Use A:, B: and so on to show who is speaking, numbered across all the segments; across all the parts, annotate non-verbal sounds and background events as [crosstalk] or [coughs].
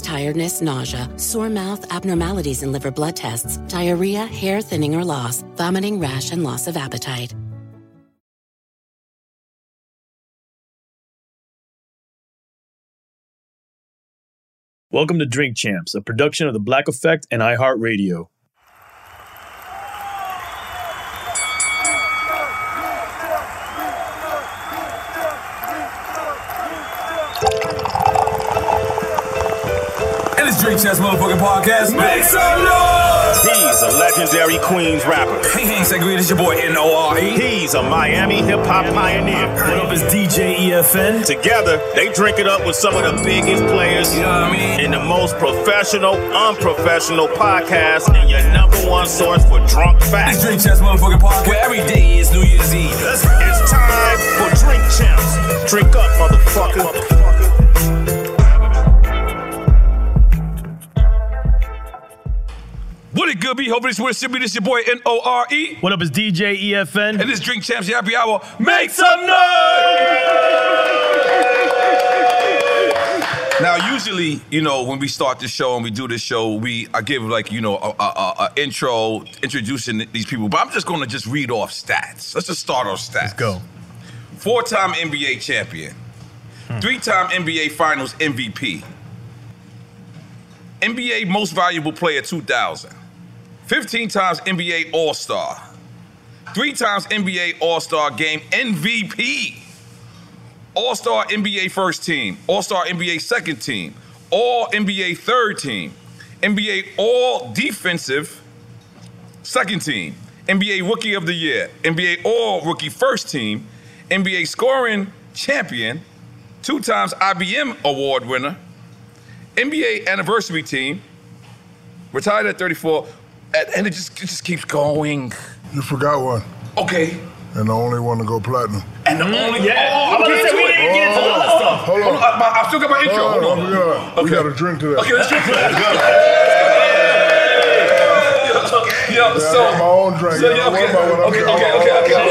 A: tiredness, nausea, sore mouth, abnormalities in liver blood tests, diarrhea, hair thinning or loss, vomiting, rash, and loss of appetite.
B: Welcome to Drink Champs, a production of The Black Effect and iHeartRadio.
C: And it's Drink Chess Motherfucking Podcast. Make some noise!
D: He's a legendary Queens rapper.
C: Hey, hey, Segreed, it's your boy N-O-R-E.
D: He's a Miami hip hop pioneer.
C: What up, is DJ EFN.
D: Together, they drink it up with some of the biggest players
C: You know what I mean?
D: in the most professional, unprofessional podcast and your number one source for drunk
C: It's
D: facts.
C: Drink Chess Motherfucking Podcast, where every day is New Year's Eve. Let's go!
D: It's time for Drink Champs. Drink up, motherfucker.
C: What it good be? Hoping it's where it should be. This your boy N-O-R-E.
B: What up, is DJ EFN?
C: E. And this Drink Champs Happy Hour. Make some noise! Now, usually, you know, when we start the show and we do this show, we I give like you know a, a, a- a intro introducing these people, but I'm just gonna just read off stats. Let's just start off stats. Let's
B: Go.
C: Four-time NBA champion, three-time NBA Finals MVP, NBA Most Valuable Player 2000, 15 times NBA All-Star, three times NBA All-Star Game MVP. All Star NBA first team, All Star NBA second team, All NBA third team, NBA All Defensive second team, NBA Rookie of the Year, NBA All Rookie first team, NBA Scoring Champion, two times IBM Award winner, NBA Anniversary team, retired at 34, and and it just, it just keeps going.
E: You forgot one.
C: Okay.
E: And the only one to go platinum.
C: And the only
E: Mm, Yeah.
C: oh,
E: I'm
C: I'm
E: gonna say
C: getting to
E: we
C: it.
E: ain't getting to the other stuff.
C: Hold on, I, I- I still got my intro.
E: Hold
C: Hold
E: on,
C: on.
E: we gotta- we gotta drink to that.
C: Okay, let's drink to that. Yeah, yeah,
E: Yeah, I
C: so
E: got my own drink.
C: So,
E: I
C: yeah,
E: don't worry
C: okay,
E: about what I'm
C: okay,
E: drinking.
C: okay, okay, okay.
E: Hold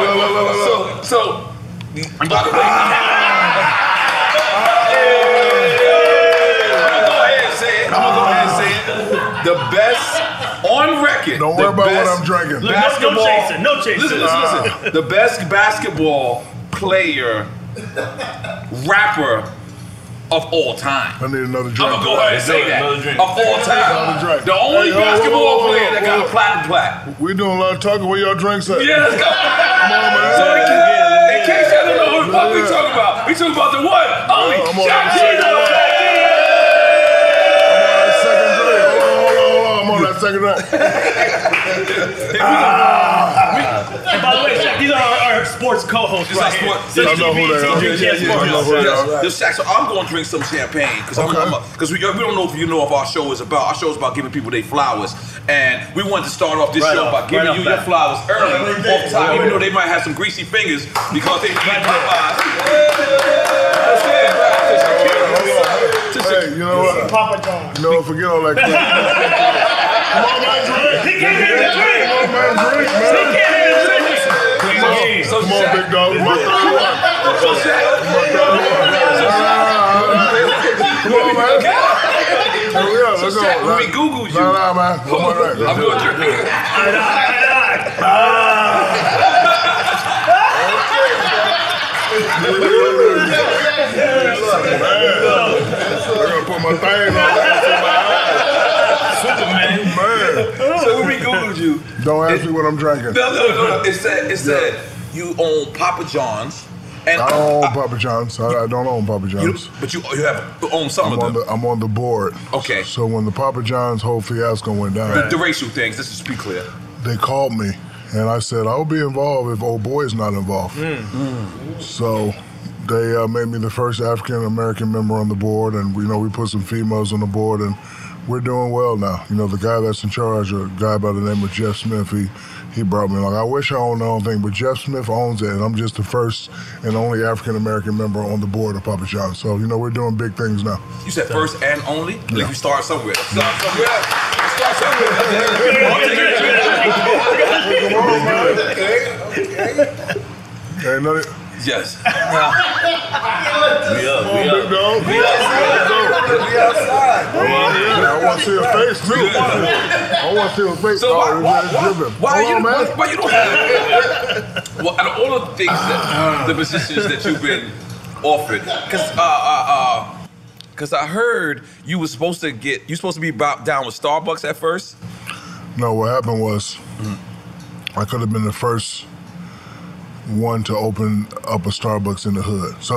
E: on, hold on, hold
C: So, so. I'm gonna go ahead and say it. I'm gonna go ahead and say it. The best on record.
E: Don't worry
C: the
E: about what
C: best
E: I'm drinking. No- no
C: Basketball.
E: chasing, no chasing.
C: Listen, listen, listen. The best basketball player, rapper of all time.
E: [laughs] I need another
C: I'm
E: drink.
C: gonna go ahead and say that. Of all
E: Another
C: time.
E: drink.
C: The only
E: Hey, hold on,
C: basketball
E: hold on, hold on,
C: player that
E: hold
C: got
E: on.
C: platinum plaque.
E: We doing a lot of talking. Where y'all drinks at?
C: Yeah, let's go.
E: Come on, man.
C: [laughs] So in case- in case y'all don't know who the fuck we talking about, we talking about the one, only
E: I'm Oh, on that
C: Shaq
E: second
C: Taylor.
E: drink. I'm on that second drink. Hold on, hold on, hold on. I'm on that second drink.
B: And by the way, Shaq, these are our, our sports co-hosts
C: It's
B: right
C: our
B: here.
C: sport.
B: So
C: Yeah,
B: you can be-
C: yeah,
B: so you
C: yeah,
B: can be
C: yeah,
B: a sports
C: yeah,
B: host.
C: yeah, yeah. Yes, Shaq, So I'm going to drink some champagne because because we, we don't know if you know if our show is about. Our show is about giving people their flowers, and we wanted to start off this
B: Right
C: show
B: off,
C: by giving
B: right
C: you
B: off
C: your
B: bat.
C: flowers early,
B: Right
C: off
B: there.
C: time, even
B: Right
C: though they might have some greasy fingers because they eat Popeyes. That's it, right? To Shakira.
E: Hey, you know what? Papa John. No, forget all that crap. Come on, man, drink. He can't even drink. Come on, man, drink, man. He can't even drink. Come on, come on, big dog. Come on, throw it up.
C: So Shaq.
E: Come on, Ah, throw it up. Come on, man. Hurry up,
C: So
E: let's go.
C: Shaq, when we Googled you,
E: Nah, nah, man. Come on, right.
C: I'm going to drink.
E: Ah. I gotta put my thing on.
C: Superman.
E: Man.
C: So when we Googled you.
E: Don't ask me what I'm drinking.
C: No, no, no, no. It said, it said you own Papa John's, and
E: I don't own Papa John's. I, I don't own Papa
C: you,
E: John's.
C: but you you have you own some
E: I'm
C: of
E: on
C: them.
E: the, I'm on the board.
C: Okay.
E: So when the Papa John's whole fiasco went down,
C: The, the racial things. Let's just be clear.
E: they called me and I said I'll be involved if old boy is not involved. So they uh, made me the first African American member on the board, and you know we put some females on the board, and we're doing well now. You know the guy that's in charge, a guy by the name of Jeff Smith, he he brought me along. I wish I owned the whole thing, but Jeff Smith owns it, and I'm just the first and only African American member on the board of Papa John's. So you know we're doing big things now.
C: You said first and only. Like you start somewhere. Start somewhere. Start somewhere. I'll take it.
E: Ain't nothing. [laughs]
C: Yes.
E: We up, we up. Big dog.
C: We outside. We outside.
E: I want to see a face too. I want to see a face.
C: So why,
E: Oh,
C: why,
E: it's
C: why,
E: dripping.
C: why,
E: Hold
C: you,
E: on,
C: why,
E: man.
C: why you don't have Well, out of all of the things that, the positions that you've been offered, because uh, uh, uh, 'cause I heard you were supposed to get, you supposed to be bowed down with Starbucks at first.
E: No, what happened was I could have been the first one to open up a Starbucks in the hood. So,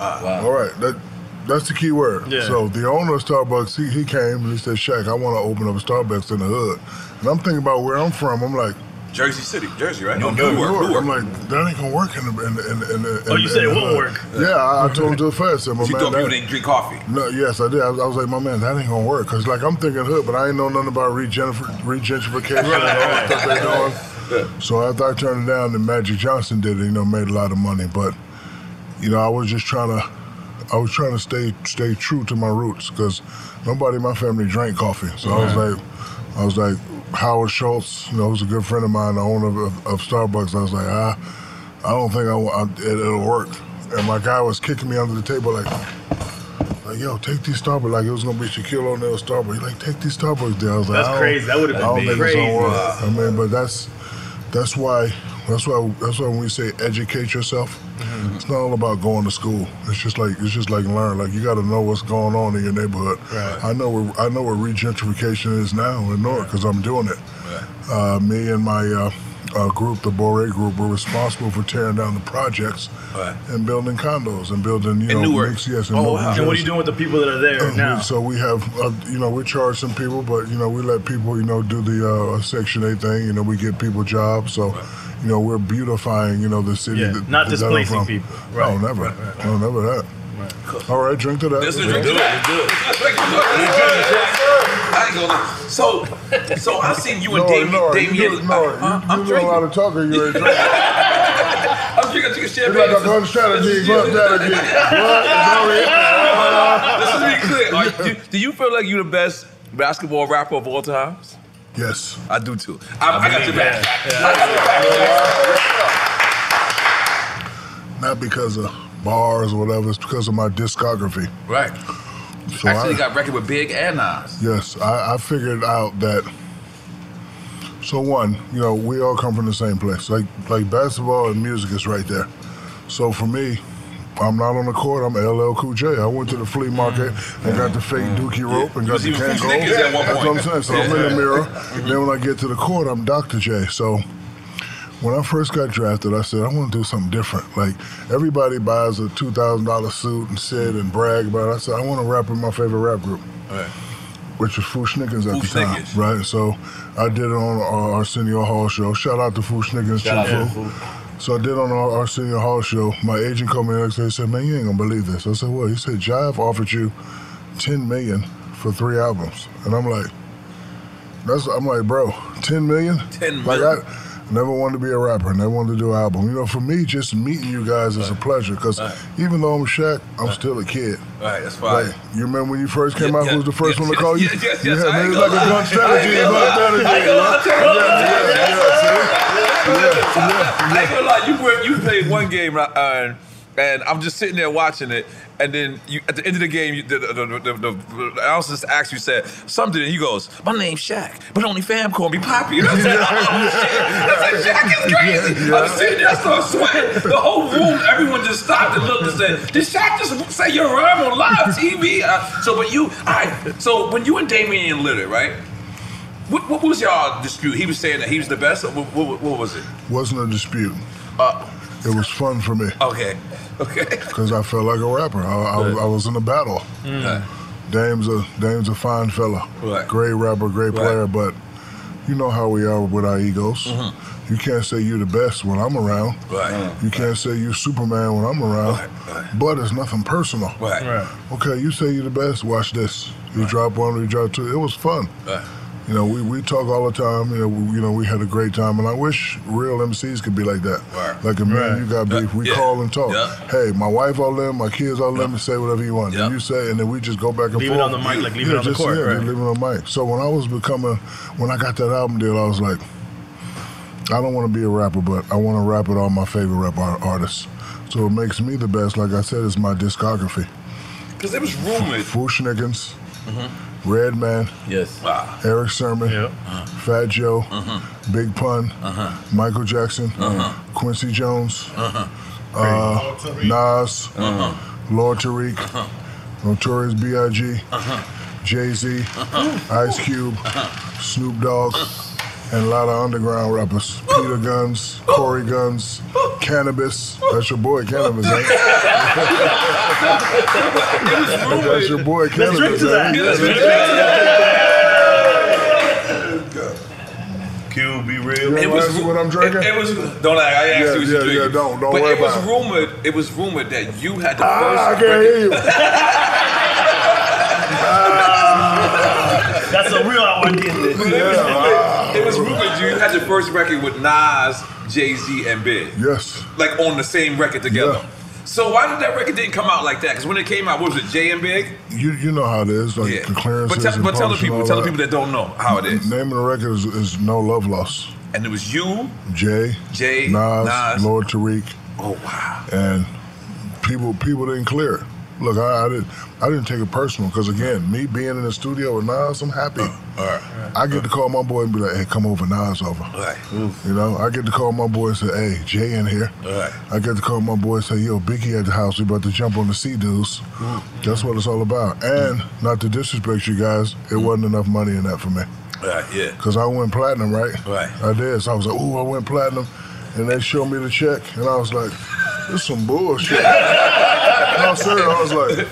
E: all right, that that's the key word.
D: Yeah.
E: So the owner of Starbucks, he, he came and he said, Shaq, I want to open up a Starbucks in the hood. And I'm thinking about where I'm from. I'm like,
C: Jersey City, Jersey, right?
E: I'm
C: Newark, Newark.
E: I'm like, that ain't gonna work in the in the in the. In the
C: Oh, you
E: in
C: said it
E: the
C: won't
E: hood."
C: work.
E: Yeah, I, I told him to the fast. I said, my man,
C: You thought people
E: that-
C: didn't drink coffee.
E: no, yes, I did. I, was- I was like, my man, that ain't gonna work. Cause like I'm thinking hood, but I ain't know nothing about regenif- regentrification and all that stuff they doing. So after I turned it down, then Magic Johnson did it. You know, made a lot of money, but you know, I was just trying to, I was trying to stay stay true to my roots because nobody in my family drank coffee. So I was like, I was like Howard Schultz, you know, who's a good friend of mine, the owner of, of, of Starbucks. I was like, ah, I don't think I, wa- I it, it'll work. And my guy was kicking me under the table like, like yo, take these Starbucks. Like it was gonna be Shaquille O'Neal Starbucks. He like, take these Starbucks there. I was like,
B: That's
E: I don't-
B: crazy. That would've
E: I don't
B: been
E: think it's gonna
B: crazy.
E: work. I mean, but that's that's why that's why that's why when we say educate yourself,
B: Mm-hmm.
E: it's not all about going to school. It's just like it's just like learn. Like you got to know what's going on in your neighborhood. I know where I know where regentrification is now in Newark because I'm doing it. Uh, me and my uh, uh, group, the Bore group, were responsible for tearing down the projects and building condos and building you
B: In
E: know
B: Newark?
E: mixed- yes, in
B: Oh,
E: Newark,
B: wow.
E: New
B: And what are you
E: Jersey.
B: doing with the people that are there
E: Uh,
B: now?
E: we- So we have, uh, you know, we charge some people, but you know, we let people, you know, do the uh, Section Eight thing. You know, we get people jobs. So, you know, we're beautifying, you know, the city.
B: Yeah,
E: that,
B: not
E: that I'm
B: displacing
E: from.
B: people.
E: No, never. No, never that. All right, drink to that.
C: Let's drink to that.
E: Yeah.
C: Let's drink to that. ain't gonna lie. So, so I seen you and Damian.
E: no, you
C: Damian uh,
E: do- no, you, you doing a lot of talking. You ain't drinking.
C: I'm drinking drinking
E: It's
C: champagne.
E: like a gun strategy, gun strategy. What?
C: Let's be clear. Are you- do, do you feel like you're the best basketball rapper of all times?
E: Yes.
C: I do too. I, I, got your back. I got your
E: Not because of bars or whatever. It's because of my discography.
C: back. Right.
E: So
C: Actually,
E: I-
C: got record with Big and Nas.
E: Yes, I, I figured out that. So one, you know, we all come from the same place. Like like basketball and music is right there. So for me, I'm not on the court. I'm LL Cool J. I went to the flea market and got the fake Dookie rope and got
C: You was
E: the
C: even
E: Kango.
C: fooling niggas at one
E: That's what I'm
C: point.
E: saying. So
C: Yeah.
E: I'm in the
C: [laughs]
E: mirror. then when I get to the court, I'm Dr. J. So when I first got drafted, I said I want to do something different. Like everybody buys a two thousand dollar suit and said and brag about. It. I said I want to rap with my favorite rap group, which was Foo Schnickens at the time, right? So I did it on our Arsenio Hall show. Shout out to Foo Schnickens,
F: Shout
E: Chief
F: out to
E: Foo.
F: Foo.
E: So I did on our Arsenio Hall show. My agent called me the next day. He said, "Man, you ain't gonna believe this." I said, "What?" He said, "Jive offered you ten million for three albums," and I'm like. That's I'm like, bro, 10 million? 10 million. Like I never wanted to be a rapper, never wanted to do an album. You know, for me, just meeting you guys is a pleasure because even though I'm Shaq, I'm still a kid.
C: All right, that's fine.
E: Like, you remember when you first came out, who was the first
C: [laughs]
E: one to
C: yes,
E: call you?
C: yes, yes,
E: you
C: yes,
E: had
C: I ain't
E: niggas
C: gonna
E: like a
C: lie.
E: gun
C: I
E: strategy,
C: ain't gonna
E: gun
C: lie.
E: strategy.
C: I ain't gonna lie. I ain't
E: yeah,
C: gonna lie, you were, you played one game, uh, and, and I'm just sitting there watching it, and then you, at the end of the game, you, the, the, the, the, the, the announcer just asked you, said something, and he goes, "My name's Shaq, but only fam call me Poppy." And I said, "Oh shit!" I said, "Shaq is crazy."
E: Yeah.
C: I'm sitting there, I started sweating. The whole room, everyone just stopped and looked and said, "Did Shaq just say your rhyme on live TV?" Uh, so, but you, all right. So when you and Damian Litter, right? What, what was y'all dispute? He was saying that he was the best. Or what, what, what was it?
E: Wasn't a dispute.
C: Uh, Oh,
E: it was fun for me
C: Okay. Okay.
E: because I felt like a rapper. I, I, I was in a battle.
C: Mm.
E: Dame's a Dame's a fine fella,
C: Right.
E: great rapper, great
C: Right.
E: player, but you know how we are with our egos.
C: Mhm.
E: You can't say you're the best when I'm around.
C: Right. Mm.
E: You can't say you're Superman when I'm around. But it's nothing personal.
C: Right. Right.
E: Okay, you say you're the best. Watch this. You drop one, you drop two. It was fun.
C: Right.
E: You know, we, we talk all the time. You know, we, you know, we had a great time, and I wish real MCs could be like that.
C: Right.
E: Like a man,
C: Right.
E: you got beef. We
C: Yeah.
E: call and talk.
C: Yeah.
E: Hey, my wife all in, my kids all in, and say whatever you want. And you say, and then we just go back and
D: Leave it on
E: forth.
D: the mic, like leave it
E: Yeah,
D: on the
E: just-
D: court,
E: Yeah,
D: right.
E: just leave it on mic. So when I was becoming, when I got that album deal, I was like, I don't want to be a rapper, but I want to rap with all my favorite rap ar- artists. So what makes me the best, like I said, is my discography.
C: Because it was rumored.
E: Foo Schnickens,
C: Mm-hmm.
E: Redman,
C: Yes. Uh-huh. Wow.
E: Eric Sermon, Fat Joe,
C: Mm-hmm.
E: Big Pun,
C: Uh-huh.
E: Michael Jackson, Quincy Jones, uh, Nas,
C: Uh-huh.
E: Lord Tariq, Notorious B.I.G.,
C: Uh-huh.
E: Jay Z, Ice Cube, Snoop Dogg,
C: Uh-huh.
E: and a lot of underground rappers. Peter Guns, Corey Guns, Cannabis. That's your boy, Cannabis. Ain't it? That's your boy, Cannabis.
D: drink to that.
E: ain't it?
D: Let's drink to
C: Q, be
E: You
C: real.
E: wanna
C: It was
E: ask me what I'm drinking?
C: It, it was don't ask. I asked
E: Yeah,
C: you what
E: yeah,
C: you drinking.
E: yeah, don't- don't
C: but
E: worry
C: it was
E: about it.
C: rumored. It was rumored that you had the
E: Ah, I
C: first.
E: can't hear
C: [laughs]
E: you.
C: That's a real idea. it, was rumored, it was rumored you had the first record with Nas, Jay Z, and Big.
E: Yes.
C: Like on the same record together. So why did that record didn't come out like that? Because when it came out, what was it, Jay and Big?
E: You you know how it is, like the clearances.
C: But tell-
E: and
C: but tell the
E: publishing,
C: people-
E: all
C: tell the people that don't know how it is.
E: Name of the record is, is No Love Loss.
C: And it was you,
E: Jay,
C: Jay,
E: Nas,
C: Nas.
E: Lord Tariq.
C: Oh wow!
E: And people people didn't clear it. Look, I, I didn't I didn't take it personal because again, me being in the studio with Nas, I'm happy.
C: Uh, all right.
E: I get to call my boy and be like, "Hey, come over, Nas over."
C: Right.
E: You know, I get to call my boy and say, "Hey, Jay in here."
C: All right.
E: I get to call my boy and say, yo, Biggie at the house. We about to jump on the sea dudes. That's what it's all about. And not to disrespect you guys, it wasn't enough money in that for me.
C: Right, yeah.
E: Because I went platinum, right?
C: Right.
E: I did. So I was like, ooh, I went platinum. And they showed me the check. And I was like, this some bullshit. [laughs] no, sir. I was like,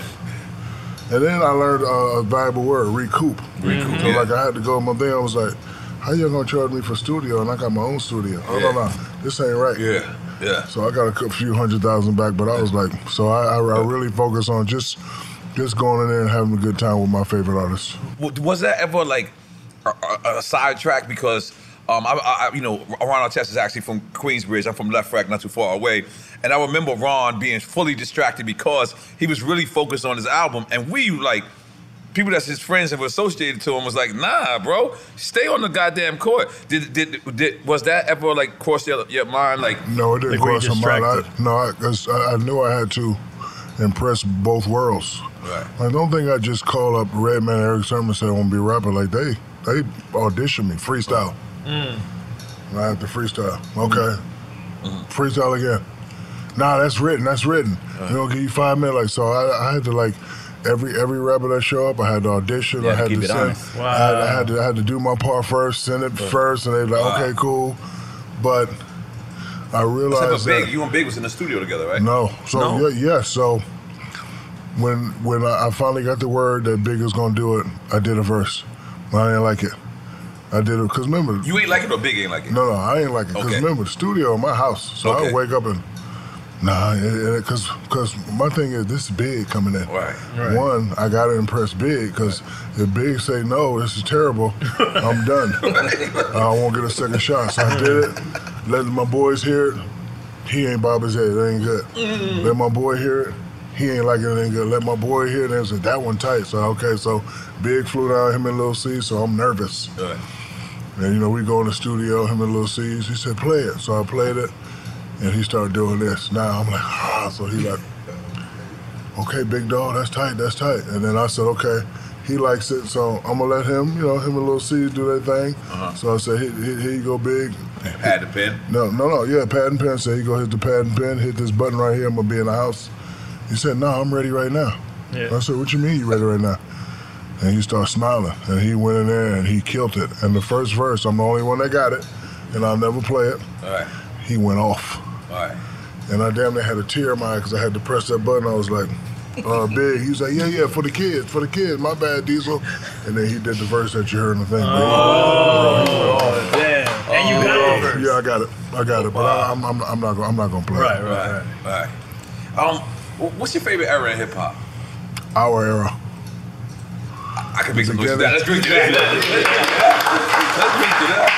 E: and then I learned uh, a valuable word, recoup.
C: Recoup,
E: So
C: yeah.
E: like I had to go my thing. I was like, how you gonna charge me for studio? And I got my own studio. Oh
C: Yeah.
E: no, no, this ain't right.
C: Yeah, yeah.
E: So I got a cou- few hundred thousand back, but I was like, so I, I, I really focus on just Just going in there and having a good time with my favorite artists.
C: W- Was that ever like a, a, a sidetrack? Because um, I, I, I- you know, Ron Artest is actually from Queensbridge. I'm from Left Rack, not too far away. And I remember Ron being fully distracted because he was really focused on his album, and we like. People that's his friends and were associated to him was like, nah, bro, stay on the goddamn court. Did did, did was that ever like cross your, your mind? Like
E: No, it didn't
C: like, were you
E: cross my mind. I,
C: distracted?
E: no, I, 'cause I, I knew I had to impress both worlds. I don't think I just call up Redman Eric Sermon and said I want to be a rapper. Like they they auditioned me freestyle. Mm. And I had to freestyle. Okay.
C: Mm-hmm.
E: Freestyle again. Nah, that's written. That's written. You know, give you five minutes. Like so, I, I had to like every every rapper that show up, I had to audition.
C: Yeah,
E: I had
C: keep
E: to
C: it
E: send.
C: honest.
E: I, had, I had to I had to do my part first, send it
C: Right.
E: first, and they like,
C: Wow.
E: okay, cool. But I
C: Except
E: realized
C: for Big,
E: that
C: you and Big was in the studio together, right?
E: no. So
C: No?
E: yeah, yeah. So when when I I finally got the word that Big was gonna do it, I did a verse. But I didn't like it. I did it because remember
C: You ain't like it or Big ain't like it?
E: no, no, I ain't like it. Cause
C: Okay.
E: remember, the studio in my house, so
C: Okay.
E: I wake up and nah, because because my thing is this is big coming in. Right.
C: Right.
E: One, I gotta impress big because if big say no, this is terrible. I'm
C: [laughs]
E: done. I won't get a second shot. So I did it. Let my boys hear it. He ain't bob his head. It ain't good.
F: Mm.
E: Let my boy hear it. He ain't like it, it ain't good. Let my boy hear it. And said, that one tight. So, okay, so Big flew down, him and Lil C, so I'm nervous. And you know, we go in the studio, him and Lil C's. He said, play it. So I played it, and he started doing this. Now I'm like, [laughs] ah. So he like, okay, big dog, that's tight, that's tight. And then I said, okay, he likes it, so I'm gonna let him, you know, him and Lil C's do their thing.
C: Uh-huh.
E: So I said, here, here, here you go, big.
C: Had the pen.
E: No, no, no. Yeah, pad and pen. So he go hit the pad and pen, hit this button right here. I'm gonna be in the house. He said, "No, I'm ready right now."
B: Yeah.
E: I said, "What you mean you ready right now?" And he started smiling, and he went in there and he killed it. And the first verse, I'm the only one that got it, and I'll never play it.
C: All right.
E: He went off,
C: All right.
E: and I damn near had a tear in my eye because I had to press that button. I was like,
C: [laughs]
E: "Uh, big." He was like, "Yeah, yeah, for the kids, for the kids." My bad, Diesel. And then he did the verse that you heard in the thing.
B: Oh, damn. And you got it.
E: Yeah, I got it. I got it. But I, I'm, I'm, I'm not. gonna- I'm not gonna play. it.
C: Right, right, right. Um, wh- what's your favorite era in hip hop?
E: Our era.
C: I can make some noise. for that. Let's drink to that. Let's drink to that.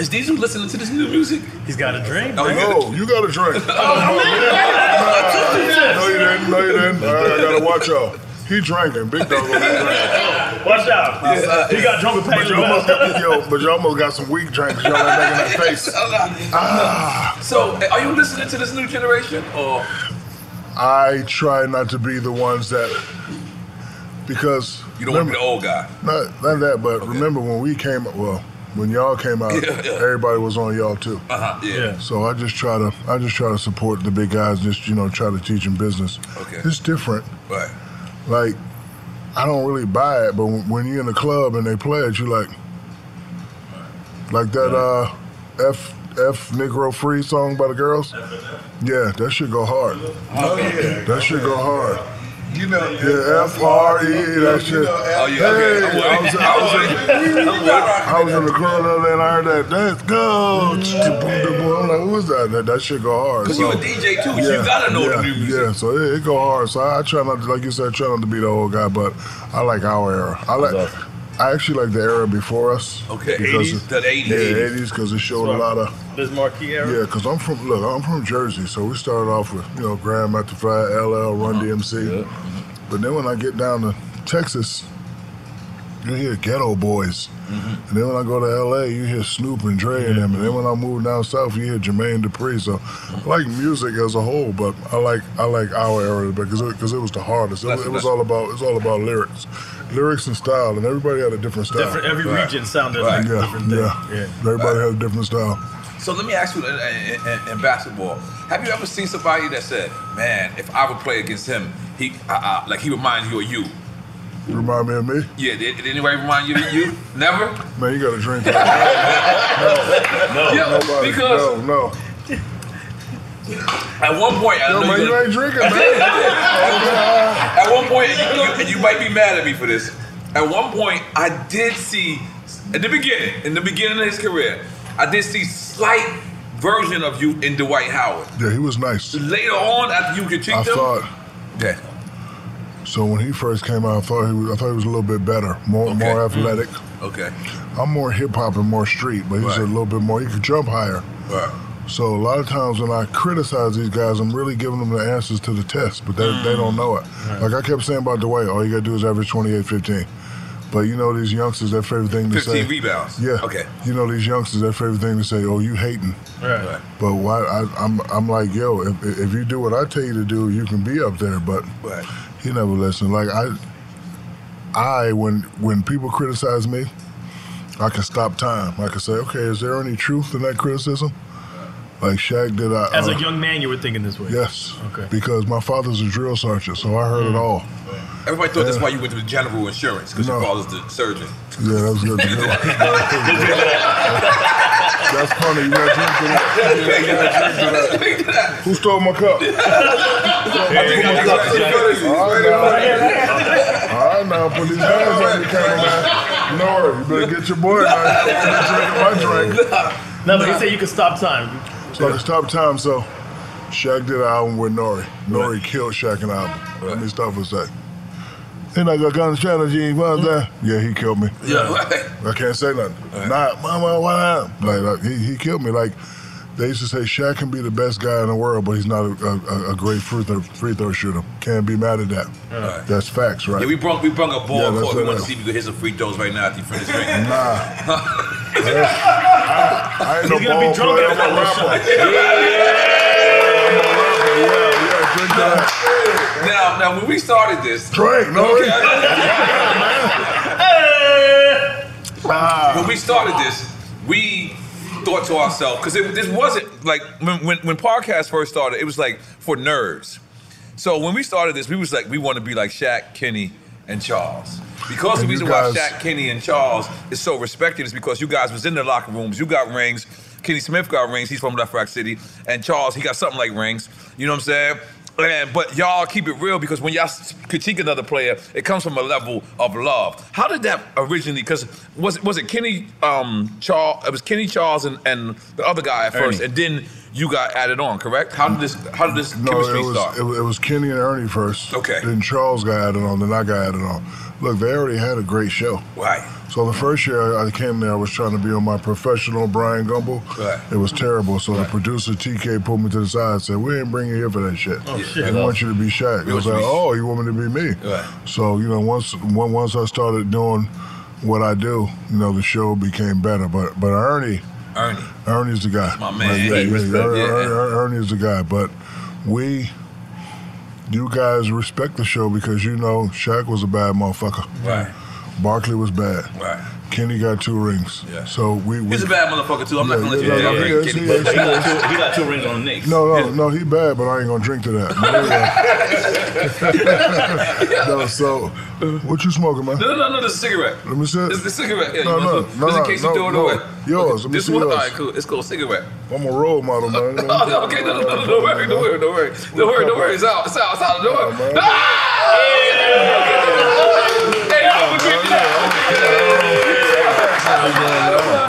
C: Is Diesel listening to this new music?
B: He's got a drink.
C: Oh,
E: no, you got a
C: [laughs]
E: drink. No, you didn't. No, you didn't. All right, I gotta watch out. He drinking. Big dog. gonna be drinking.
B: Watch out. He got drunk with
E: But you almost, yo, but you almost got some weak drinks. Y'all ain't making that face.
C: [laughs]
E: Ah.
C: So, eh, are you listening to this new generation? Or
E: I try not to be the ones that because
C: you don't want to be the old guy?
E: Not not that, but remember when we came well, when y'all came out,
C: Yeah, yeah.
E: Uh, everybody was on y'all too.
C: Uh huh. Yeah.
E: So I just try to I just try to support the big guys, just you know, try to teach them business.
C: Okay.
E: It's different.
C: Right.
E: Like, I don't really buy it, but when, when you're in the club and they play it, you like, like that uh, F F Negro Free song by the girls. Yeah, that should go hard.
F: Oh, yeah.
E: That should go hard.
F: You know,
E: Yeah, F R E. That shit.
F: Oh, yeah, okay.
E: Hey,
F: I'm
E: I was,
F: with it.
E: I was,
F: [laughs] I'm with it. I'm with it.
E: I was in the club the other day and I heard that. Let's go. I'm like, who was that? That, that shit go hard.
C: 'Cause you a DJ too, so you gotta know the
E: yeah,
C: new music.
E: Yeah, so it, it go hard. So I, I try not, to, like you said, I try not to be the old guy, but I like our era. I like. I actually like the era before us.
C: Okay,
E: because-
C: 80s, the 80s.
E: Yeah, 80s, because it showed a lot of.
B: This marquee era.
E: Yeah, because I'm from look, I'm from Jersey, so we started off with you know Grand Master Fly, LL, Run
B: Uh-huh.
E: DMC, but then when I get down to Texas, you hear Ghetto Boys, and then when I go to LA, you hear Snoop and Dre and them, and then when I move down south, you hear Jermaine Dupri. So I like music as a whole, but I like I like our era because because it, was the hardest. It, was,
B: That's-
E: it was
B: that's-
E: all about it's all about lyrics, lyrics and style, and everybody had a different style.
B: Different, every region sounded like
E: yeah,
B: a different thing.
E: yeah, Everybody had a different style.
C: So let me ask you in, in, in- in basketball: Have you ever seen somebody that said, "Man, if I would play against him, he uh, uh, like he reminds you of you"?
E: Remind me of me.
C: Yeah, did, did anybody remind you of you? Never.
E: Man, you got to drink. that.
C: No,
E: no,
C: Yeah,
E: nobody.
C: because-
E: no, no.
C: At one point, I
E: Yo,
C: know
E: man,
C: you,
E: you ain't
C: [laughs]
E: drinking, man.
C: at one point, you, you, you might be mad at me for this. At one point, I did see in the beginning, in the beginning of his career, I did see slight version of you in Dwight Howard.
E: Yeah, he was nice.
C: Later on, after you critiqued
E: I
C: him,
E: thought,
C: yeah,
E: So when he first came out, I thought he was, I thought he was a little bit better, more more
G: Mm-hmm.
E: athletic.
C: Okay.
E: I'm more hip hop and more street, but he's a little bit more. He could jump higher.
C: Right.
E: So a lot of times when I criticize these guys, I'm really giving them the answers to the test, but they, they don't know it. Like I kept saying about Dwight, all you got to do is average 28, 15. But you know these youngsters, their favorite thing to
C: 15
E: say.
C: rebounds.
E: Yeah.
C: Okay.
E: You know these youngsters, their favorite thing to say, "Oh, you hating."
C: Right.
E: But why? I, I'm I'm like, yo, if, if you do what I tell you to do, you can be up there. But
C: Right.
E: he never listened. Like I, I when when people criticize me, I can stop time. I can say, okay, is there any truth in that criticism? Like Shaq did. I
B: As
E: uh,
B: a young man, you were thinking this way.
E: yes,
B: Okay.
E: because my father's a drill sergeant, so I
B: Mm.
E: heard it all.
C: Everybody thought that's why you went to the general insurance because your father's the surgeon.
E: [laughs] Yeah, that was good. to know. That's funny. You got drink to that. You got drink to that. [laughs] Who stole my cup? Who stole my cup? All right, now. All right, now. Put these hands on your camera, man. Nora, you better get your boy, man.
C: [laughs]
E: He's drinking my drink.
B: No, but he said you could stop time.
E: So it's top time. So Shaq did an album with Nori. Nori killed Shaq in the album. Let me stop for a sec. And I got gun challenge, you ain't find that.
C: Mm-hmm.
E: Yeah, he killed me.
C: Yeah.
E: I can't say nothing. Nah, mama, why not? Like, like, he, he killed me. Like they used to say, Shaq can be the best guy in the world, but he's not a, a, a great free throw, free throw shooter. Can't be mad at that.
C: Right.
E: That's facts, right?
C: [laughs] Yeah, we brung we brung a
E: Yeah,
C: ball
E: that's
C: court. We
E: what
C: want
E: I-
C: to see if you could hit some free throws right now after you finish drinking.
E: Nah.
C: [laughs]
E: I ain't no
C: He's gonna
E: ball
C: be drunk
E: player.
C: after
E: I'm a
C: this
E: rapper.
C: shot. Yeah. Now, now, when we started this,
E: Drink, no.
C: when we started this, we thought to ourselves because this wasn't like when, when when podcast first started, it was like for nerds. So when we started this, we was like, we want to be like Shaq, Kenny, and Charles. Because
E: And
C: the
E: you
C: reason
E: guys-
C: why Shaq, Kenny, and Charles is so respected is because you guys was in the locker rooms. You got rings. Kenny Smith got rings. He's from Left Rock City, and Charles he got something like rings. You know what I'm saying? And, but y'all keep it real because when y'all s- critique another player, it comes from a level of love. How did that originally? Because was was it Kenny um, Charles? It was Kenny Charles and, and the other guy at first,
E: Ernie.
C: and then you got added on. Correct? How did this? How did this
E: No,
C: chemistry
E: it was,
C: start?
E: It was, it was Kenny and Ernie first.
C: Okay.
E: Then Charles got added on. Then I got added on. Look, they already had a great show.
C: Right.
E: So the first year I came there, I was trying to be on my professional Brian Gumble.
C: Right.
E: It was terrible. So the producer TK pulled me to the side and said, "We ain't bringing you here for that shit.
C: Oh,
E: we
C: shit.
E: want you to be Shaq."
C: We
E: I
C: want
E: was
C: you to
E: like,
C: be-
E: "Oh, you want me to be me?" So you know, once on- once I started doing what I do, you know, the show became better. But but Ernie,
C: Ernie.
E: Ernie's the guy.
C: my man.
E: Like, yeah,
C: Hey,
E: yeah,
C: respect.
E: Er-
C: Yeah.
E: Er- Er- Ernie's the guy. But we, you guys respect the show because you know Shaq was a bad motherfucker.
C: Right.
E: Barkley was bad.
C: Right.
E: Kenny got two rings. Yeah. So we. we
C: He's a bad motherfucker too. I'm not
E: Yeah,
C: gonna let you.
E: yeah, yeah,
C: down. I'm
E: yeah,
C: not kidding.
E: he is, he is.
H: He got two rings on the Knicks.
E: no, no, no, he bad, but I ain't gonna drink to that. [laughs] But anyway. no, so what you smoking, man?
C: No, no, no, no, this is a cigarette.
E: Let me see it.
C: This is a cigarette. Yeah,
E: no,
C: you
E: no,
C: want to-
E: no,
C: just in
E: no,
C: case
E: no,
C: you throw it
E: no.
C: away.
E: Yours. Let me
C: This
E: see
C: one, all
E: yours.
C: right, cool. It's called cigarette.
E: I'm a role model, man.
C: Oh, no, okay, no, no, no, don't worry, don't worry, don't worry, don't worry, don't worry. It's out, it's out, Ah! it's out. Don't worry. [laughs]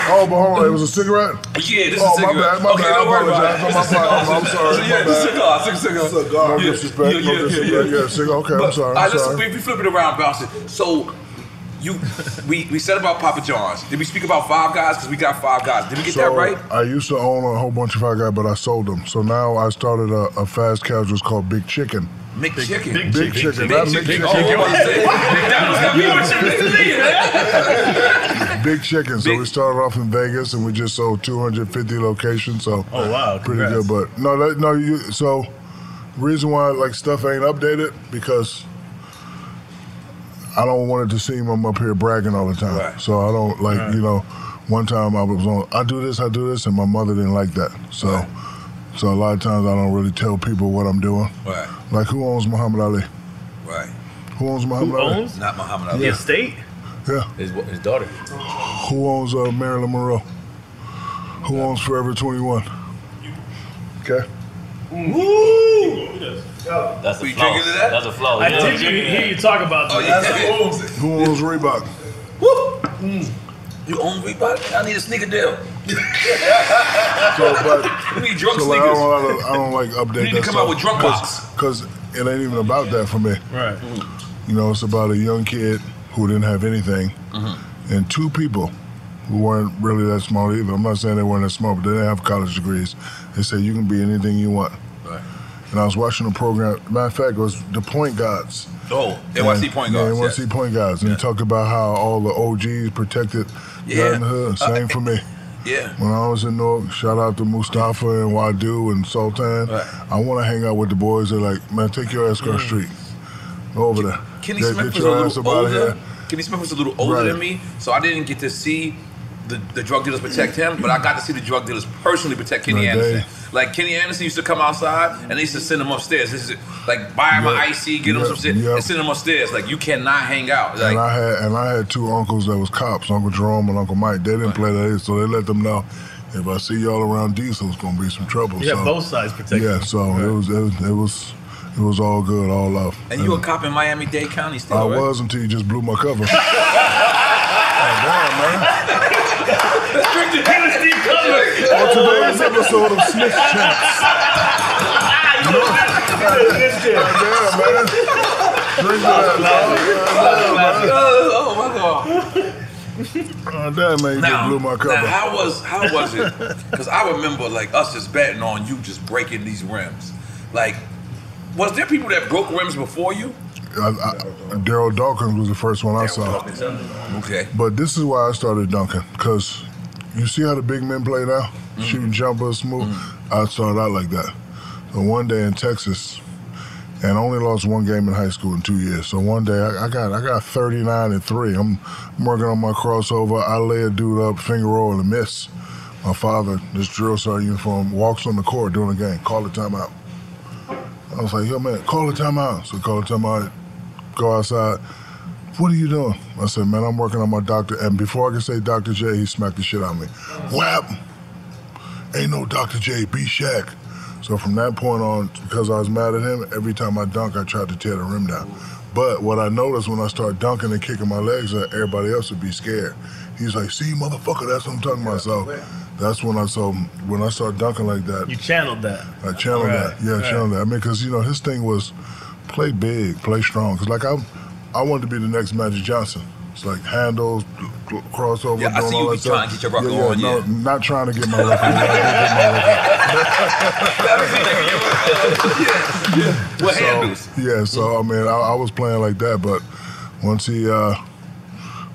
E: Oh, but hold on, it was a cigarette.
C: Yeah, this is
E: oh,
C: a cigarette.
E: my bad, my
C: okay,
E: bad.
C: don't
E: I
C: worry about
E: apologize. I'm,
C: it. It's a cigar.
E: I'm, I'm sorry.
C: Yeah,
E: my
C: it's a
E: bad.
C: cigar. It's a cigar.
E: No
C: Yeah,
E: disrespect.
C: yeah, yeah,
E: no disrespect. Yeah, cigar. Okay, I'm sorry.
C: All right,
E: I'm
C: let's
E: sorry.
C: we, we flip it around, bouncing. So you, we we said about Papa John's. Did we speak about Five Guys? Because we got Five Guys. Did we get that right?
E: I used to own a whole bunch of Five Guys, but I sold them. So now I started a, a fast casual. It's called Big Chicken.
C: McChicken.
E: Big Big chicken. chicken. Not
C: Big chicken.
E: McChicken.
C: Oh, I was gonna say, that was gonna be what you meant to me,
E: [laughs]
C: man.
E: Big Chicken. So we started off in Vegas, and we just sold 250 locations. So
B: Oh, wow.
E: pretty
B: Congrats.
E: good. But no, that, no. You so reason why like stuff ain't updated because I don't want it to seem I'm up here bragging all the time. So I don't like you know. One time I was on. I do this. I do this, and my mother didn't like that. So. So a lot of times I don't really tell people what I'm doing.
C: Right.
E: Like who owns Muhammad Ali?
C: Right.
E: Who owns Muhammad Ali?
C: Not Muhammad Ali.
E: Yeah.
C: His
B: state?
E: Yeah.
C: His, his daughter.
E: Who owns uh, Marilyn Monroe? Who owns Forever 21? Okay.
B: Woo!
H: That's
B: a
H: flow. That's a flow.
B: I
H: Yeah.
B: did you hear you talk about
C: Oh,
B: that.
E: Who owns Reebok?
C: Mm. You own Reebok? I need a sneaker deal. [laughs]
E: So, but,
C: we need drunk
E: so like, I,
C: sneakers.
E: don't, I, don't, I don't like update
C: You need to
E: that
C: come out with drunk box.
E: Because it ain't even about that for me.
B: Right.
E: You know, it's about a young kid who didn't have anything, and two people who weren't really that smart either. I'm not saying they weren't that smart, but they didn't have college degrees. They said you can be anything you want.
C: Right.
E: And I was watching a program. Matter of fact, it was the Point Guards.
C: Oh, NYC Point
E: Yeah,
C: Guards.
E: NYC Point Guards, and they talk about how all the OGs protected
C: Yeah.
E: yeah. in the hood.
C: Uh,
E: Same for me.
C: [laughs] Yeah.
E: When I was in Newark, shout out to Mustafa and Wadu and Sultan. I want to hang out with the boys. They're like, man, take your ass across the street. Go over there.
C: Mm. Kenny
E: Get-
C: Smith
E: get
C: was a
E: your ass up
C: little
E: outta
C: older.
E: here.
C: Kenny Smith was a little older
E: Right.
C: than me, so I didn't get to see the, the drug dealers protect him, but I got to see the drug dealers personally protect Kenny
E: Right,
C: Anderson.
E: they-
C: Like Kenny Anderson used to come outside and they used to send him upstairs. This is like buy him
E: Yep.
C: an IC, get him
E: Yep.
C: some shit, and send him upstairs. Like you cannot hang out. Like
E: and I had and I had two uncles that was cops, Uncle Jerome and Uncle Mike. They didn't play that, so they let them know if I see y'all around diesel, it's gonna be some trouble.
B: You
E: so,
B: have both sides protected.
E: Yeah, so it was it was it was it was all good, all love.
C: and you a cop in Miami Dade County still,
E: I
C: right?
E: was until you just blew my
C: [laughs]
E: cover.
C: Strictly Tennessee cover.
E: On today's episode of Snitch Champs.
C: Ah, [laughs] Oh my god.
E: Oh, damn, man, you just blew my cover.
C: Now, how was how was
E: [laughs]
C: it? Because I remember like us just betting on you just breaking these rims. Like, was there people that broke rims before you?
E: I, I, Daryl Dawkins was the first one I saw.
C: Okay.
E: But this is why I started dunking, because you see how the big men play now? Shooting jumpers, move. I started out like that. So one day in Texas, and I only lost one game in high school in two years. So one day I, I got I got 39 and three. I'm, I'm working on my crossover. I lay a dude up, finger roll, and miss. My father, this drill sergeant uniform, walks on the court during the game. Call the timeout. I was like, yo, man, call the timeout. So call the timeout. Go outside. What are you doing? I said, man, I'm working on my doctor. And before I could say Dr. J, he smacked the shit out of me. Whap! Ain't no Dr. J, B Shaq. So from that point on, because I was mad at him, every time I dunk, I tried to tear the rim down. But what I noticed when I start dunking and kicking my legs, up, everybody else would be scared. He's like, see, motherfucker, that's what I'm talking about. So that's when I so when I start dunking like that.
B: You channeled that.
E: I channeled
B: Right,
E: that. Yeah,
B: right.
E: channeled that. I mean, because you know his thing was play big, play strong. Because like I, I wanted to be the next Magic Johnson. It's like handles, cl- crossover,
C: Yeah, I
E: doing
C: see
E: all
C: you
E: that
C: be trying
E: stuff.
C: to get your record
E: yeah, yeah,
C: on,
E: no,
C: yeah.
E: Not trying to get my record. on.
C: [laughs] What handles?
E: Yeah, so I mean, I, I was playing like that, but once he, uh,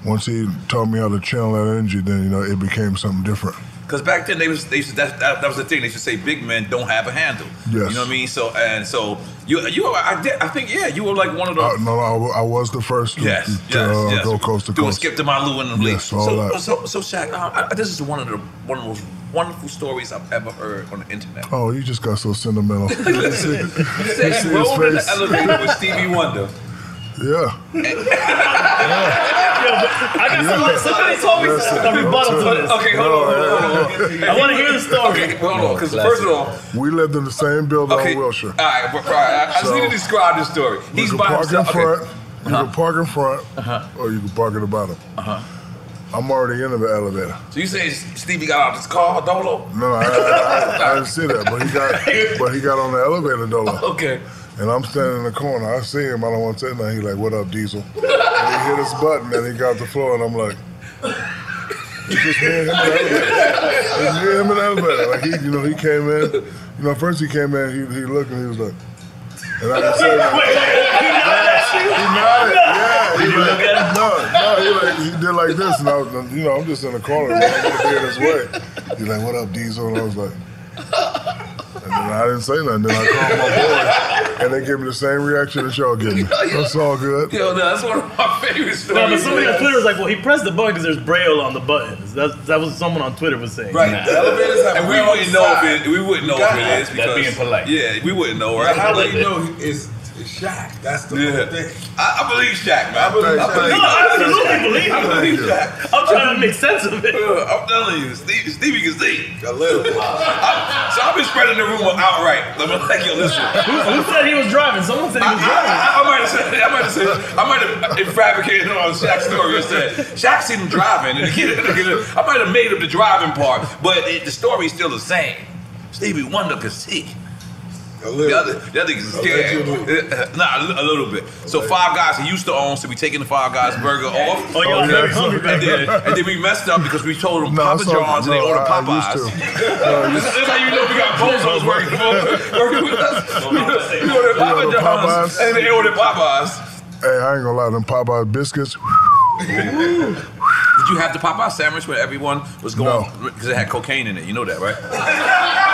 E: once he taught me how to channel that energy, then you know it became something different.
C: Because back then they was they used to, that, that that was the thing they used to say big men don't have a handle.
E: Yes.
C: You know what I mean? So and so you you I, did, I think yeah you were like one of the
E: Uh, no, no, I, wa- I was the first to,
C: Yes,
E: to
C: yes,
E: uh,
C: yes.
E: go coast to
C: doing
E: coast.
C: skip to my Lou in the league.
E: Yes, all
C: so,
E: that.
C: so so Shaq, uh, I, this is one of the one of the most wonderful stories I've ever heard on the internet.
E: Oh, you just got so
C: [laughs]
E: sentimental. You [laughs] see-
C: Listen,
E: you see
C: Shaq
E: his
C: rolled in the
E: face.
C: elevator with Stevie Wonder.
E: Yeah.
B: I got somebody, somebody told me a rebuttal to this.
C: Okay, hold on, hold on, hold
B: I
C: on.
B: want to hear the story.
C: Okay,
G: Oh,
C: hold on, because first of all, all
E: We lived in the same building
C: Okay.
E: on Wilshire.
C: right, but, all right, I, I just
E: So-
C: need to describe this story.
E: You
C: He's
E: can
C: by
E: park in
C: himself. Okay.
E: front. You can park in front, or you can park at the bottom. I'm already in the elevator.
C: So you say Stevie got out of his car, Dolo?
E: No, I, I,
C: [laughs]
E: I, I didn't see that, but he got, but he got on the elevator though.
C: Okay.
E: And I'm standing in the corner. I see him. I don't want to say nothing. He like, "What up, Diesel?" And he hit his button, and he got the floor, and I'm like, "It's just me and him in the elevator." It's me and him in the elevator. Like he, you know, he came in. You know, first he came in, he, he looked, and he was like, and I said, He
F: Did you
E: like,
F: look at him?
E: No, no, he like he did like this, and I was, you know, I'm just in the corner, man. I'm gonna be in his way. He's like, "What up, Diesel?" And I was like, and then I didn't say nothing. Then I called my boys, and they gave me the same reaction that
F: [laughs]
E: y'all gave me. That's all good.
C: Yo, no, that's one of my favorite stories.
B: No, but somebody on Twitter was like, "Well, he pressed the button because there's braille on the buttons." That that was someone on Twitter was saying.
C: Right,
B: Nah.
C: the elevators have And we wouldn't know if it. We wouldn't know if it is
B: That's
C: because
B: being polite.
C: Yeah, we wouldn't know. Right?
B: That's how we
C: [laughs]
B: know
C: it's Shaq. That's the thing. I, I believe Shaq, man. I
B: Thank
C: believe, I
B: you.
C: believe,
B: No, I absolutely believe
C: I
B: him.
C: believe Shaq.
B: Thank you. I'm trying to make sense of it.
C: I'm telling you, Steve, Stevie can see a little. I, so I've been spreading the rumor outright. Let me like you. Listen,
B: Who, who said he was driving? Someone said he
C: I,
B: was driving.
C: I, I, I might have said, I might have said, I might have fabricated on Shaq's story and said, Shaq seen him driving. And again, again, I might have made up the driving part, but it, the story is still the same. Stevie Wonder could see. The other, the other niggas is scared. Uh, Nah, a li- a little bit. So Five Guys he used to own, so we taking the Five Guys burger off.
F: Oh, y'all very hungry back
C: and then,
F: then.
C: and then we messed up because we told them
F: Nah,
C: Papa
F: it's all-
C: John's and they
F: no,
C: ordered
F: I- I used
C: Popeyes. That's how you know we got bozos working [laughs] for working with us. We ordered Papa
E: ordered
C: John's
E: Popeyes.
C: and they ordered [laughs] Popeyes.
E: Hey, I ain't gonna lie, them Popeye biscuits.
C: Did you have the Popeye sandwich when everyone was going because it had cocaine in it? You know that, right?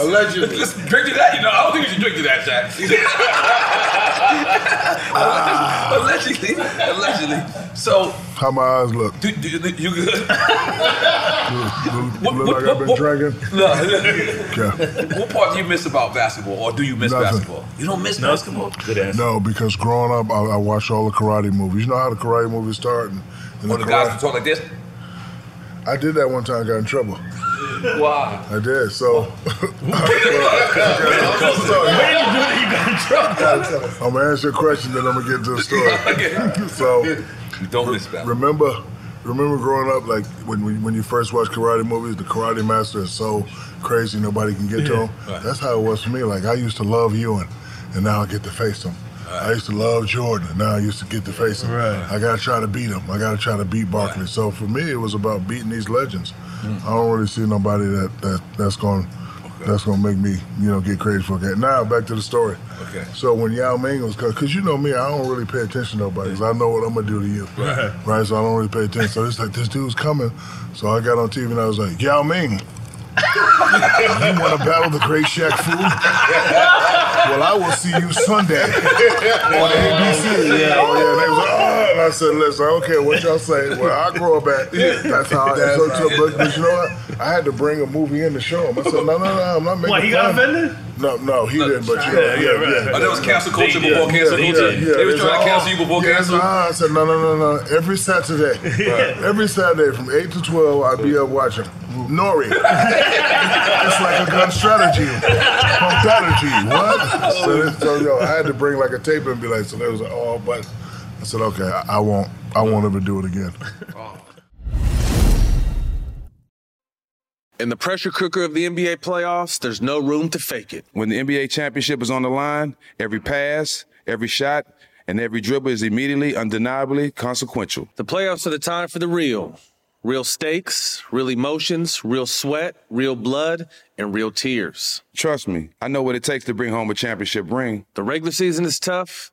C: Allegedly. Just drink to that, you know. I don't think you should drink to that, Jack. [laughs] allegedly, allegedly. So,
E: How my eyes look.
C: do, do, do- you [laughs] good?
E: Look like I've been drinking.
C: No.
E: Okay.
C: what part do you miss about basketball, or do you miss
E: Nothing.
C: basketball? You don't miss basketball.
E: No, because growing up, I, I watched all the karate movies. You know how the karate movies start? And, and
C: Or
E: the
C: the
E: karate-
C: guys who talk like this.
E: I did that one time, got in trouble.
C: Wow.
E: I did, so. [laughs] I'm gonna answer a question, then I'm gonna get to the story.
C: [laughs]
E: So,
C: don't miss that.
E: Remember, remember growing up, like when when when you first watch karate movies, the Karate Master is so crazy nobody can get to
F: Yeah.
E: him. That's how it was for me. Like I used to love Ewan, and now I get to face him. I used to love Jordan, and now I used to get to face him. I gotta try to beat him. I gotta try to beat Barkley. So for me, it was about beating these legends.
C: Mm.
E: I don't really see nobody that, that that's going to that's gonna make me you know get crazy for a game. Now back to the story.
C: Okay.
E: So when Yao Ming was cut, cause you know me, I don't really pay attention to nobody. 'cause I know what I'm gonna do to you.
F: Right.
E: Right. So I don't really pay attention. So it's like this dude's coming. So I got on TV and I was like, Yao Ming. [laughs] you want to battle the great Shaq Fu? [laughs] well, I will see
F: [laughs]
E: you Sunday on ABC. Yeah, oh, yeah. They was like, oh, and I said, listen, I don't care what y'all say. When I grow up, at, that's how. I
F: That's
E: so
F: right.
E: to, but, but you know what? I had to bring a movie in to show him. I said, no, no, no, I'm not making.
F: What, he got
E: fun. No, no, he didn't. But you know,
F: Yeah, yeah, right, right.
C: Oh, that was cancel culture before
E: yeah,
C: cancel
E: yeah,
C: culture.
E: yeah,
C: They was
E: yeah.
C: trying
E: Oh,
C: to cancel you before
E: yeah,
C: cancel.
E: nah, I said no, no, no, no. Every
C: [laughs]
E: Saturday, every Saturday from eight to twelve, I'd be up watching
C: [laughs]
E: Nori. it's like a gun strategy, pump strategy. What? So, this- so yo, I had to bring like a tape and be like, so there was like, oh, but I said okay, I, I won't, I won't ever do it
C: [laughs]
E: again.
I: In the pressure cooker of the NBA playoffs, there's no room to fake it.
J: When the NBA championship is on the line, every pass, every shot, and every dribble is immediately, undeniably consequential.
I: The playoffs are the time for the real. Real stakes, real emotions, real sweat, real blood, and real tears.
J: Trust me, I know what it takes to bring home a championship ring.
I: The regular season is tough,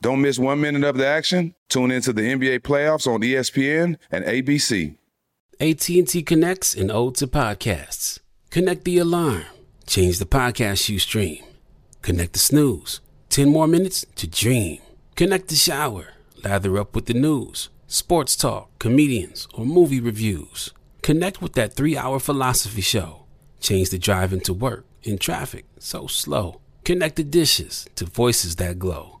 J: Don't miss one minute of the action. Tune into the NBA playoffs on E ESPN and ABC.
K: AT&T connects and ode to podcasts. Connect the alarm. Change the podcast you stream. Connect the snooze. 10 more minutes to dream. Connect the shower. Lather up with the news, sports talk, comedians, or movie reviews. Connect with that three hour philosophy show. Change the drive into work in traffic so slow. Connect the dishes to voices that glow.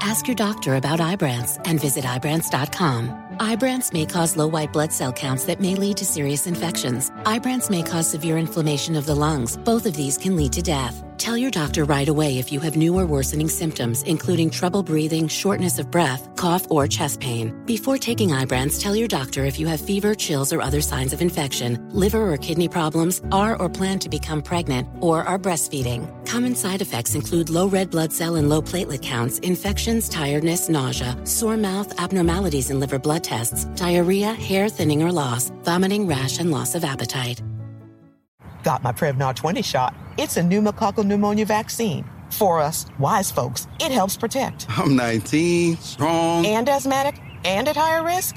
A: Ask your doctor about Ibrance and visit Ibrance.com. Ibrance may cause low white blood cell counts that may lead to serious infections. Ibrance may cause severe inflammation of the lungs. Both of these can lead to death. Tell your doctor right away if you have new or worsening symptoms, including trouble breathing, shortness of breath, cough, or chest pain. Before taking Ibrance, tell your doctor if you have fever, chills, or other signs of infection, liver or kidney problems, are or plan to become pregnant, or are breastfeeding. Common side effects include low red blood cell and low platelet counts, infections, tiredness, nausea, sore mouth, abnormalities in liver blood tests, diarrhea, hair thinning or loss, vomiting, rash, and loss of appetite.
L: Got my Prevnar 20 shot. It's a pneumococcal pneumonia vaccine. For us wise folks, it helps protect.
M: I'm 19, strong.
L: And asthmatic and at higher risk?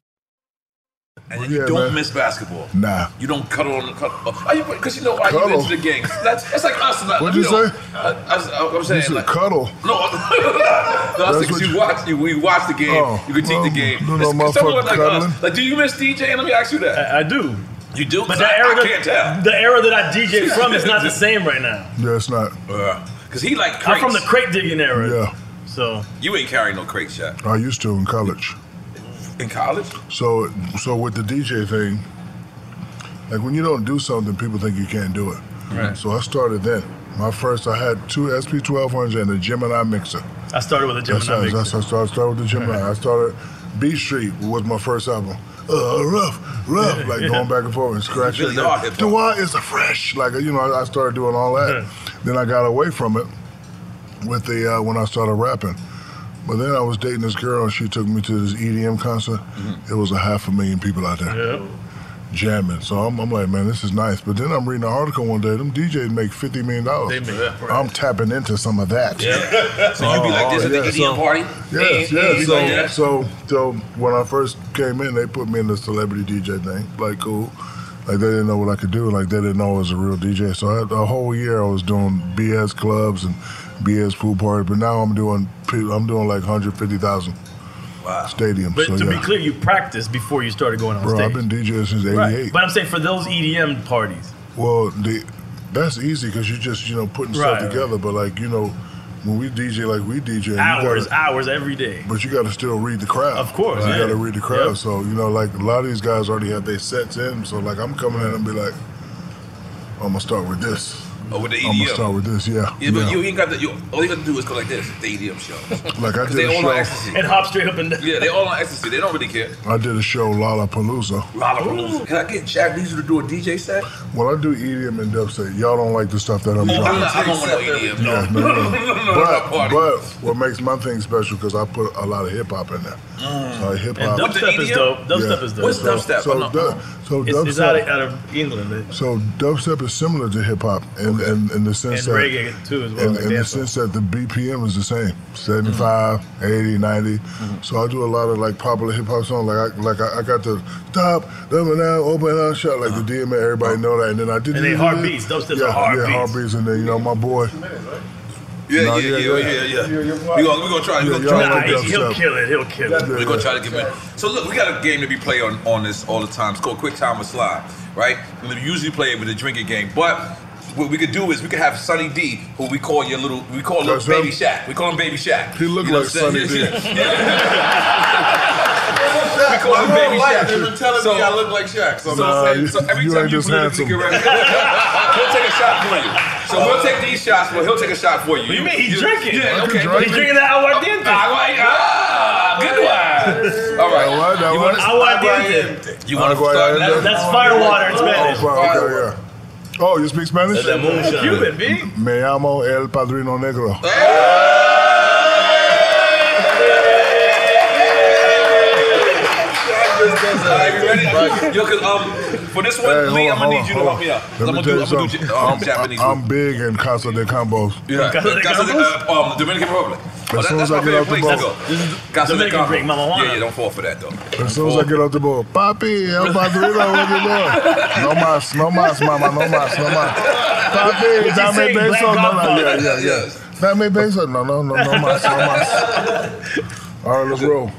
C: And you don't miss basketball.
E: Nah.
C: You don't cuddle on the cuddle. Because you know why you
E: Cuddle?
C: into the games. That's, that's like us. like,
E: What'd you
C: know, Uh,
E: say?
C: I, I, was- I was saying
E: you said
C: like,
E: cuddle.
C: No, [laughs] no that's
E: That's
C: because
E: what
C: you watch you, we watch the game.
E: Oh,
C: you critique the game.
E: no, no,
C: It's- it's someone
E: motherfucker
C: like
E: cuddling.
C: us. Like, do you miss DJ? Let me ask you that.
B: I, I do.
C: You do,
B: but that era,
C: I can't tell.
B: the era that I DJ from is not the same right now.
E: Yeah, it's not.
C: Because he like
B: I'm
C: crates.
B: from the crate digging era.
E: Yeah.
B: So
C: You ain't carrying no crate shot
E: I used to in college.
C: in college.
E: So, so with the DJ thing, like when you don't do something, people think you can't do it.
B: Right.
E: So I started then. My first, I had two SP1200s and a Gemini mixer.
B: I started with a
E: That's how,
B: Gemini mixer.
E: that's how I started. I started with the Gemini. I started B Street was my first album. Uh, rough, rough, like going back and forth and scratching.
C: really are hip-hop.
E: Dwight is fresh, like you know. I, I started doing all that. then I got away from it with the uh, when I started rapping. But then I was dating this girl and she took me to this EDM concert. It was a half a million people out there jamming. So I'm, I'm like, man, this is nice. But then I'm reading an article one day. Them DJs make fifty million dollars.
C: They make- yeah, right.
E: I'm tapping into some of [laughs] that.
C: Yeah. so you be like this at the
E: Oh, yeah, so-
C: EDM party.
E: Yes,
C: And- and
E: yes.
C: you
E: So,
C: like that.
E: so, so when I first came in, they put me in the celebrity DJ thing. Like, cool. Like they didn't know what I could do. Like they didn't know I was a real DJ. So I had, a whole year I was doing BS clubs and BS pool parties. But now I'm doing pe- I'm doing like 150,000 stadiums.
B: But
E: so
B: to
E: yeah,
B: be clear, you practiced before you started going on
E: bro, I've
B: stage.
E: been DJing since '88.
B: Right. But I'm saying for those E EDM parties.
E: Well, the, that's easy because you just you know putting
B: Right,
E: stuff
B: right.
E: together. But like you know, when we DJ like we DJ, you
B: hours,
E: gotta-
B: hours every day.
E: But you got to still read the crowd. Of
B: course,
E: you
B: yeah.
E: got to read the crowd.
B: Yep.
E: So you know, like a lot of these guys already have their sets in. So like I'm coming in and be like, I'm gonna start with this.
C: Oh, with the
E: I'm gonna
C: EDM.
E: start with this. Yeah.
C: Yeah, but you ain't got the. You, all you got to do is go like this. The EDM show.
E: Like I did
C: 'Cause they
E: a
C: all
E: show.
C: on ecstasy.
B: And hop straight up and down.
C: Yeah, they all on ecstasy. They don't really care.
E: I did a show Lollapalooza.
C: Lollapalooza. Can I get Jack Leeser to do a DJ set?
E: Well, I do E EDM and dubstep. Y'all don't like the stuff that I'm
C: No,
E: doing.
C: I'm not- I don't want no EDM, no.
E: Yeah, no, no,
B: [laughs]
E: no.
C: No, no, no,
E: but,
C: party.
E: but what makes my thing special because I put a lot of hip hop in there. So hip hop.
B: Mm. And dubstep is dope. Dubstep is dope. What's
E: So-
B: dubstep?
E: So,
B: I'm not-
E: du- so
B: It's,
E: dubstep.
B: it's out, of, out of England. eh?
E: so dubstep is similar to hip hop in, in, in the
B: And
E: sense that
B: reggae too as well.
E: in,
B: like
E: in the
B: dancehall.
E: sense that the BPM is the same 75, 80, 90.
B: Mm-hmm.
E: So I do a lot of like popular hip hop songs. Like, I, like I, I got the stop, number now, open up, shut, like the DMA, everybody know that. And then I did
B: Uh-huh. And they
E: did-
B: hard beats. Those things
E: yeah,
B: are hard
E: yeah,
B: beats.
E: hard beats. And then, you know, my boy.
C: Yeah,
E: No,
C: yeah, yeah,
E: yeah,
C: yeah,
E: yeah.
C: yeah, yeah. We gonna we gonna try. We
E: Yeah,
C: gonna
E: y'all
C: try.
E: like
B: Nah,
E: dubstep.
B: he'll kill it. He'll kill it.
C: We're gonna try to give it. So look, we got a game to be played on, on this all the time. It's called Quick Time or Slide, right? We usually play it with a drinking game, but what we could do is we could have Sonny D, who we call your little, we call little
E: That's
C: baby
E: him.
C: Shaq. We call him Baby Shaq.
E: He look
C: You know
E: like
C: what I'm
E: Sonny
C: saying? [laughs]
E: D. [laughs]
C: we
F: My
C: call him
F: whole
C: Baby
F: life
C: Shaq.
F: they've been telling
C: so,
F: me I look like Shaq, so I'm
C: So, so-
F: saying-
C: so
E: [laughs]
C: every
E: you
C: time
E: ain't
C: you
E: this
C: politically
E: handsome.
C: correct, he'll take a shot for you. So we'll take these [laughs] shots, but he'll take a shot for you.
B: What do you mean? He's
C: You-
B: drinking.
C: Yeah, okay.
B: He's drinking that aguardiente.
C: Ah, good one. All right.
E: That
C: You
E: one?
C: wanna-
B: Aguardiente.
C: You want to
E: Aguardiente.
C: start?
B: That's, that's fire water in Spanish.
E: Oh, wow, okay, yeah. Oh, you speak Spanish?
B: Cuban, B.
E: Me llamo El Padrino Negro.
C: All right, you ready? Yo, 'cause, um, for this one,
E: Hey, hold
C: Lee,
E: on,
C: I'm gonna
E: hold
C: need
E: on,
C: you to help
E: hold
C: me
E: on.
C: out.
E: Let me
C: I'm
E: tell you
C: gonna do, I'm gonna do
E: something.
C: Ja- um, Japanese.
E: I'm, I'm big in Casa de Combos.
C: Yeah,
B: Casa de
C: Casa de
B: Campos?
C: uh, um, Dominican Republic.
E: As
C: Oh, that-
E: soon as
C: that's
E: I
C: my
E: get
C: favorite
E: off the
C: place
E: boat.
C: to go. Casa de
B: Dominican
C: Campos.
B: drink, Mama Juana.
C: Yeah, yeah, don't fall for that though.
E: As soon as I get out the boat, Papi, El Padrino, what you doing? No mas, no mas, mama, no mas, no mas. Papi, dame
B: saying, Black
E: beso. No, no,
B: Godfather?
E: yeah, yeah, yeah. Dame beso. No, no, no, no mas, no mas. All right, let's roll.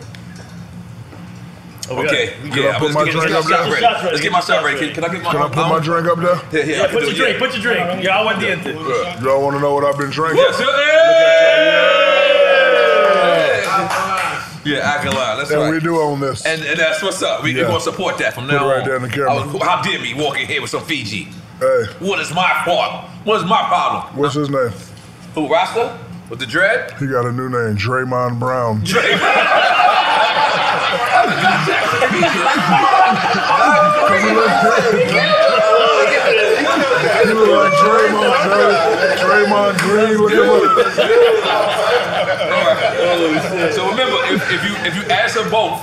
B: Oh,
C: Okay.
E: Can
C: Yeah,
E: I put
C: let's
E: my
C: get-
E: drink up
C: let's get my shot ready.
E: there?
C: Let's get my shot ready. Can- can I get my-
E: Can I put my
C: um,
E: drink up there?
C: Yeah, yeah, I can do it, yeah.
B: put your drink. Yeah, I want the
E: Y'all want to know what I've been drinking?
C: Yes, sir. Yeah, I can lie. That's
E: and
C: right.
E: we do own this.
C: And, and that's what's up. We
E: Yeah.
C: going to support that from
E: Put it
C: now
E: right
C: on.
E: there in the camera.
C: I was- how dare me walk in here with some Fiji?
E: Hey.
C: What is my fault? What is my problem?
E: What's his name?
C: Who, Rasta? With
B: [laughs]
C: the dread? [laughs]
E: He got a new name, Draymond Brown.
C: [laughs]
E: He look like Draymond, man. Draymond Green. Look at him.
C: So remember, if, if you if you ask them both,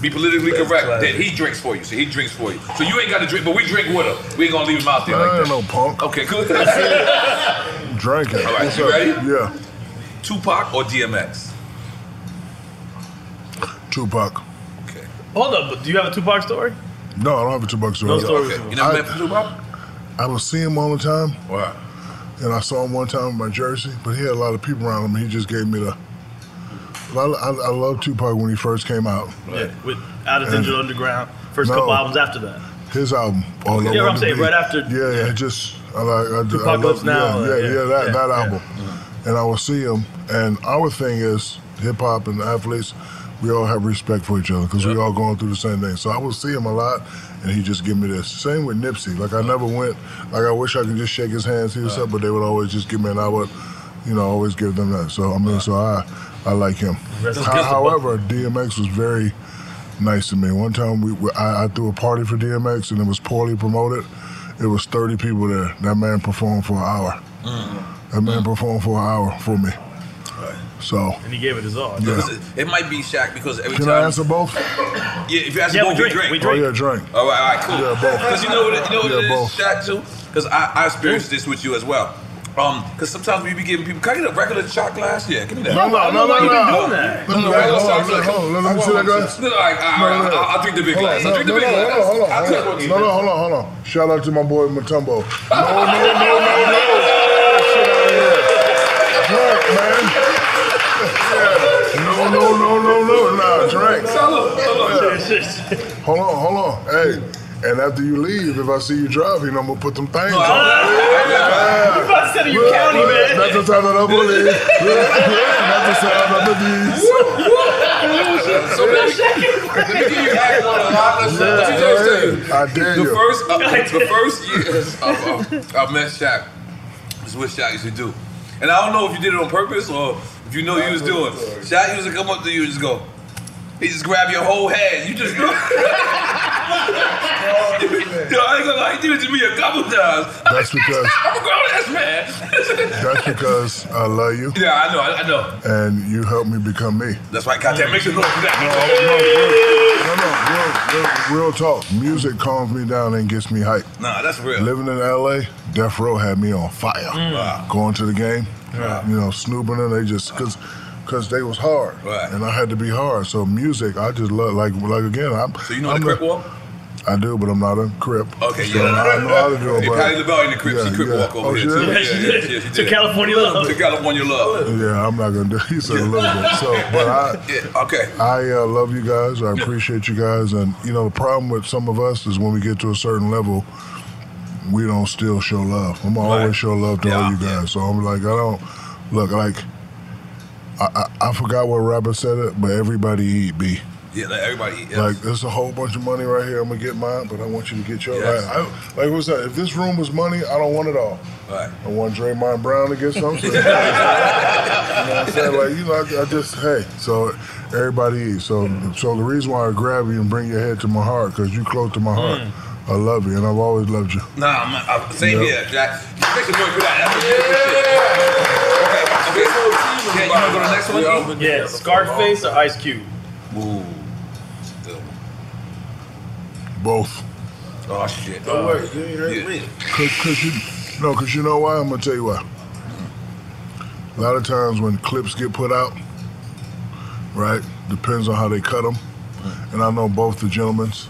C: be politically correct. Then he drinks for you. So he drinks for you. So you ain't got to drink, but we drink with him. We ain't gonna leave him out there
E: I
C: like
E: ain't
C: that.
E: no punk.
C: Okay, good. [laughs] All
E: I'm drinking.
C: right,
E: What's
C: you
E: up?
C: ready?
E: Yeah.
C: Tupac or DMX?
E: Tupac.
B: Hold up, but do you have a Tupac story?
E: No, I don't have a Tupac story.
B: No story. Okay. You never met
C: Tupac?
E: I would see him all the time.
C: Wow.
E: And I saw him one time in my jersey, but he had a lot of people around him. He just gave me the. I, I, I love Tupac when he first came out.
B: Yeah, with Out of
E: And-
B: Digital Underground. First
E: No.
B: couple albums after that.
E: His album, All
B: Yeah,
E: I
B: what I'm
E: Want to
B: saying,
E: Be.
B: right after-
E: Yeah, yeah, just I like I, I
B: Tupac
E: love,
B: Lives Now,
E: Yeah, yeah,
B: yeah,
E: yeah, that
B: yeah,
E: that
B: yeah.
E: album, and I will see him. And our thing is hip hop and athletes. We all have respect for each other because we all going through the same thing. So I would see him a lot, and he just give me this. Same with Nipsey. Like I never went. Like I wish I could just shake his hand, see what's up, but they would always just give me, and I would, you know, always give them that. So I mean, so I, I like him.
F: Rest in
E: How-
F: peace to both.
E: however, DMX was very nice to me. One time we, we I, I threw a party for DMX and it was poorly promoted. It was 30 people there. That man performed for an hour. That man performed for an hour for me. So
B: And he gave it his all.
E: Yeah.
C: It might be Shaq because every
E: can
C: time.
E: I answer both?
C: Yeah, if you ask
E: Yeah, we
C: both, we
E: drink,
C: drink.
E: we drink. Oh, yeah, drink.
C: All right, all right, cool.
E: Yeah, both.
C: Because you know what it, you know what
E: Yeah,
C: it
E: both.
C: is, Shaq, too? Because I, I experienced this with you as well. Um, because sometimes we be giving people, can I get a regular shot glass? Yeah, give me that.
E: No, no, no, no,
C: You've been
E: no.
C: doing
E: Let
C: that. No,
E: me-
C: no, regular
E: hold on,
C: shot glass.
E: hold on, let me
C: I
E: see
C: want
E: that
C: one.
E: glass.
C: No, all right, all right, I'll- I'll drink the big
E: Hold on,
C: glass. I'll drink the
E: no,
C: big
E: no,
C: glass.
E: Hold on, hold on,
C: I'll
E: hold
C: take
E: on.
C: one.
E: No, no, hold on, hold on. Shout out to my boy Matumbo. No, no, no, no, no, nah, drink. Hold on, hold on. Hey, and after you leave, if I see you driving, I'm gonna put them things on. Yeah.
F: You about to say you
E: Look,
F: county,
E: look,
F: man.
E: That's the time that I believe. Look, look, That's the time I believe.
C: So baby, let me give you half one of mine. Let's- let me just tell you.
E: I dare
C: the
E: you.
C: first, uh, the first years of, of, of met Shaq is what Shaq used to do, and I don't know if you did it on purpose or if you know you was doing. Shaq used to come up to you and just go. He just grab your whole head. You just. Yo, I ain't gonna lie, he did it to me a couple times.
E: That's because
C: I'm a grown ass man.
E: that's because I love you
C: yeah, I know, I, I know.
E: and you helped me become me.
C: That's why I got that. Make some noise for that.
E: Real talk, music calms me down and gets me hyped.
C: Nah, that's real.
E: Living in LA, Death Row had me on fire.
C: Mm. Wow.
E: Going to the game,
C: Wow.
E: you know, snooping and they just cause cause they was hard.
C: Right.
E: And I had to be hard. So music, I just love like like again, I'm
C: So you know
E: I'm
C: the Crip Walk?
E: I do, but I'm not a crip.
C: Okay,
E: so
C: yeah.
E: I know how to
C: [laughs]
E: do it.
C: Hey,
E: but-
C: Patty LaBelle in the Crip, she
E: yeah,
C: Crip
E: yeah.
C: walk over
E: Oh,
C: here.
E: she
C: too.
E: did?
C: Yeah, yeah, yeah, she did. To California love.
E: Yeah, I'm not gonna do. He said a little bit. So, but I,
C: [laughs] yeah, okay.
E: I uh, love you guys. I appreciate you guys. And you know, the problem with some of us is when we get to a certain level, we don't still show love. I'm gonna always show love to all you guys. So I'm like, I don't look like. I, I, I forgot what rapper said it, but everybody eat B.
C: Yeah, like everybody. eat, Yeah.
E: Like there's a whole bunch of money right here. I'm gonna get mine, but I want you to get your.
C: Yes.
E: Like, I, like what's that? If this room was money, I don't want it all.
C: Right.
E: I want Draymond Brown to get
C: [laughs]
E: something. you know what I'm saying? Like, you know, I, I just, hey, so everybody eats. So, so the reason why I grab you and bring your head to my heart, because you close to my heart.
C: Mm.
E: I love you, and I've always loved you.
C: Nah, I'm, I'm same
E: Yeah.
C: here, Jack. Make some noise for that. That's some good shit. Okay, okay. Yeah, you want to go to the next one?
B: Yeah, Scarface or Ice Cube?
C: Ooh.
E: Both.
C: Oh, shit.
E: Oh, wait,
C: you ain't heard me.
E: Cause, 'cause you, no, 'cause you know why? I'm gonna tell you why. A lot of times when clips get put out, right, depends on how they cut them. And I know both the gentlemen's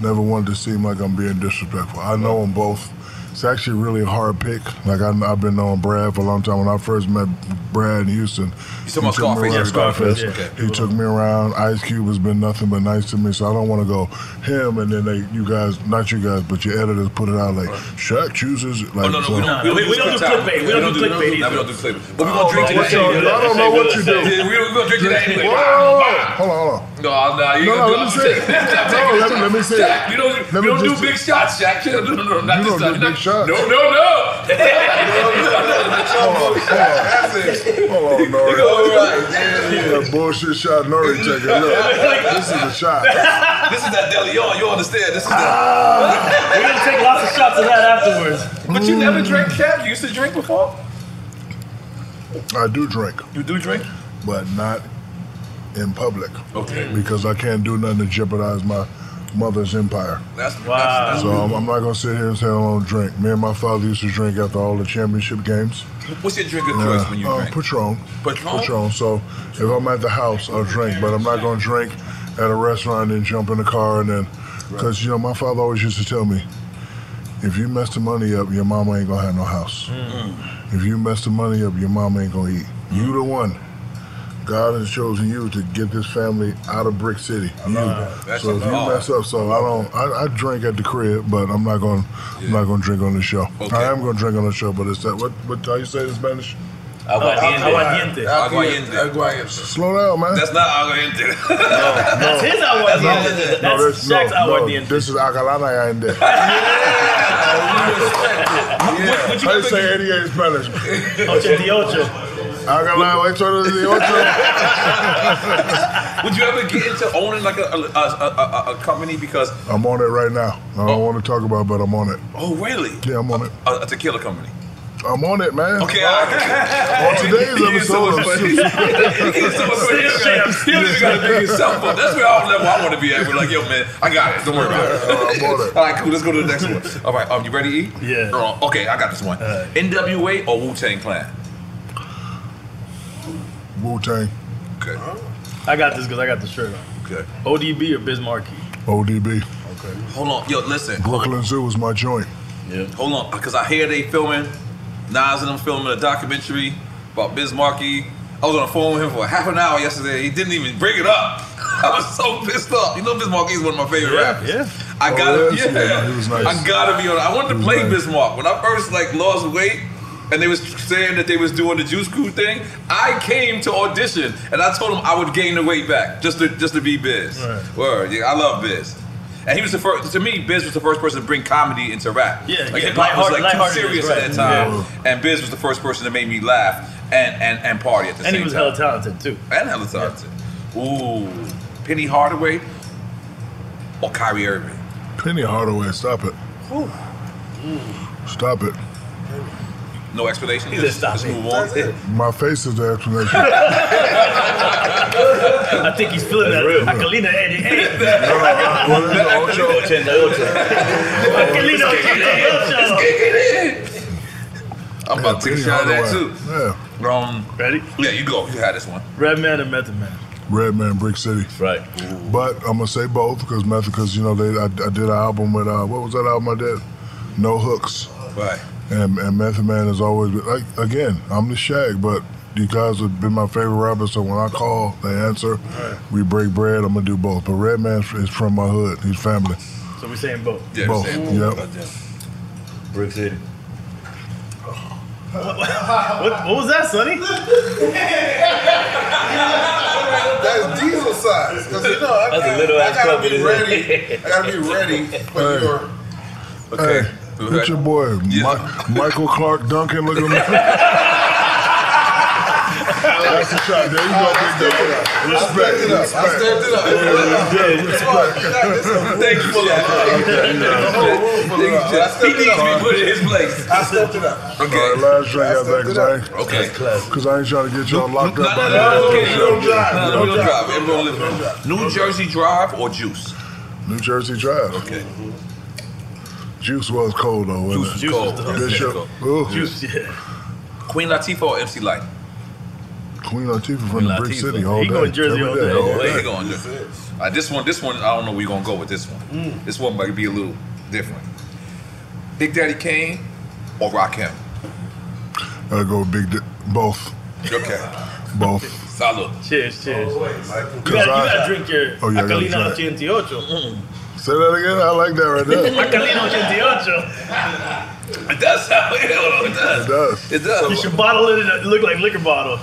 E: never wanted to seem like I'm being disrespectful. I know them both. It's actually really a hard pick. Like I, I've been knowing Brad for a long time. When I first met Brad in Houston,
C: You talking
E: he took me
C: about Scarface?
E: around-
C: Yeah, Scarface, yeah.
E: He took me around. Ice Cube has been nothing but nice to me, so I don't want to go him and then they, you guys, not you guys, but your editors put it out like Shaq chooses. Like,
C: Oh, no, no,
E: so-
C: we don't, we, we don't do clickbait. We don't do clickbait. No, we don't do clickbait. But we're going to drink to that.
E: Oh, I don't know what you do.
C: Yeah, We're going to drink to that anyway.
E: Whoa,
C: Hold
E: on, hold
C: on. No, no, you
E: No, no,
C: gonna do-
E: let me
C: I'm
E: say
C: taking-
E: it.
C: I'm taking
E: No, let
C: this
E: me-
C: shot.
E: let me say
C: Shaq,
E: it.
C: You don't,
E: Let
C: you
E: me
C: don't do
E: just-
C: big shots, Shaq. No, no, no, not this time. Not-
E: shots.
C: No, no, no.
E: Hold on, hold on, Oh, Nori. That bullshit shot Nori taking.
C: [laughs]
E: Look, this is a shot.
C: This is that deli. Y'all, you understand. This is
E: Ah.
B: We're gonna take lots of shots of that afterwards.
C: But you never drank Cap. You used to drink before?
E: I do drink,
C: You do drink?
E: but not in public.
C: Okay.
E: Because I can't do nothing to jeopardize my mother's empire.
C: That's, wow.
E: So I'm, I'm not gonna sit here and say I don't drink. Me and my father used to drink after all the championship games.
C: What's your drink of
E: Yeah,
C: choice when you
E: uh,
C: drink?
E: Patron.
C: Patron?
E: Patron. So if I'm at the house, I'll drink, but I'm not gonna drink at a restaurant and jump in the car and then, because you know my father always used to tell me, if you mess the money up, your mama ain't gonna have no house.
C: Mm.
E: If you mess the money up, your mama ain't gonna eat. You the one. God has chosen you to get this family out of Brick City. You.
C: That's
E: So if you
C: enough.
E: mess up, so I don't. I, I drink at the crib, but I'm not going. to I'm not going to drink on the show. I am going to drink on the show, but it's that. What? What? How you say it in Spanish?
C: Aguardiente. Aguardiente.
E: Slow down, man.
C: That's not aguardiente. No,
E: [laughs] That's his
C: aguardiente.
E: No, this, no, no, this is Acalana and [laughs]
C: What you
E: How you say 88 Spanish? Oh,
C: Ocho de ocho.
E: Acalana, ocho [laughs] de
C: [laughs] Would you ever get into owning like a a, a, a, a company because
E: I'm on it right now. I don't want to talk about it, but I'm on it.
C: oh really
E: Yeah, I'm on it.
C: a, a tequila company?
E: I'm on it, man.
C: Okay, all right.
E: On [laughs] today's
C: He is so
E: episode of
C: much funny. He is so much funny. You gotta- You just gotta pick yourself up. That's where I level I want to be at. We're like, yo, man, I got it. Don't worry about it. All right, cool. Let's go to the next one. All right, um, you ready to eat? Yeah. okay, I got this one. NWA or Wu Tang Clan?
E: Wu Tang,
C: Okay.
B: I got this because I got the shirt on.
C: Okay.
B: ODB or Biz Markie?
E: ODB.
C: Hold on, yo, listen.
E: Brooklyn Zoo was my joint.
C: Hold on, because I hear they filming Nas and them filming a documentary about Biz Markie. I was on the phone with him for half an hour yesterday. He didn't even bring it up. I was so pissed off. You know, Biz Markie is one of my favorite rappers. Yeah. I
E: Oh,
C: gotta,
E: yes,
C: yeah,
E: yeah, he was nice.
C: I gotta be on. I wanted
E: He
C: to
E: was
C: play
E: nice.
C: Bismarck when I first like lost weight, and they was saying that they was doing the Juice Crew thing. I came to audition, and I told him I would gain the weight back just to just to be Biz.
B: Right.
C: [laughs] Word, yeah, I love Biz. And he was the first. To me, Biz was the first person to bring comedy into rap.
B: Yeah,
C: like
B: yeah,
C: hip hop was
B: lighthearted-
C: like too
B: lighthearted is
C: serious
B: right.
C: at that time, and Biz was the first person that made me laugh and and and party at the same
B: And
C: time.
B: he was hella talented too.
C: And hella talented. Ooh, Penny Hardaway or Kyrie Irving.
E: Penny Hardaway, stop it. Stop it.
C: No explanation. Just, just move on.
E: My face is the explanation.
B: I [laughs] think he's feeling that. Akalina
C: [laughs]
B: 88. Akalina 88.
C: I'm about to take
B: Penny
C: a shot at that
B: Hardaway.
C: too. Yeah. Um,
B: Ready?
C: Yeah, you go. You had this one.
B: Red Man and Method Man.
E: Red Man, Brick City.
B: Right.
E: But I'm gonna say both because method, because you know they, I, I did an album with uh, what was that album I did? No hooks.
C: Right.
E: And, and Method Man has always been like again. I'm the Shag, but you guys have been my favorite rapper. So when I call, they answer. We break bread. I'm gonna do both. But Red Man is from my hood. He's family.
B: So we're saying both.
E: Yeah, Both, we're saying both. yep.
B: Brick City. What, what was that, Sonny?
N: That's diesel size. Cause you know, I,
B: That's a
N: gotta-
B: little
N: I
B: ass
N: gotta
B: cup
N: be
B: in
N: ready. I gotta be ready for your.
E: Okay. Hey, it's your boy, Mi- Michael Clark Duncan. Look at
C: [laughs]
E: me. [laughs] That's the shot. There you go, big dog. Respect. Respect.
C: Thank you for that. He needs to be put in his place. I stepped it up. Okay.
E: All right, last drink out there, cause I
C: Okay.
E: ain't, cause I ain't trying to get y'all locked up.
C: No, no, okay. No, no, we don't drive. Everyone live. New Jersey Drive or Juice?
E: New Jersey Drive.
C: Okay.
E: Juice was cold though, wasn't
C: Juice
E: it?
C: was cold. Juice was
E: Bishop.
C: cold.
E: Ooh.
C: Juice, Queen Latifah or MC Light?
E: Queen Latifah from the Brick City all day. every day, all
C: He
E: day.
C: going Jersey. Uh, All Mm. right, this one, this one, I don't know where you're gonna go with this one. This one might be a little different. Big Daddy Kane, or Rakim?
E: I go big, di- both,
C: [laughs] Okay.
E: both.
C: Salud.
B: Cheers, cheers.
E: Oh,
B: you, gotta,
E: 'Cause
B: you
E: I-
B: gotta drink your
E: Oh, yeah, I gotta
B: Acalina
E: try
B: 88.
E: Say that again. I like that right
B: [laughs]
E: there.
B: Acalina 88.
C: It does [laughs] sound it does.
E: It does.
C: It does.
B: You should bottle it and it look like liquor bottle.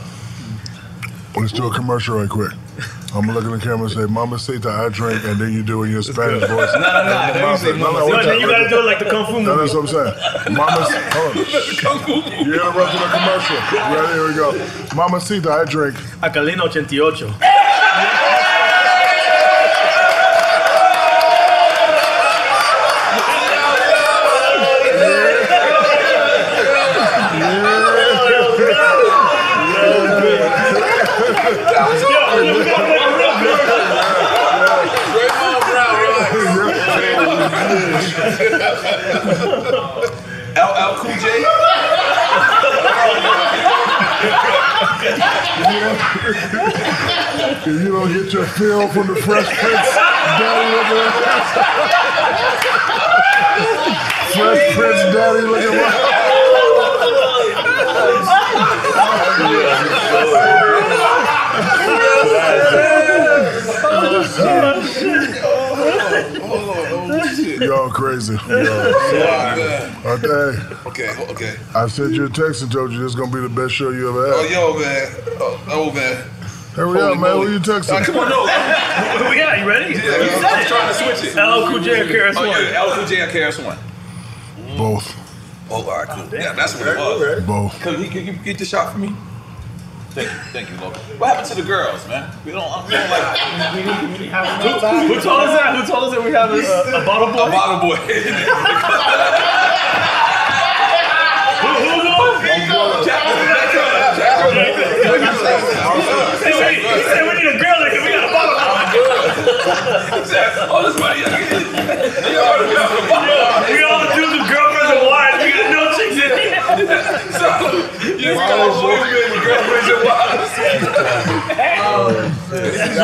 E: Let's do a commercial right quick. I'm gonna look in the camera and say, "Mama Sita, I drink," and then you do it in your Spanish voice.
B: No, no, no.
E: And
B: Then you
E: Mama-
B: say,
E: what
B: "Mama Sita." No, then you gotta do it like the Kung Fu
E: No,
B: movie.
E: that's what I'm saying.
B: [laughs]
E: Mama, hold on. You interrupted the commercial. Right here we go. Mama Sita, I drink.
B: Acalina 88.
C: LL Cool J.
E: If you don't get your fill from the Fresh Prince, Daddy looking Fresh Prince Daddy looking Y'all crazy. Y'all. Okay.
C: Okay, okay.
E: I sent you a text and told you this is gonna be the best show you ever
C: Oh,
E: had.
C: yo, man. Oh, oh man.
E: Hurry up, man. Who you texting?
C: Nah, come
B: [laughs]
C: on, no.
B: Where we at? You ready?
C: Yeah,
B: You
C: I'm,
B: said
C: I'm
B: it.
C: trying to switch it.
B: LL Cool J or KRS-One?
C: Oh, yeah, LL Cool J or KRS-One.
E: Both.
C: Oh, all right, cool. Yeah, that's what it was.
E: Both.
C: Can, he, can you get the shot for me? Thank you, thank you, Logan. What happened to the girls, man? We don't,
B: [laughs]
C: I don't like. We need, we need have
B: Who, who told us that? Who told us that we have a, a bottle boy? A
C: bottle boy.
B: [laughs] who, who, who? He said- he said we need a girl in here. We got a bottle
C: Oh, this money.
B: We all dudes with girlfriends and wives. We got no chicks in here.
C: You just got a boyfriend and girlfriend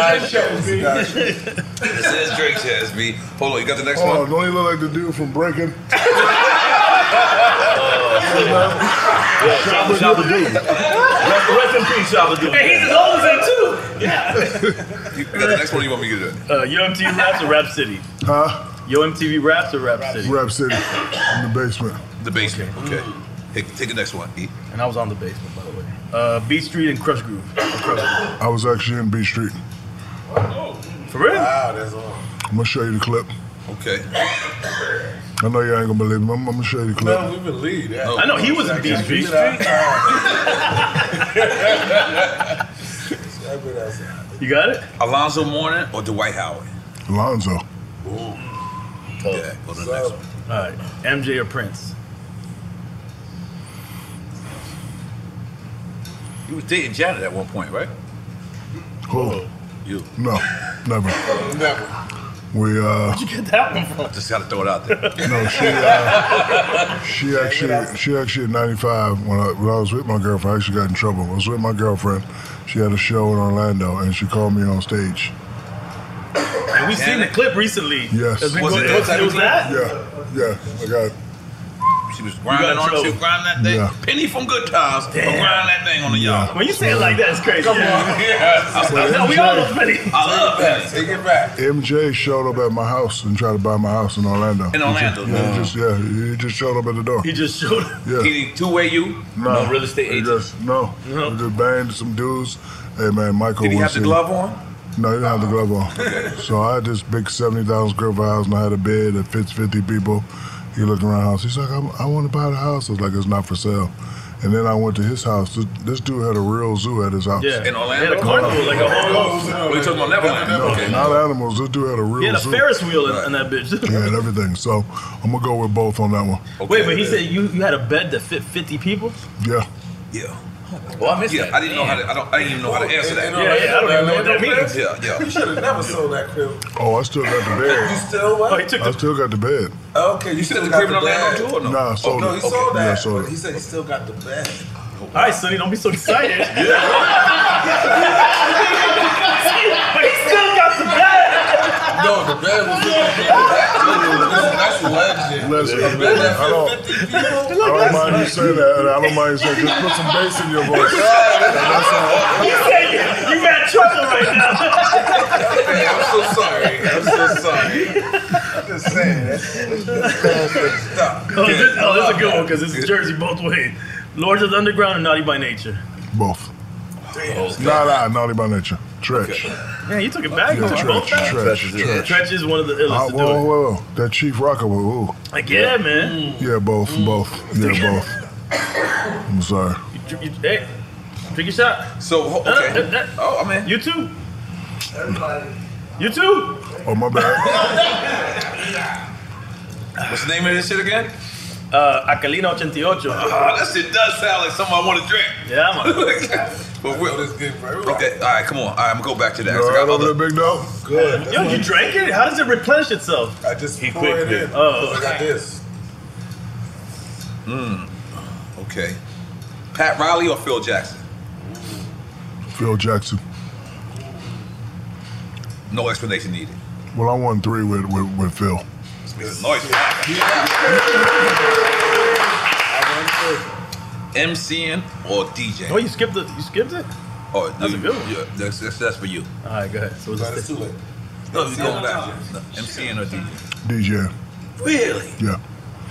C: and wives. It says Drake's here, SB. Hold on, you got the next
E: Oh,
C: one?
E: don't he look like the dude from Breaking?
C: Shabba Dabba
B: Rest in peace, Shabba And he's as old as that too.
C: You got the next one you want me to do?
B: Uh, Yo MTV Raps or Rap City?
E: Huh?
B: Yo MTV Raps or Rap City?
E: Rap City in the basement.
C: The basement. Okay. Take, take the next one. E.
B: And I was on the basement, by the way. Uh, Beat Street and Crush Groove.
E: I was actually in B Street.
B: For real?
E: I'm gonna show you the clip.
C: Okay.
E: I know y'all ain't gonna believe me. I'm, I'm gonna show you the clip.
N: we believe that.
B: I know he was in B Street.
C: [laughs]
B: You got it?
C: Alonzo Mourning or Dwight Howard?
E: Lonzo.
C: Ooh. Yeah, go to the next one.
B: All right, MJ or Prince?
C: You was dating Janet at one point, right? Uh,
E: Who?
C: You.
E: No, never. We uh,
B: Where'd you get that one from?
C: I just gotta throw it out there.
E: [laughs] no, she uh, she actually she actually at 95 when I when I was with my girlfriend. I actually got in trouble. I was with my girlfriend. She had a show in Orlando, and she called me on stage.
B: And we seen the clip recently.
E: Yes.
B: That's been
E: Was
B: going-
E: it that type
B: it was
E: of
B: that?
E: Yeah, yeah. I got.
C: She was grinding on it. She was grinding that thing.
E: Yeah.
C: Penny from Good Times, but grinding that thing on the yard.
B: When you say it like that, it's crazy.
C: Come on. [laughs] Yeah.
B: I, I, no, we all love Penny.
C: I love Penny. Take it back.
E: MJ showed up at my house and tried to buy my house in Orlando.
C: In Orlando,
E: He just, yeah,
C: no.
E: he just, yeah, he just showed up at the door.
B: Oh. He just showed
E: up. Yeah.
C: He didn't two-way you. No, real estate
E: He
C: agent.
E: just, no, He just banged some dudes. Hey man, Michael.
C: Did he have
E: wants
C: the
E: to-
C: glove on?
E: No, he didn't have the glove on. so I had this big seventy thousand square foot house, and I had a bed that fits fifty people. He looked around the house. He's like, i I want to buy the house. I was like, it's not for sale. And then I went to his house. This, this dude had a real zoo at his house.
B: Yeah.
C: In Orlando.
B: He had a carnival, like a whole.
C: What you talking about, Neverland?
E: No,
C: Okay.
E: not animals. This dude had a real
B: He had a
E: zoo.
B: Ferris wheel in, in that bitch.
E: He had everything. So I'm gonna go with both on that one.
B: Wait, but he said you, you had a bed that fit 50 people?
E: Yeah.
C: Yeah.
B: Well, Oh, I missed
C: yeah,
B: that.
C: I didn't know how to. I, don't, I didn't even know how to answer that.
B: Yeah, yeah, I don't even know what that means.
C: Yeah, [laughs] yeah.
N: You should have never sold that
B: [laughs]
N: crib.
E: Oh, I still got the bed.
N: You still
B: Oh,
N: what?
E: I still got the bed.
N: Okay, you
C: You still
N: still
C: the
N: got
C: crib
N: the
C: in Orlando
N: bag.
C: too, or no?
E: Nah, I
C: oh,
E: sold
N: No,
E: it.
N: he sold
E: Yeah, I
N: that.
E: sold
N: but
E: it.
N: He said he still got the bag.
B: All right, Sonny, don't be so excited.
C: [laughs]
E: [laughs]
B: but he still got the bag.
N: No, the bed was. That's legend.
E: Listen, I don't, I don't mind you saying that. and I don't mind you saying Just put some bass in your voice.
N: [laughs]
E: And that's all.
F: You said you, you got trouble right now. hey, I'm so sorry. I'm so sorry. I'm just saying. That's, that's bad stuff.
B: Oh, this, oh, this is a good one because this is Jersey both ways. Lords of the Underground and Naughty by Nature.
E: Both. Not I, naughty by nature. Tretch.
B: Man, you took it back.
E: Yeah,
B: you took
E: Tretch,
B: both back.
E: Tretch,
B: Tretch.
E: Tretch.
B: is one of the illest
E: Ah,
B: to do
E: whoa,
B: it.
E: whoa, whoa. That Chief Rocker was, ooh.
B: Like, yeah, man.
N: Mm.
E: Yeah, both, both. Yeah, both. I'm sorry.
B: You- you- Hey, take your shot.
C: So,
B: okay.
C: oh, man.
B: You too. You too.
E: Oh,
N: [laughs]
E: my bad.
C: What's the name of this shit again?
B: Uh, Acalina 88.
C: Ah, that shit does sound like something I want to drink.
B: Yeah, I'm
C: [laughs] But real, okay, all right, come on. All right, I'm gonna go back to that.
E: You all
C: I
E: right
C: got
E: over
C: other.
E: there, big dog? Good.
B: Yo, you drank it? How does it replenish itself?
E: I just he
C: poured it in.
B: Oh,
C: I got this. Mm. Okay. Pat Riley or Phil Jackson?
E: Phil Jackson.
C: No explanation needed.
E: Well, I won three with, with, with Phil.
C: It's making noise. MCN or DJ?
B: Oh, you skipped it. You skipped it.
C: Oh,
B: That's a
C: you-
B: good one.
C: Yeah, that's, that's, that's for you.
B: All right, go ahead. So
C: it's too late. No, you go back. No, MCN or DJ?
E: DJ.
C: Really?
E: Yeah.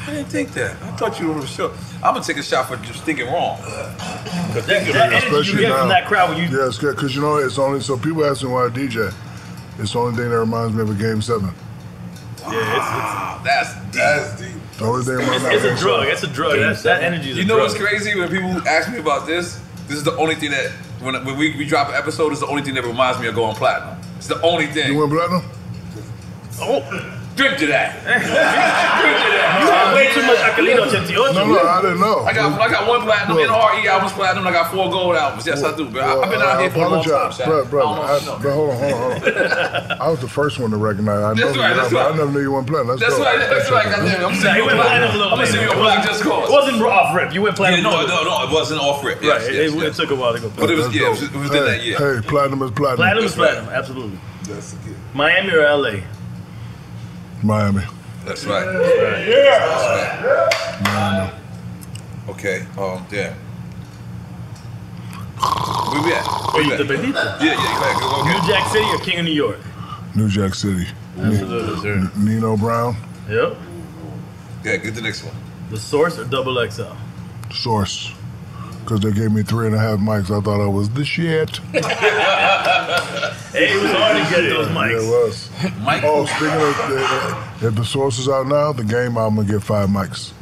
C: I didn't think that. I thought you were sure. I'm gonna take a shot for just thinking wrong. But thinking
E: Yeah,
C: wrong.
E: especially now. Yeah, it's good because you know it's only so people ask me why I DJ. It's the only thing that reminds me of a game seven.
C: Yeah, it's, it's that's deep. That's deep.
E: The only thing that reminds
C: It's-
E: me
C: it's a
E: of Game
C: drug.
E: Seven.
B: It's a drug. That, that energy is
C: You
B: a
C: know
B: drug.
C: what's crazy? When people ask me about this, this is the only thing that when, when we, we drop an episode, it's the only thing that reminds me of going platinum. It's the only thing.
E: You went platinum?
B: Oh,
C: drink to that. drink to that.
B: You had way too much Aquilino 88.
E: No, no, I didn't know.
C: I got I got one platinum
E: Look.
C: NRE albums platinum. I got four gold albums. Yes, I do. Bro. I, have been out
E: I
C: here for a long time.
E: apologize,
C: Shaq.
E: bro, bro.
C: I
E: I,
C: don't know.
E: but hold on, hold on,
C: [laughs]
E: hold on. I was the first one to recognize. I know
C: That's
E: you,
C: right, that's
E: but
C: right.
E: I never knew you went platinum. That's,
C: That's
E: dope.
C: right. That's right. Goddamn it. I'm
B: Nah,
C: saying
B: he went platinum a little
C: I'm gonna send you
B: later.
C: a black just cause.
B: It wasn't off rip. You went platinum
C: Yeah, no,
B: a little
C: no, no. It wasn't off rip. Yes,
B: Right,
C: yes,
B: it- it
C: yes.
B: took a while to go
C: But it was
B: platinum.
C: yeah, it was, it was in that year.
E: Hey, platinum is platinum.
B: Platinum is platinum. Absolutely. That's good. Miami or LA?
E: Miami.
C: That's right. Yeah. Uh, Okay. Um. Damn. Where we at? Where you
B: The
C: at?
B: Benita.
C: Yeah, yeah. Go ahead. Go, go, go.
B: New Jack City or King of New York?
E: New Jack City.
B: Absolutely, sir.
E: Nino Brown,
B: Yep.
C: Yeah, get the next one.
B: The Source or Double XL?
E: Source. Because they gave me three and a half mics. I thought I was the
C: [laughs]
E: shit.
B: Hey, it was hard to get those mics.
E: Yeah, it was. Oh, speaking of, the, if the source is out now, the game album will get five mics.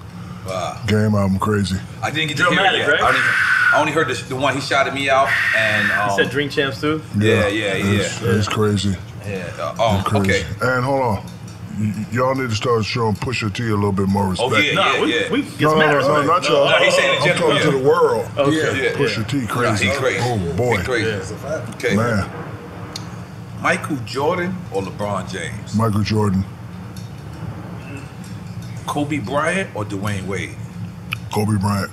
C: Wow.
E: Game album crazy.
C: I didn't get to
B: Drill
C: hear it
B: Matic,
C: yet.
B: right?
C: I, only, I only heard the, the one he shouted me out and. Um,
B: He said Drink Champs too.
C: Yeah, yeah, yeah.
E: It's, it's crazy.
C: Yeah. Uh,
E: It's
C: um,
E: crazy.
C: okay.
E: And hold on. Y- y- Y'all need to start showing Pusha T a little bit more respect.
C: Oh yeah, yeah, yeah.
E: no, no, no, no, not y'all.
C: No, he's saying in
E: I'm
C: general.
E: talking to
C: yeah.
E: the world.
C: Okay.
E: Yeah,
C: Yeah,
E: Pusha T
C: yeah. Nah,
E: crazy.
C: he crazy.
E: Oh boy,
C: He crazy. Okay.
E: man,
C: Michael Jordan or LeBron James?
E: Michael Jordan,
C: Kobe Bryant or Dwayne Wade?
E: Kobe Bryant.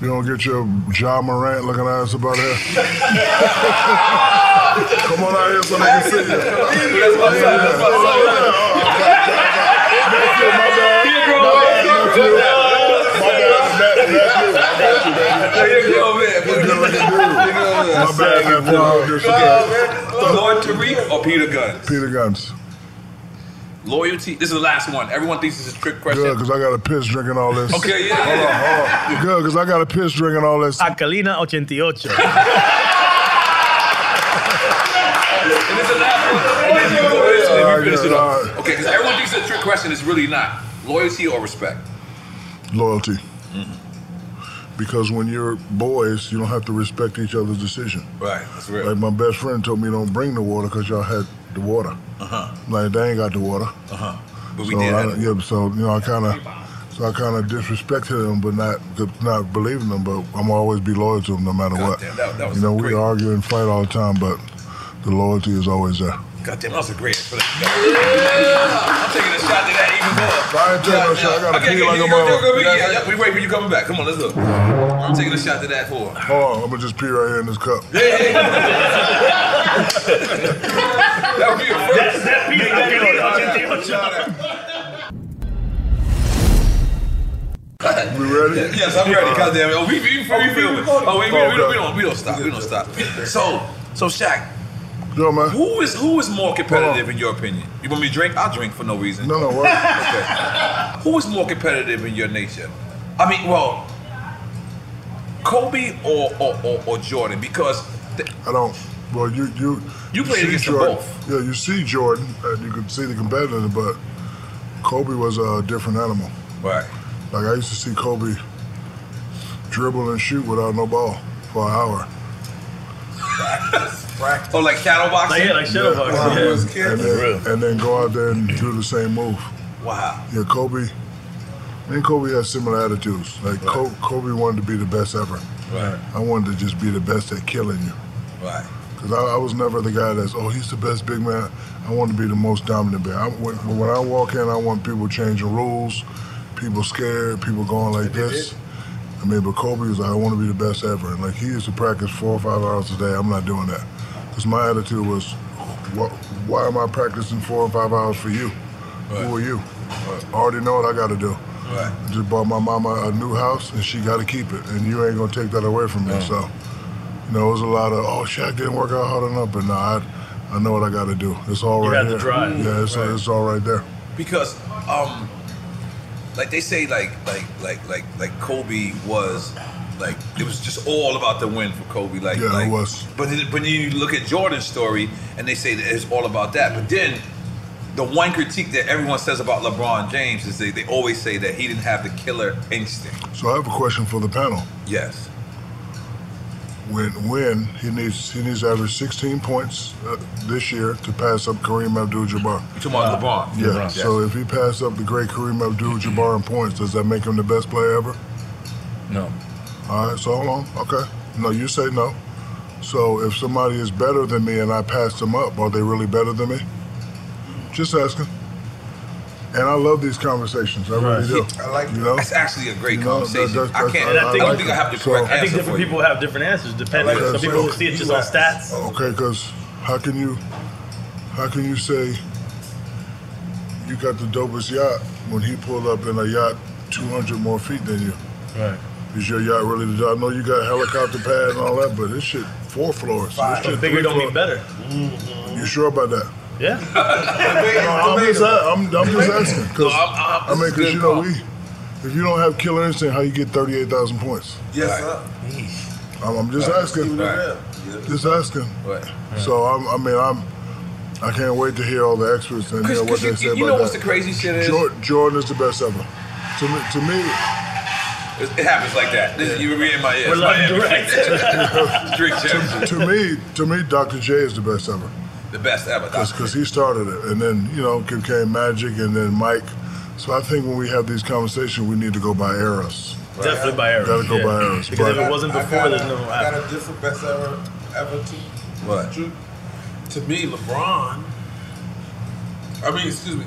E: You don't get your John Morant looking ass about here. [laughs] uh, Come on out here so they can see you.
C: That's my son. That's my son.
E: My bad, man. for all this stuff.
C: Lord Tariq or Peter Gunn?
E: Peter Guns.
C: Loyalty. This is the last one. Everyone thinks this is a trick question.
E: Good, because I got a piss drinking all this.
C: Okay, yeah. Hold on,
E: Good, because I got a piss drinking all this.
B: Acalina 88.
C: And this is the last one. And then you go to this and then we finish it up. Okay, because everyone thinks it's a trick question. It's really not. Loyalty or respect?
E: Loyalty. Because when you're boys, you don't have to respect each other's decision.
C: Right, that's
E: Like my best friend told me, don't bring the water because y'all had the water.
C: Uh-huh.
E: Like they ain't got the water.
C: Uh-huh. But we
E: so
C: did
E: I,
C: have it.
E: yeah, so you know, I kind of, so I kind of disrespected them, but not not believing them. But I'm always be loyal to them no matter what.
C: Goddamn, that- that was
E: you know,
C: great.
E: we argue and fight all the time, but the loyalty is always there.
C: God damn, that was a great for that. Yeah. I'm taking a shot to that even more.
E: I ain't taking no shot. I gotta
C: okay,
E: pee
C: okay,
E: like a
C: you gonna-
E: mother.
C: you gonna- yeah, yeah, We wait for you coming back. Come on, let's look. I'm taking a shot to that for.
E: Hold on, I'm gonna just pee right here in this cup.
C: that would be a first.
B: That beat Acalina 88.
E: We ready?
C: Yes, I'm ready.
E: All right.
C: God damn it. Oh, we, we, we, we, we, we, oh, wait, we, we, don't, we don't we don't stop. We don't stop. So so Shaq. Who is who is more competitive in your opinion? You want me to drink? I'll drink for no reason. No,
E: no, what?
C: Okay. Who is more competitive in your nature? I mean, well, Kobe or or, or, or Jordan? Because
E: I don't. Well, you you
C: You played
E: see
C: against them
E: Jordan.
C: [laughs]
E: Yeah, you see Jordan, and you can see the competitive, but Kobe was a different animal.
C: Right.
E: Like I used to see Kobe dribble and shoot without no ball for an hour.
C: Oh, like shadow boxing?
E: Wow.
C: Yeah.
E: And, then, and then go out there and do the same move.
C: Wow.
E: Yeah, Kobe. Me and Kobe had similar attitudes. Like Ko- Kobe wanted to be the best ever.
C: Right.
E: I wanted to just be the best at killing you.
C: Right.
E: Because I, I was never the guy that's, oh, he's the best big man. I want to be the most dominant big. I, when, when I walk in, I want people changing rules, people scared, people going like this. I mean, but Kobe was like, I want to be the best ever. And like, he used to practice four or five hours a day. I'm not doing that. Because my attitude was, why, why am I practicing four or five hours for you? Who are you? I already know what I got to do.
C: Right.
E: I just bought my mama a new house and she got to keep it. And you ain't going to take that away from me. So, you know, it was a lot of, oh, Shaq didn't work out hard enough. But nah, I, I know what I got to do. It's all
C: You
E: right
C: had the
E: here.
C: drive.
E: Yeah, it's, it's all right there.
C: because um like they say like like like like like Kobe was like it was just all about the win for Kobe like
E: Yeah, it
C: like,
E: was.
C: but then, but then you look at Jordan's story and they say that it's all about that but then the one critique that everyone says about LeBron James is they, they always say that he didn't have the killer instinct
E: So I have a question for the panel.
C: yes
E: When when he needs he needs to average 16 points uh, this year to pass up Kareem Abdul-Jabbar.
C: you talking about LeBron
E: Yeah. So if he passed up the great Kareem Abdul-Jabbar in points, does that make him the best player ever?
C: no
E: All right. So hold on. Okay. No, you say no. So if somebody is better than me and I pass them up, are they really better than me? Just asking. And I love these conversations. I really do.
C: I like
E: you know.
C: That's actually a great
E: You know, that-
C: conversation.
E: that's-
C: I
E: that's- I-
C: can't.
E: I
C: I, don't
E: like
C: think
E: it.
C: I have the
E: So-
C: correct
E: I
C: answer
E: think
B: Different
C: for you.
B: people have different answers depending.
E: Yeah,
B: Some
E: so-
B: people see it just on stats.
E: Okay, because how can you, how can you say you got the dopest yacht when he pulled up in a yacht 200 more feet than you?
B: Right.
E: Is your yacht really the? I know you got helicopter pad and all that, but this shit four floors. This shit
B: Bigger
E: three
B: don't mean
E: floor-
B: better. Mm-hmm.
E: You sure about that?
C: [laughs]
B: Yeah.
E: No, I'm, just, a- I'm, I'm just asking
B: No,
E: because
B: I'm- I'm-
E: I mean,
B: this
E: because
B: is
E: you
B: good
E: know we, if you don't have killer instinct, how you get 38,000 points?
C: Yes,
E: I'm, I'm just asking. Just asking.
C: Right.
E: So I'm, I mean, I'm. I can't wait to hear all the experts and
C: Cause-
E: hear what
C: cause
E: they
C: you-
E: say
C: you
E: about
C: know
E: that.
C: what's the crazy shit is?
E: Jordan, Jordan is the best ever. To me, to me,
C: [laughs] It it happens like that. This, You were in my ear.
E: We're live
C: direct. [laughs] Drink champs.
E: to me, to me, Dr. J is the best ever
C: The best ever.
E: [laughs]
C: Doc.
E: because he started it, and then you know came Magic, and then Mike. So I think when we have these conversations, we need to go by eras.
B: Definitely by errors.
E: Gotta go
B: yeah.
E: by eras.
B: Because if
E: but-
B: it wasn't before,
G: I got,
B: there's
G: a-
B: no.
G: I got a different best ever, ever too.
C: What?
G: True. To me, LeBron. I mean, excuse me.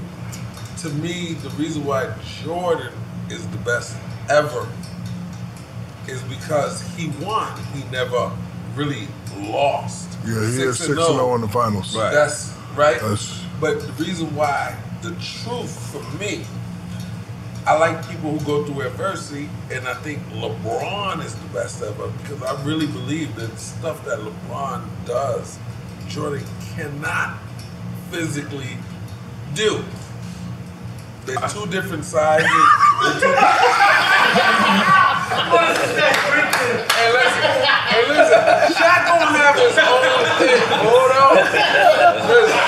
G: To me, the reason why Jordan is the best ever is because he won. He never really lost.
E: Yeah, he is six and
G: oh.
E: zero in the finals.
G: That's right.
E: That's-
G: but the reason why, the truth for me, I like people who go through adversity, and I think LeBron is the best ever because I really believe that stuff that LeBron does, Jordan cannot physically do. They're two different sizes. They're two- Hey, listen, hey, listen. Shaq gonna have his own thing. Hold on. Listen,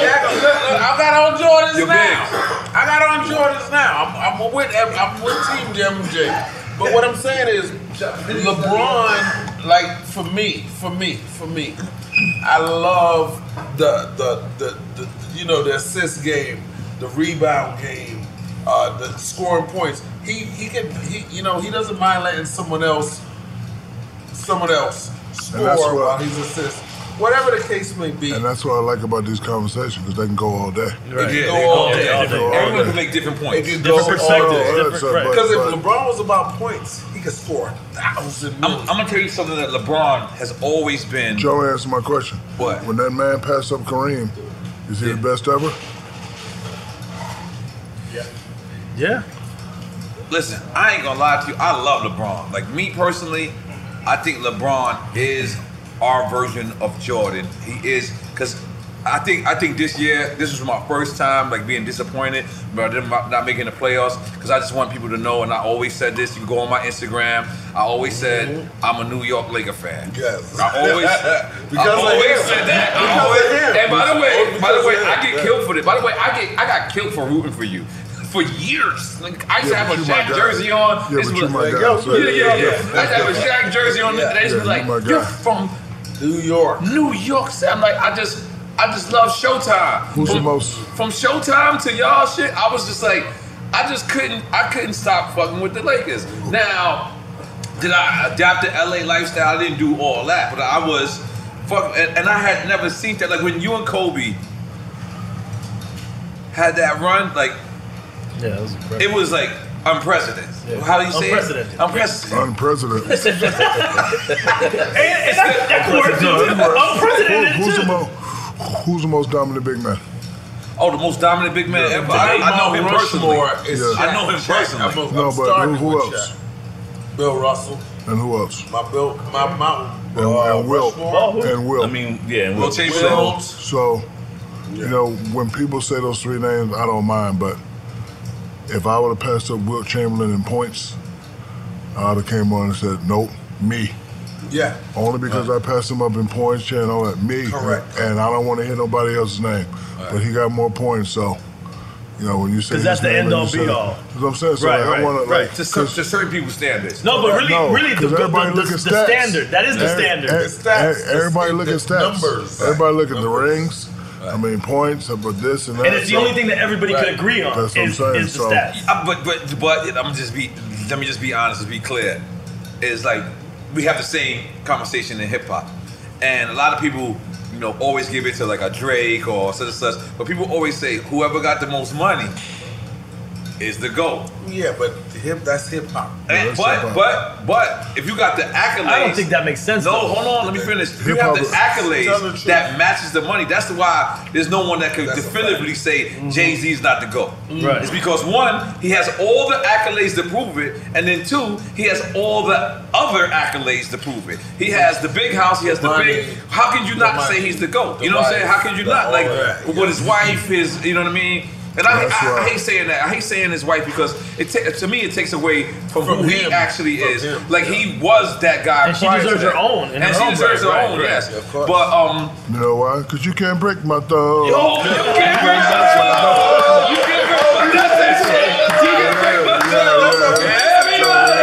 G: Shaq, look, look, I got on Jordans now. I got on Jordans now. I'm, I'm with I'm with Team MJ. But what I'm saying is, LeBron, like for me, for me, for me, I love the the the, the, you know the assist game, the rebound game, uh, the scoring points. He he can he you know he doesn't mind letting someone else someone else score
E: And that's what-
G: while he's assist. Whatever the case may be,
E: And that's what I like about these conversations because they can go all day.
G: Right. Yeah, They can they go go all all day. day.
E: They can go all
G: Everyone
E: day.
G: can make different points.
E: They can
G: Different
E: go
G: perspectives,
E: all day.
G: different-
E: So,
G: right.
E: but-
G: Because if
E: but-
G: LeBron was about points, he could score a thousand.
C: I'm, I'm gonna tell you something that LeBron has always been.
E: Joe answered my question. What? When that man passed up Kareem, is he the best ever?
B: Yeah.
C: listen, I ain't gonna lie to you. I love LeBron. Like me personally, I think LeBron is our version of Jordan. He is because I think I think this year this was my first time like being disappointed about them not not making the playoffs because I just want people to know. And I always said this. You can go on my Instagram. I always said
N: Mm-hmm.
C: I'm a New York Laker fan. Yes.
N: [laughs]
C: I always
N: Because
C: I
N: of
C: always
N: him.
C: said that. I
N: Because of
C: always-
N: him.
C: And by the way, by
N: Because
C: the
N: of
C: way,
N: him.
C: I get
N: Yeah.
C: killed for this. By the way, I get I got killed for rooting for you. For years, like, I used
N: Yeah, but
C: to have a
N: you my
C: Shaq
N: guy.
C: jersey on.
N: Yeah,
C: This
N: but
C: was
N: you my
C: like,
N: guy,
C: yeah,
N: so-
C: yeah, yeah.
N: Yeah.
C: I used to have a Shaq jersey on. and they used to be
N: Yeah, you
C: like,
N: my guy.
C: "You're from New York, New York." City." I'm like, I just, I just love Showtime.
E: Who's the
C: From-
E: most?
C: from Showtime to y'all shit, I was just like, I just couldn't, I couldn't stop fucking with the Lakers. Now, did I adapt the LA lifestyle? I didn't do all that, but I was, fuck, and, and I had never seen that. Like when you and Kobe had that run, like
B: Yeah, it was incredible.
C: it was like unprecedented. How do you say
B: Unprecedented.
C: it? Unprecedented.
E: Unprecedented.
B: [laughs] And that, that worked. Unprecedented.
E: Who- who's, the most, who's the most dominant big man?
C: Oh, the most dominant big man ever. I, I know him personally. I know him personally.
E: No, but who, who else?
N: Bill Russell.
E: And who else?
N: My Bill, my my.
E: And,
G: uh,
E: and Wilt. And Wilt. I mean,
N: yeah, and Wilt. Wilt Chamberlain.
E: So, so, you know, when people say those three names, I don't mind, but if I would have passed up Wilt Chamberlain in points, I would have came on and said, nope, me.
N: Yeah.
E: Only because I passed him up in points, Chad, all that. Me.
N: Correct.
E: And I don't want to hear nobody else's name. But he got more points, so, you know, when you say
C: 'Cause that's
E: his
C: the
E: name,
C: end
E: like
C: all
E: you
C: be
E: said-
C: all.
E: That's what I'm saying. So like, I want to, like,
C: To, some, to certain people standards.
E: No, but really- No, really the- 'cause the- everybody the- look at the stats. standard. That is the Every- eh, standard. every- everybody look at stats. Everybody look at the rings. I mean, points, but this and that.
C: And it's the only thing that everybody could agree on
E: That's what
C: is-
E: I'm saying.
C: is the
E: so,
C: stats. I- but but but I'm gonna just be let me just be honest, let's be clear. Is like we have the same conversation in hip hop, and a lot of people, you know, always give it to like a Drake or such and such. But people always say whoever got the most money is the goat.
N: Yeah, but hip that's hip hop.
C: And, but but but if you got the accolades,
N: I don't think
C: that makes sense. No,
N: though.
C: hold on, let me finish. If you
N: Hip-hop
C: have the
N: is- Tell the
C: accolades
N: truth.
C: that matches the money. That's why there's no one that could definitively say
N: Mm-hmm.
C: Jay Z is not the go.
N: Right.
C: It's because one, he has all the accolades to prove it, and then two, he has all the other accolades to prove it. He has the big house. He has the,
N: The money.
C: big. How can you not
N: The money.
C: say he's the goat? You
N: The
C: know what I'm saying?
N: wife.
C: How can you
N: The
C: not
N: all
C: like?
N: that,
C: But what his wife is, you know what I mean? And I,
N: That's
C: I, I
N: right.
C: hate saying that. I hate saying his wife because it ta- to me it takes away from,
N: From
C: who
N: him.
C: he actually
N: From
C: is.
N: him,
C: Like he was that guy.
E: And she
C: prior to
E: deserves
C: that.
E: her own in
C: And
E: her
C: she
E: own
C: deserves
E: right, right,
C: her own.
E: right.
C: Yes.
E: Yeah, of
C: but um,
E: you know why? Because you can't break my thumb.
C: Yo, you can't break my thumb. You can't break my thumb. That's it. You can't break my thumb. Everybody.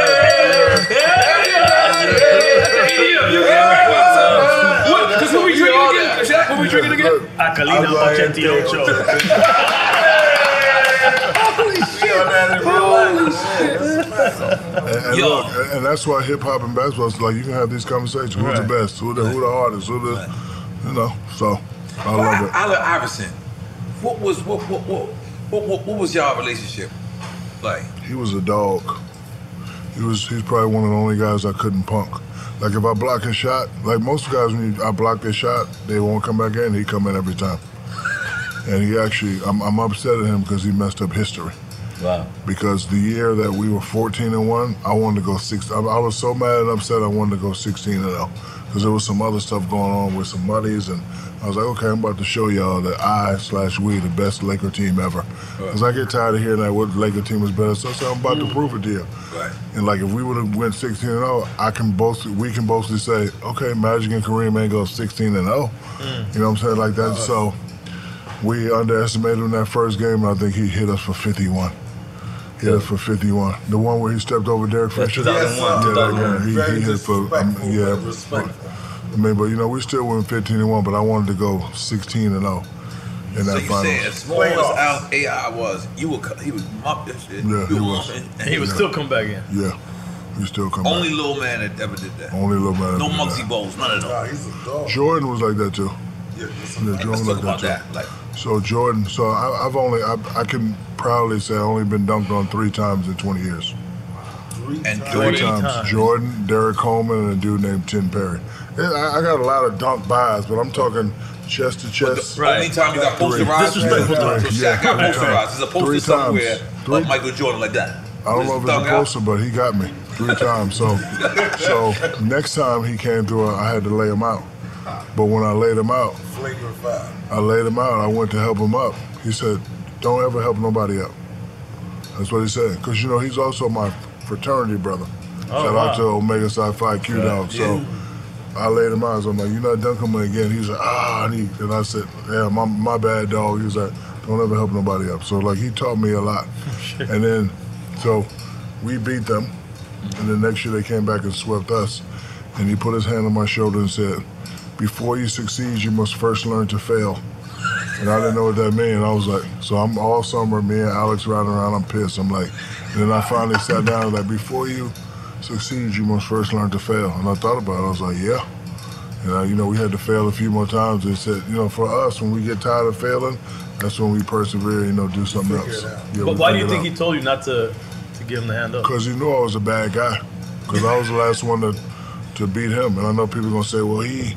C: Everybody. You can't break my thumb. What? Because who we drinking again? Jack, who we drinking again?
B: Acalina 88.
E: And, and look, and- and that's why hip hop and basketball is like you can have these conversations. Who's the best? Who the who the hardest? Who the you know? So I love it.
C: Allen Iverson. What was what what what what what, what was y'all relationship like?
E: He was a dog. He was he's probably one of the only guys I couldn't punk. Like if I block his shot, like most guys when you, I block their shot, they won't come back in. He come in every time. And he actually, I'm, I'm upset at him because he messed up history.
N: Wow.
E: Because the year that we were 14 and one, I wanted to go six. I, I was so mad and upset. I wanted to go 16 and 0 because there was some other stuff going on with some muddies, and I was like, okay, I'm about to show y'all that I slash we the best Laker team ever. Because I get tired of hearing that what Laker team is better. So I said, I'm about to prove it to you.
C: Right.
E: And like if we would have went 16 and 0, I can both we can boastly say, okay, Magic and Kareem ain't go 16 and 0. You know what I'm saying like that. So we underestimated him that first game, and I think he hit us for 51. Hit us for 51. The one where he stepped over Derek
N: That's
E: Fisher.
N: 2001,
E: Yeah, that
N: 2001.
E: game. He,
N: Very
E: he hit for um, yeah. I mean, but you know, we still went 15 and 1, but I wanted to go 16 and 0 in
C: So
E: that
C: you
E: finals.
C: said as small as Al AI was, you would co- he would mop that shit.
E: Yeah,
C: You
E: he
C: would-
E: was.
C: and
E: Yeah.
B: come back in.
E: Yeah, we still come
C: Only little man that ever did that.
E: back. Only little man.
C: No Muggsy Bowles, none of them.
E: Jordan was like that too.
C: Yeah,
E: Jordan
C: let's
E: was
C: talk
E: like
C: about
E: that too.
C: that. Like,
E: So Jordan, so I, I've only I, I can proudly say I've only been dunked on three times in 20 years.
C: and
E: Three times. Jordan, Derek Coleman, and a dude named Tim Perry. Yeah, I, I got a lot of dunk buys, but I'm talking chest to chest.
C: Right. Only time you got
E: Three.
C: posterized,
E: Yeah,
C: disrespectful.
E: three.
C: Shaq got
E: Yeah.
C: posterized. There's a poster
E: Three times.
C: somewhere of Michael Jordan like that.
E: I don't know if it's a
F: Thug out.
E: poster, but he got me three times. So, so next time he came through, I had to lay him out. But when I laid him out,
F: Flagrant five.
E: I laid him out. I went to help him up. He said, "Don't ever help nobody up." That's what he said. Cause you know he's also my fraternity brother.
F: Oh,
E: Shout
F: wow.
E: out to Omega Psi Phi Q
F: Yeah.
E: Dog. So
F: Yeah.
E: I laid him out. So I'm like, "You're not done coming again." He's like, "Ah," and, he, and I said, "Yeah, my my bad, dog." He was like, "Don't ever help nobody up." So like he taught me a lot. and then so we beat them. And the next year they came back and swept us. And he put his hand on my shoulder and said, Before you succeed, you must first learn to fail. And I didn't know what that meant. I was like, so I'm all summer, me and Alex riding around, I'm pissed. I'm like, and then I finally sat down and like, before you succeed, you must first learn to fail. And I thought about it. I was like, yeah. And I, you know, we had to fail a few more times. They said, you know, for us, when we get tired of failing, that's when we persevere, you know, do something else. Yeah, we
B: but why do
E: figure
B: you
E: it
B: think
E: out.
B: he told you not to to give him the hand up?
E: Because he knew I was a bad guy. Because I was the last one to, to beat him. And I know people going to say, well, he,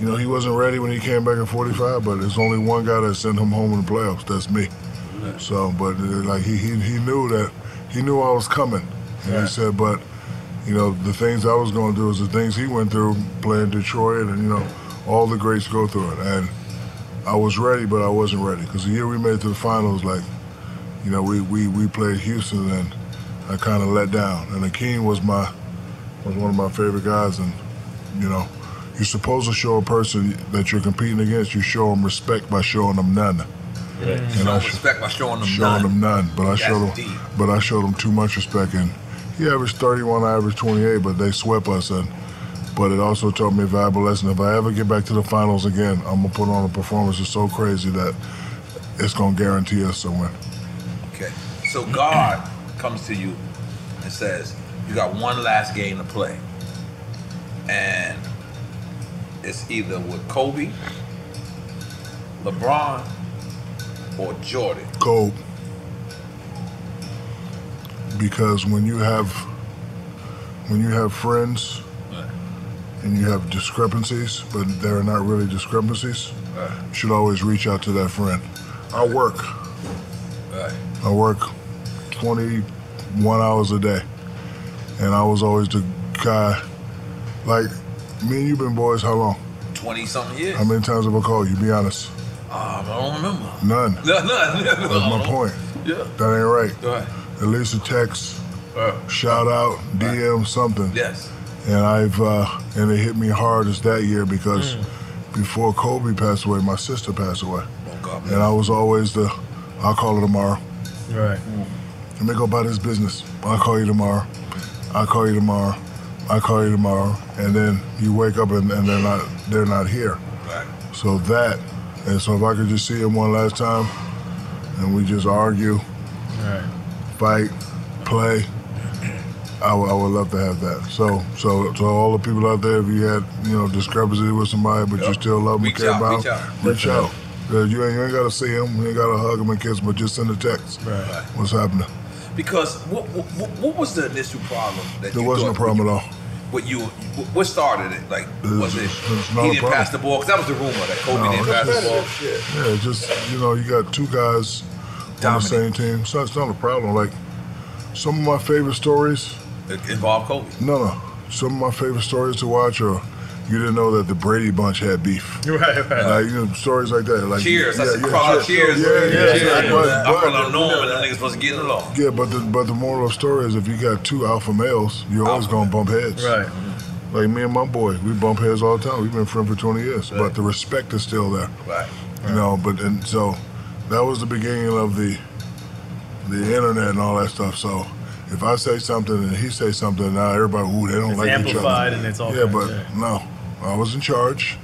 E: you know, he wasn't ready when he came back in 45, but there's only one guy that sent him home in the playoffs. That's me. So, but uh, like he, he, he knew that, he knew I was coming. And
F: Yeah.
E: he said, but, you know, the things I was going to do is the things he went through playing Detroit and, you know, all the greats go through it. And I was ready, but I wasn't ready. Because the year we made it to the finals, like, you know, we, we, we played Houston and I kind of let down. And Akeem was my was one of my favorite guys. And you know, you're supposed to show a person that you're competing against, you show them respect by showing them none.
C: Show respect by showing them
E: Showing
C: none.
E: them none, but I
C: That's
E: showed them,
C: deep.
E: but I showed them too much respect. And he averaged 31, I averaged 28, but they swept us. And but it also taught me a valuable lesson. If I ever get back to the finals again, I'm gonna put on a performance that's so crazy that it's gonna guarantee us a win.
C: Okay. So
E: Mm-hmm.
C: God comes to you and says, You got one last game to play. And it's either with Kobe, LeBron, or Jordan.
E: Kobe. Because when you have when you have friends and you have discrepancies, but they're not really discrepancies, you should always reach out to that friend. I work. I work 21 hours a day. And I was always the guy, like, me and you been boys how long?
C: 20 something years.
E: How many times have I called you? Be honest.
C: Um, I don't remember. [laughs]
E: None.
C: No, no, no, no.
E: That's my point.
C: Yeah.
E: That ain't right.
C: Right.
E: At least a text,
C: Uh,
E: shout out, DM something.
C: Yes.
E: And I've uh, and it hit me hardest that year because before Kobe passed away, my sister passed away, and I was always the I'll call her tomorrow.
B: Right.
E: Let me go about his business. I'll call you tomorrow. I'll call you tomorrow. I'll call you tomorrow. And then you wake up and, and they're not they're not here. So that and so if I could just see him one last time and we just argue, fight, play, I would I would love to have that. So so so all the people out there, if you had, you know, discrepancy with somebody but you still love them
F: Reach
E: and care
F: out,
E: about
F: reach
E: them,
F: out.
E: reach out. Uh, You ain't, you ain't gotta see him, you ain't gotta hug him and kiss him, but just send a text.
C: Right.
E: What's happening?
C: Because what, what, what was the initial problem that
E: There
C: you
E: wasn't a
C: thought-
E: problem at all.
C: What you what started it? Like was it
E: it's
C: he
E: not a
C: didn't
E: problem.
C: pass the ball? Because that was the rumor that Kobe
E: No,
C: didn't pass the ball.
E: it's- Yeah, it's just you know, you got two guys on the same team, so it's not a problem. Like some of my favorite stories.
C: It involved Kobe.
E: No, no, some of my favorite stories to watch are. You didn't know that the Brady bunch had beef.
B: Right, right.
E: Like, you know, stories like that. Like,
C: Cheers!
E: yeah,
C: I said,
E: yeah,
C: call out
E: cheers.
C: cheers!
E: Yeah, yeah, yeah, but-
C: I'm
E: but-
C: calling out Norm, and them niggas supposed to get along.
E: Yeah, but the but the moral of the story is if you got two alpha males, you're always gonna bump heads.
B: Right.
E: Like me and my boy, we bump heads all the time. We've been friends for 20 years, but the respect is still there.
C: Right.
E: You know, but and so that was the beginning of the the internet and all that stuff. So if I say something and he say something, now everybody, ooh, they don't
B: It's
E: like each other.
B: amplified and it's all
E: Yeah,
B: kinds,
E: but
B: yeah.
E: no, I was in charge,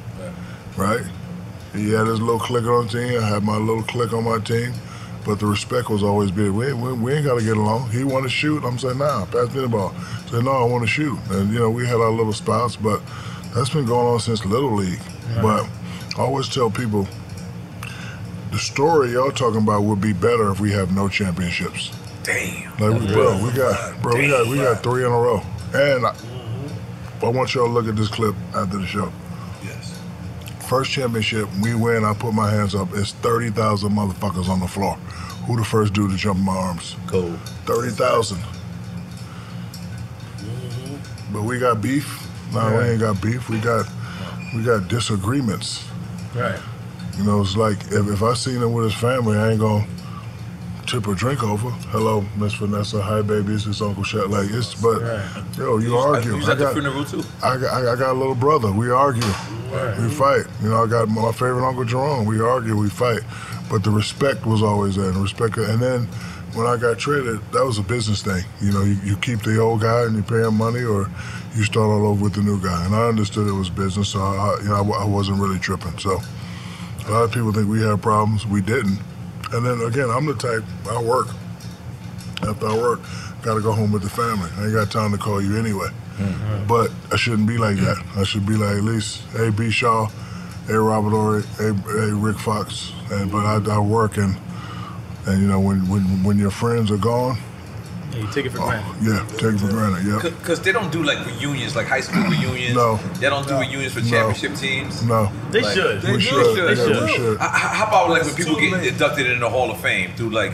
E: right? He had his little clique on the team. I had my little clique on my team. But the respect was always big. We, we, we ain't got to get along. He want to shoot. I'm saying, nah, pass me the ball. Say no, I want to shoot. And, you know, we had our little spouts, but that's been going on since Little League. But I always tell people the story y'all talking about would be better if we have no championships.
C: Damn.
E: Like,
F: That's
E: bro,
F: real.
E: we got, bro, we got, we got three in a row. And I, I want y'all to look at this clip after the show.
C: Yes.
E: First championship, we win. I put my hands up. It's 30,000 motherfuckers on the floor. Who the first dude to jump in my arms?
O: Cool.
E: 30,000. But we got beef. Nah, we
F: Right.
E: ain't got beef. We got we got disagreements.
F: Right.
E: You know, it's like if, if I seen him with his family, I ain't gonna tip or drink over. Hello, Miss Vanessa. Hi, baby. It's his Uncle Shaq. Like it's, but yo, you argue.
F: You was
E: I
F: at the
E: got-
F: funeral too.
E: I got, I got- I got a little brother. We argue. We fight. You know, I got my favorite Uncle Jerome. We argue. We fight. But the respect was always there. And the respect. And then when I got traded, that was a business thing. You know, you, you keep the old guy and you pay him money, or you start all over with the new guy. And I understood it was business, so I, you know, I, wa- I wasn't really tripping. So a lot of people think we had problems. We didn't. And then again, I'm the type. I work. After I work, gotta go home with the family. I ain't got time to call you anyway. But I shouldn't be like that. I should be like at least A. B. Shaw, A. Robert Ory, A. A. Rick Fox. And but I, I work and and you know when when when your friends are gone,
B: Yeah, you take it for granted.
E: yeah, take it for granted. Oh, Yeah,
C: Because they don't do like reunions, like high school reunions.
E: No.
C: They don't do reunions for
E: No.
C: championship teams.
E: no,
C: They should.
E: We should. Yeah,
C: They should.
E: we should.
C: Uh, h- How about like when people get inducted in the Hall of Fame? Do like,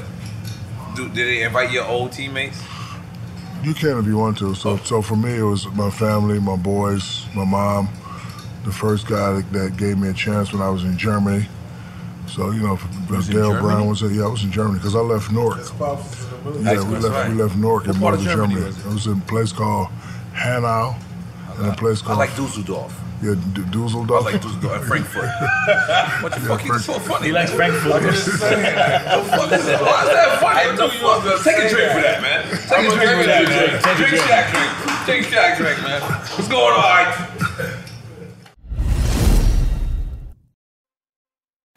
C: do did they invite your old
E: [laughs]
C: teammates?
E: You can if you want to. So, so for me, it was my family, my boys, my mom, the first guy that, that gave me a chance when I was in Germany. So you know, if- if
F: was in
E: Dale
F: Germany?
E: Brown was there. Yeah, I was in Germany because I left Newark. Yeah, we left, we left Newark
C: What
E: and
C: part
E: moved to
C: of Germany
E: Germany.
C: was
E: it? was in a place called Hanau, and a place
C: I
E: called
C: like Dusseldorf.
E: yeah, D- Dusseldorf.
C: I like Dusseldorf
E: [laughs]
C: [laughs] and Frankfurt. what the fuck? It's so funny. He
B: likes Frankfurt.
C: I'm just saying. The fuck is that? Why is that funny? What the fuck? Take a drink for that, man. Take a drink for that, man. Drink Shaq drink. Drink Shaq drink, man. What's going on? Ike?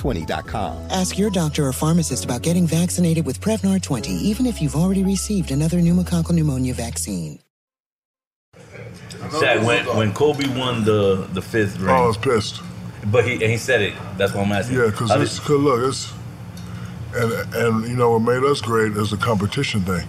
O: Prevnar20.com.
P: Ask your doctor or pharmacist about getting vaccinated with Prevnar 20, even if you've already received another pneumococcal pneumonia vaccine.
H: Shaq, when, when Kobe won the the fifth ring, I was
E: Oh, pissed.
H: But he and he said it. That's why I'm asking.
E: Yeah, because
H: I
E: it's cause look, it's and and you know what made us great is the competition thing.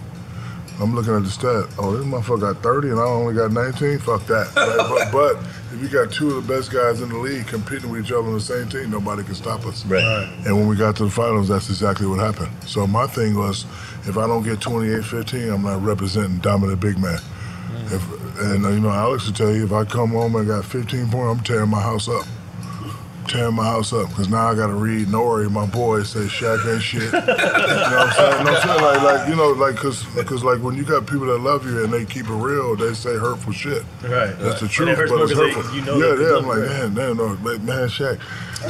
E: I'm looking at the stat. Oh, this motherfucker got 30 and I only got 19. Fuck that. [laughs] Right? but, but if you got two of the best guys in the league competing with each other on the same team, nobody can stop us.
H: Right.
E: And when we got to the finals, that's exactly what happened. So my thing was, if I don't get 28-15, I'm not representing dominant big man. If, and uh, you know, Alex will tell you, if I come home and got 15 points, I'm tearing my house up. Tearing my house up because now I got to read Nori, my boy, say Shaq ain't shit. [laughs] you know what I'm saying? No, I'm saying like, like you know, like because because like when you got people that love you and they keep it real, they say hurtful shit.
B: Right.
E: That's the
B: And it
E: truth,
B: hurts
E: but
B: more
E: it's
B: 'cause they-
E: hurtful.
B: you know
E: yeah,
B: that
E: yeah.
B: they
E: I'm
B: love
E: like,
B: you.
E: man, man, no, like, man, Shaq,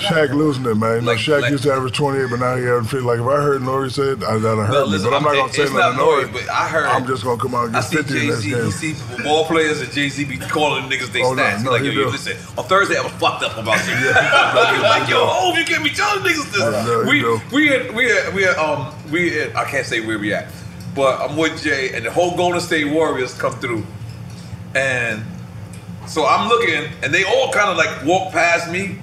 E: Shaq losing it, man. Like, Shaq used to average 28, but now he average 50. Like if I heard Nori say it, I gotta hurt me.
C: listen,
E: But I'm not gonna say
C: it's
E: nothing
C: not
E: to Nori.
C: Nori, but I heard.
E: I'm just gonna come out and
C: I
E: get
C: see
E: 50 in
C: Jay
E: this
C: Z.
E: game. [laughs]
C: You see ball players and Jay Z be calling niggas they
E: Oh, no,
C: stats.
E: no,
C: like
E: he
C: yo, you
E: do.
C: listen. On Thursday I was fucked up about
E: [laughs]
C: you. Like, [laughs] like yo, oh, you can't be telling niggas
E: No,
C: this.
E: he
C: We
E: do.
C: we at, we at, we at, um we at, I can't say where we at, but I'm with Jay and the whole Golden State Warriors come through, and so I'm looking and they all kind of like walk past me,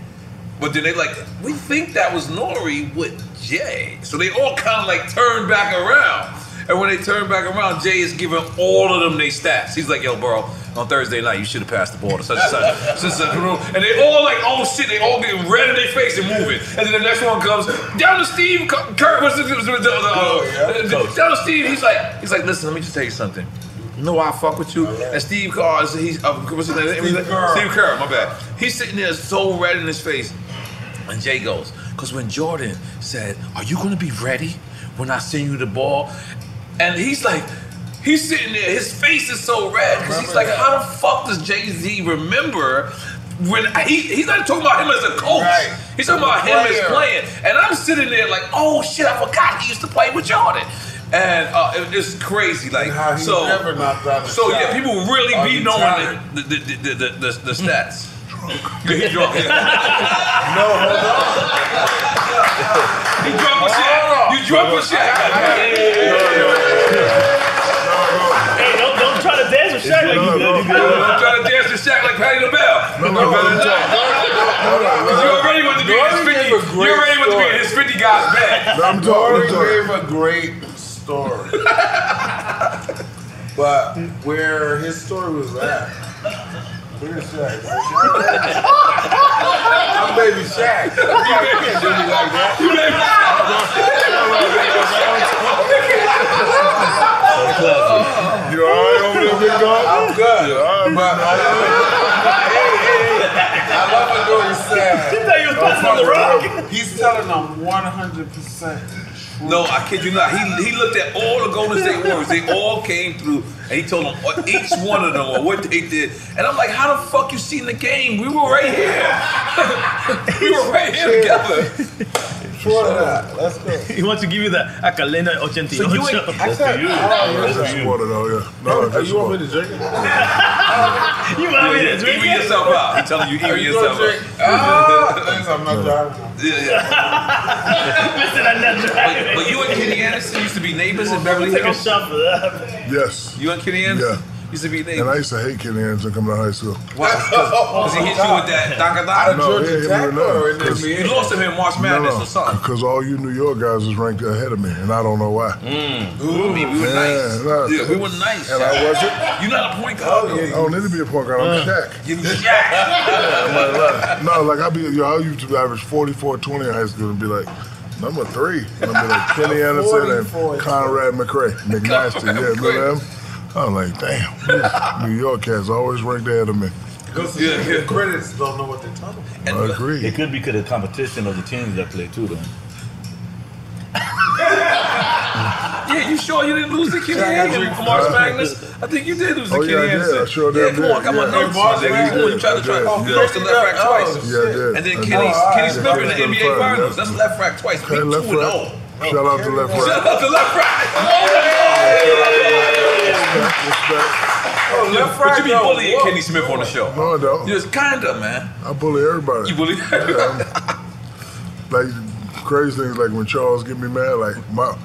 C: but then they like we think that was Nori with Jay, so they all kind of like turn back around. And when they turn back around, Jay is giving all of them their stats. He's like, "Yo, bro, on Thursday night you should have passed the ball to such and such, such and such." And they all like, "Oh shit!" They all getting red in their face and moving. And then the next one comes down to Steve Cur- Kirk. What's the, the, the, the, the- down to Steve? He's like, he's like, "Listen, let me just tell you something." You know why I fuck with you? And Steve Carr, is- he's uh, what's his name? Steve Kerr. my bad. He's sitting there so red in his face, and Jay goes, "Cause when Jordan said, are you gonna be ready when I send you the ball?" And he's like, he's sitting there, his face is so red because he's like, how the fuck does Jay Z remember? When I- he, he's not talking about him as a coach, he's talking about him as
N: Player.
C: playing. And I'm sitting there like, oh shit, I forgot he used to play with Jordan, and uh, it- it's crazy. Like,
N: How he
C: so
N: never knocked out a
C: so
N: shot.
C: yeah, people really
N: Are
C: be
N: you
C: knowing
N: tired?
C: the the, the, the, the, the, the stats. Yeah, [laughs] he drunk.
N: No, hold on.
C: You drunk with shit. You drunk with shit.
B: Hey, don't, don't try to dance with Shaq like you good. You good.
C: I'm trying to dance to Shaq like Patty LaBelle. No, no, no, you already want to be in his fifty. You already want to be in his fifty guys bag.
E: I'm
C: talking-
N: Nori
C: [laughs] I'm
N: gave a great story, [laughs] but where his story was at. Where's Shaq? I'm baby Shaq.
C: [laughs]
N: You
C: baby
N: can't do me like that. You
C: baby
N: You alright over there, big dog? I'm good. You alright, but I I love what Dory said.
C: She thought you was passing on the rock.
N: He's telling them 100%.
C: No, I kid you not. He he looked at all the Golden State Warriors. They all came through, and he told them what- each one of them or what they did. And I'm like, how the fuck you seen the game? We were right here. [laughs] we were right here together.
N: Let's go.
B: He wants to give you the Acalena 88.
N: So you ain't-
B: That's for you. That's for you.
E: water though, yeah. No,
B: Hey,
E: that's
B: you want
E: water.
B: me You want me to drink
C: Even
B: it?
C: yourself out. He telling you
N: Are [laughs]
C: even
N: you gonna
C: yourself
N: drink?
C: [laughs]
N: Ah.
C: out.
N: I'm not driving.
C: Yeah, yeah.
B: [laughs] Listen, [laughs] I'm not driving.
C: But you and Kenny Anderson used to be neighbors in Beverly Hills.
B: shot for that.
E: Yes.
C: You and Kenny Anderson used to be
E: And I
C: neighbors.
E: used to hate Kenny Anderson coming out of high school.
C: [laughs] Because he hit you with that Daka Daka.
E: No, he hit me with none. 'cause-
C: You lost him in March Madness or something.
E: Because all you New York guys is ranked ahead of me, and I don't know why.
C: Mm. I mean, we were
E: Yeah,
C: nice.
E: nah.
C: Yeah, we were nice.
E: And I wasn't.
C: You're not a point guard.
E: I don't need to be a point guard.
C: Uh.
N: Mm.
E: I'm Shaq.
C: You Shaq.
E: No, like I be, yo, I used to average 44, 20 in high school and be like, [laughs] number three. And I'd be
N: [laughs]
C: [laughs]
E: like, Kenny Anderson and Conrad McRae. McNasty, yeah, remember them? I'm like, damn, New York cats always ranked ahead of me.
N: Good for you.
C: [laughs]
N: The critics don't know what they're talking about.
C: uh,
H: And It could be because of the competition of the teams that play too, though.
F: Yeah, you
C: Oh,
F: sure you didn't lose the Kenny Anderson, Marsh Magnus? I think you did lose the
E: Oh,
F: Kenny
E: yeah, I did. I
F: Anderson.
E: sure
F: yeah,
E: did,
F: come on,
E: yeah.
F: come on,
E: Yeah,
F: nerds.
E: Marsh
F: nigga.
E: Magnus.
F: You tried to try
E: Oh,
F: to first the left rack
E: oh,
F: twice.
E: yeah, I did.
F: And then
E: Oh,
F: Kenny,
E: all right.
F: Kenny Smith in the
E: Yeah,
F: NBA
E: yeah.
F: Finals. That's left rack twice. We 2
E: Hey,
F: and
E: left
F: 0.
E: rack. Shout out to left rack.
F: Shout out to left rack.
C: Oh,
E: left
C: but
E: right,
C: you be
E: though.
C: bullying
E: Whoa.
C: Kenny Smith on the show.
E: No, I don't.
C: You just kinda, man.
E: I bully everybody.
C: You bully
E: like crazy things like when Charles get me mad, like my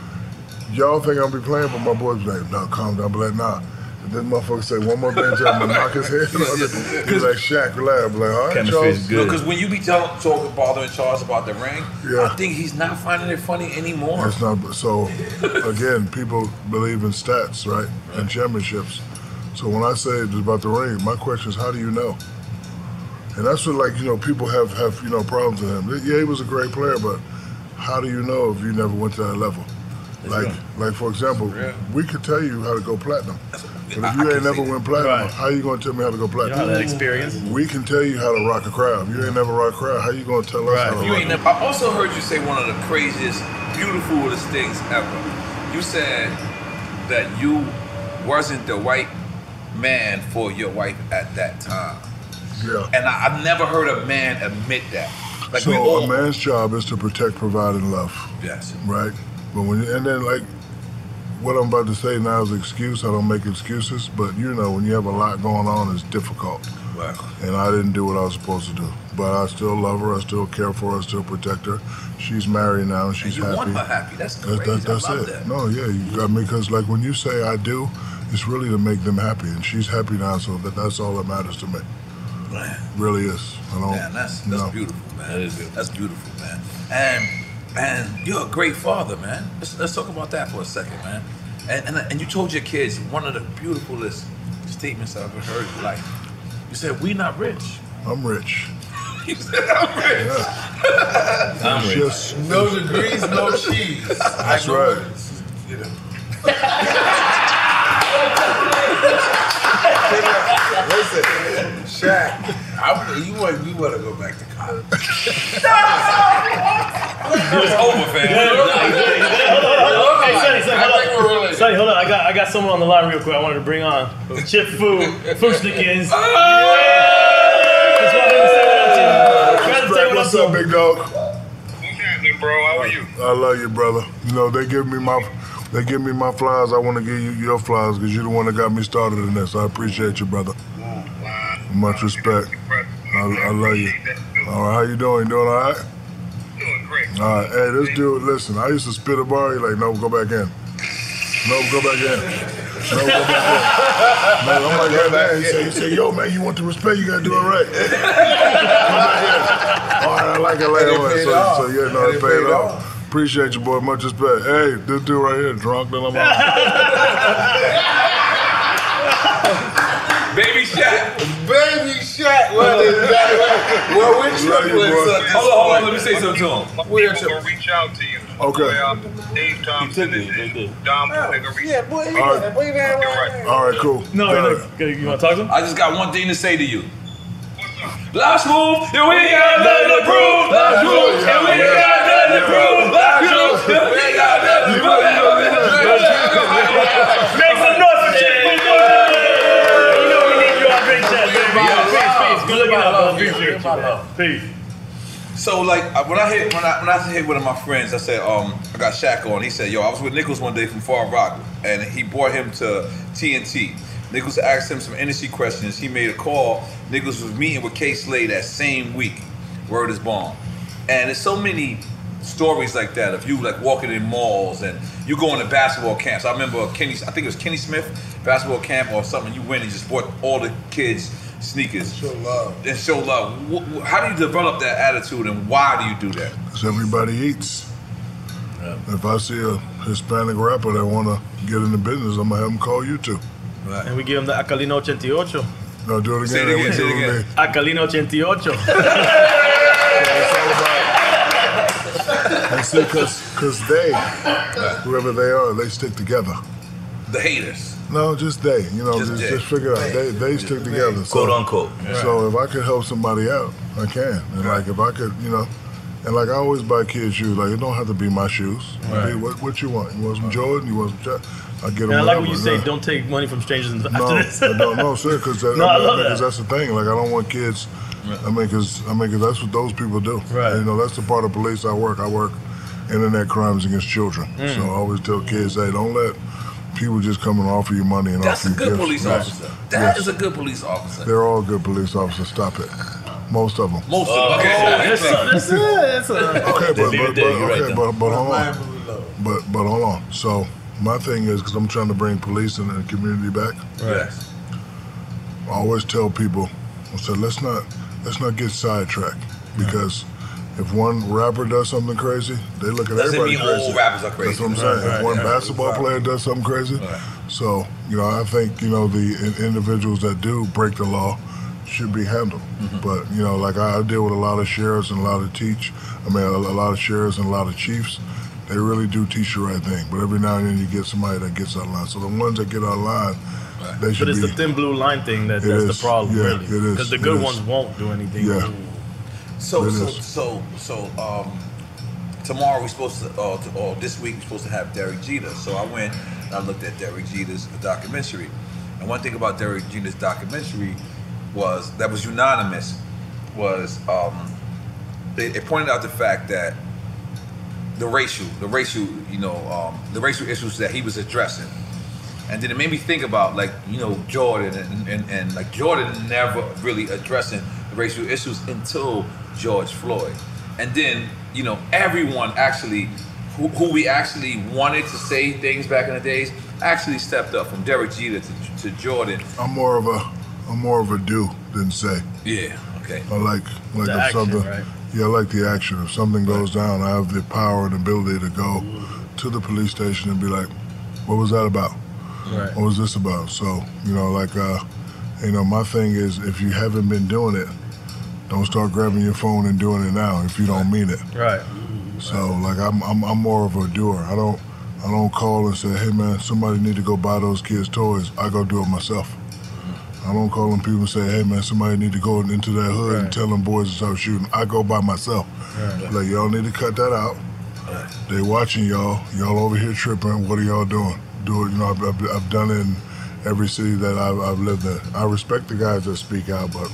E: y'all think I'll be playing, but my boys be like, no, calm down, but like, nah. And This motherfucker say one more thing to him and knock his head on it. He's like Shaq, relax. I'm like, all right, Charles.
C: Because when you be tell, talking, bothering Charles about the ring,
E: Yeah.
C: I think he's not finding it funny anymore.
E: That's not so. Again, people believe in stats, right? And championships. So when I say it's about the ring, my question is, how do you know? And that's what, like, you know, people have have you know problems with him. Yeah, he was a great player, but how do you know if you never went to that level? Like, like for example, we could tell you how to go
F: [laughs]
E: platinum, but if you
F: I- I
E: ain't
F: can see
E: never
F: that.
E: went platinum,
F: Right.
E: how you gonna tell me how to go platinum?
F: have that experience.
E: We can tell you how to rock a crowd. You ain't never rock a crowd. How you gonna tell us how to
C: You
E: rock?
C: ain't never, I also heard you say one of the craziest, beautifulest things ever. You said that you wasn't the white man for your wife at that time.
E: Yeah.
C: And I, I've never heard a man admit that. Like
E: so
C: we
E: a
C: all,
E: man's job is to protect, provide, and love.
C: Yes.
E: Right. But when you, and then like what I'm about to say now is an excuse. I don't make excuses, but you know when you have a lot going on, it's difficult.
C: Right.
E: And I didn't do what I was supposed to do, but I still love her. I still care for her. I still protect her. She's married now. And she's
C: [laughs] you
E: happy.
C: want her happy. That's
E: That-
C: crazy.
E: that- that's
C: I love
E: it.
C: that.
E: No, yeah, you, I mean, because like when you say I do, it's really to make them happy, and she's happy now, so that that's all that matters to me. Really is. I don't.
C: Man, that's that's
E: no.
C: beautiful, man. That is beautiful. That's beautiful, man. And and you're a great father, man. Let's, let's talk about that for a second, man. And, and and you told your kids one of the beautifulest statements I've ever heard in life. You said, "We not rich."
E: I'm rich.
C: you said, "I'm rich."
E: I'm rich. Just-
N: no degrees,
E: [laughs]
N: no cheese.
E: That's right.
N: Listen, Shaq, I, you want you want to go back to college?
C: It's over, fam.
N: Hey, Sonny, Sonny, hold on.
B: Sonny, hold on. I got I got someone on the line real quick. I wanted to bring on Chip Foo, Fushnikins.
E: What's up, big dog?
Q: bro? How are you?
E: I love you, brother. You know they give me my, they give me my flies. I want to give you your flies because you're the one that got me started in this. I appreciate you, brother. Much respect. I, I love you. All right, how you doing? You doing all right? Doing great. All right, hey, this dude. Listen, I used to spit a bar. He like, no, go back in. No, go back in. No, go back in. Man, I'm like, go back in. He said, he said, yo, man, you want the respect? You gotta do it right. All right, I like it later.
F: And it paid
E: so,
F: off.
E: so yeah,
F: And
E: no, it,
F: it
E: paid,
F: paid
E: off. Appreciate you, boy. Much respect. Hey, this dude right here, drunk than I'm out. [laughs]
C: Baby Shaq.
N: Baby Shaq. Well, is that well, we're
E: Love you,
N: triplets
E: boy.
N: at this
E: Hold on, hold on,
N: point.
E: let me say something to him.
N: We're triplets.
E: Okay.
Q: Dave Thompson and and Dom Gregory.
N: Yeah, boy, you
E: All
N: got
E: right.
N: it. Boy, you got it right.
E: All right, cool.
C: No,
B: you want to talk to him?
C: I just got one thing to say to you. Last move, and we ain't got nothing to prove. Last move, and we ain't got nothing to prove. Last move, and we ain't got nothing to prove. Make some noise for Chip Boo Boo. You know we need you on Big Chat, baby. Peace, peace. Good looking out, bro. Appreciate you, man. Peace. So like I- when I hit when I when I hit one of my friends, I said um I got Shaq on. He said yo I was with Nichols one day from Far Rock, and he brought him to TNT. Nichols asked him some industry questions. He made a call. Nichols was meeting with K Slade that same week. Word is bomb. And there's so many stories like that of you like walking in malls and you going to basketball camps. I remember Kenny, I think it was Kenny Smith basketball camp or something. You went and just bought all the kids sneakers. Show love. And show love. Wh- wh- How do you develop that attitude and why do you do that?
E: Because everybody eats. If I see a Hispanic rapper that want to get into business, I'm going to have him call you two.
B: And we give him the Acalino 88.
E: No, do it again. Say it again, We'll say it do it again.
B: Acalino 88.
E: And see, because they, whoever they are, they stick together.
C: The haters.
E: No, just they. You know,
C: Just
E: just,
C: they.
E: just, figure it out. They they stick together. So,
C: Quote, unquote.
E: So if I could help somebody out, I can. And like if I could, you know, and like I always buy kids shoes. Like it don't have to be my shoes. It
B: Right.
E: Be what what you want. You want some Jordan? You want some? Ch- I get them.
B: And I like what you
E: whatever.
B: say. Don't take money from strangers [laughs] after
E: No,
B: this.
E: I don't know,
B: [laughs]
E: sir, because
B: No, I love that.
E: that's the thing. Like, I don't want kids. I mean, because I mean, 'cause that's what those people do. Right. You know, that's the part of police I work. I work internet crimes against children.
C: Mm.
E: So I always tell kids, hey, don't let people just come and offer you money and
C: That's
E: offer
C: a
E: you
C: good
E: gifts.
C: police
E: That's-
C: officer. That
E: yes.
C: is a good police officer.
E: They're all good police officers. Stop it. Most of them.
C: Most of them.
F: That's that's that's
E: Okay, but, but, but, okay, but, but hold
F: Right.
E: on. But, but hold on. So my thing is, because I'm trying to bring police and the community back.
C: Yes.
E: I always tell people, I said, let's not let's not get sidetracked because if one rapper does something crazy, they look at
C: Doesn't
E: everybody
C: mean
E: crazy.
C: all rappers are crazy.
E: That's what I'm
C: Right,
E: saying.
C: right,
E: if one
C: right.
E: basketball player does something crazy, so you know, I think you know the in- individuals that do break the law should be handled.
C: Mm-hmm.
E: But you know, like I, I deal with a lot of sheriffs and a lot of teach. I mean, a, a lot of sheriffs and a lot of chiefs. They really do teach the right thing, but every now and then you get somebody that gets out of line. So the ones that get out of line, they should
B: But it's
E: be
B: the thin blue line thing that,
E: It
B: that's
E: is.
B: the problem,
E: Yeah,
B: really.
E: it is.
B: Because the
E: It
B: good
E: is.
B: ones won't do anything.
E: Yeah.
B: [laughs]
C: So
E: It
C: so
E: is.
C: so so um, tomorrow we're supposed to, uh, to or this week we're supposed to have Derek Jeter. So I went and I looked at Derek Jeter's documentary, and one thing about Derek Jeter's documentary was that was unanimous was um, it, it pointed out the fact that the racial the racial you know um, the racial issues that he was addressing. And then it made me think about like you know Jordan and, and, and like Jordan never really addressing racial issues until George Floyd, and then you know everyone actually who, who we actually wanted to say things back in the days actually stepped up from Derek Jeter to, to Jordan.
E: I'm more of a I'm more of a do than say.
C: Yeah. Okay.
E: I like like
C: The
E: if
C: action,
E: something
C: right?
E: yeah, I like the action. If something goes down, I have the power and ability to go to the police station and be like, What was that about?
F: Right.
E: What was this about? So, you know, like uh you know, my thing is if you haven't been doing it, don't start grabbing your phone and doing it now if you don't mean it.
B: Right.
E: So like I'm, I'm I'm more of a doer. I don't I don't call and say, hey man, somebody need to go buy those kids toys. I go do it myself. I don't call them people and say, hey man, somebody need to go into that hood and tell them boys to stop shooting. I go by myself.
F: Right.
E: Like y'all need to cut that out. They watching y'all. Y'all over here tripping. What are y'all doing? Do it. You know, I've, I've, I've done it in every city that I've, I've lived in. I respect the guys that speak out, but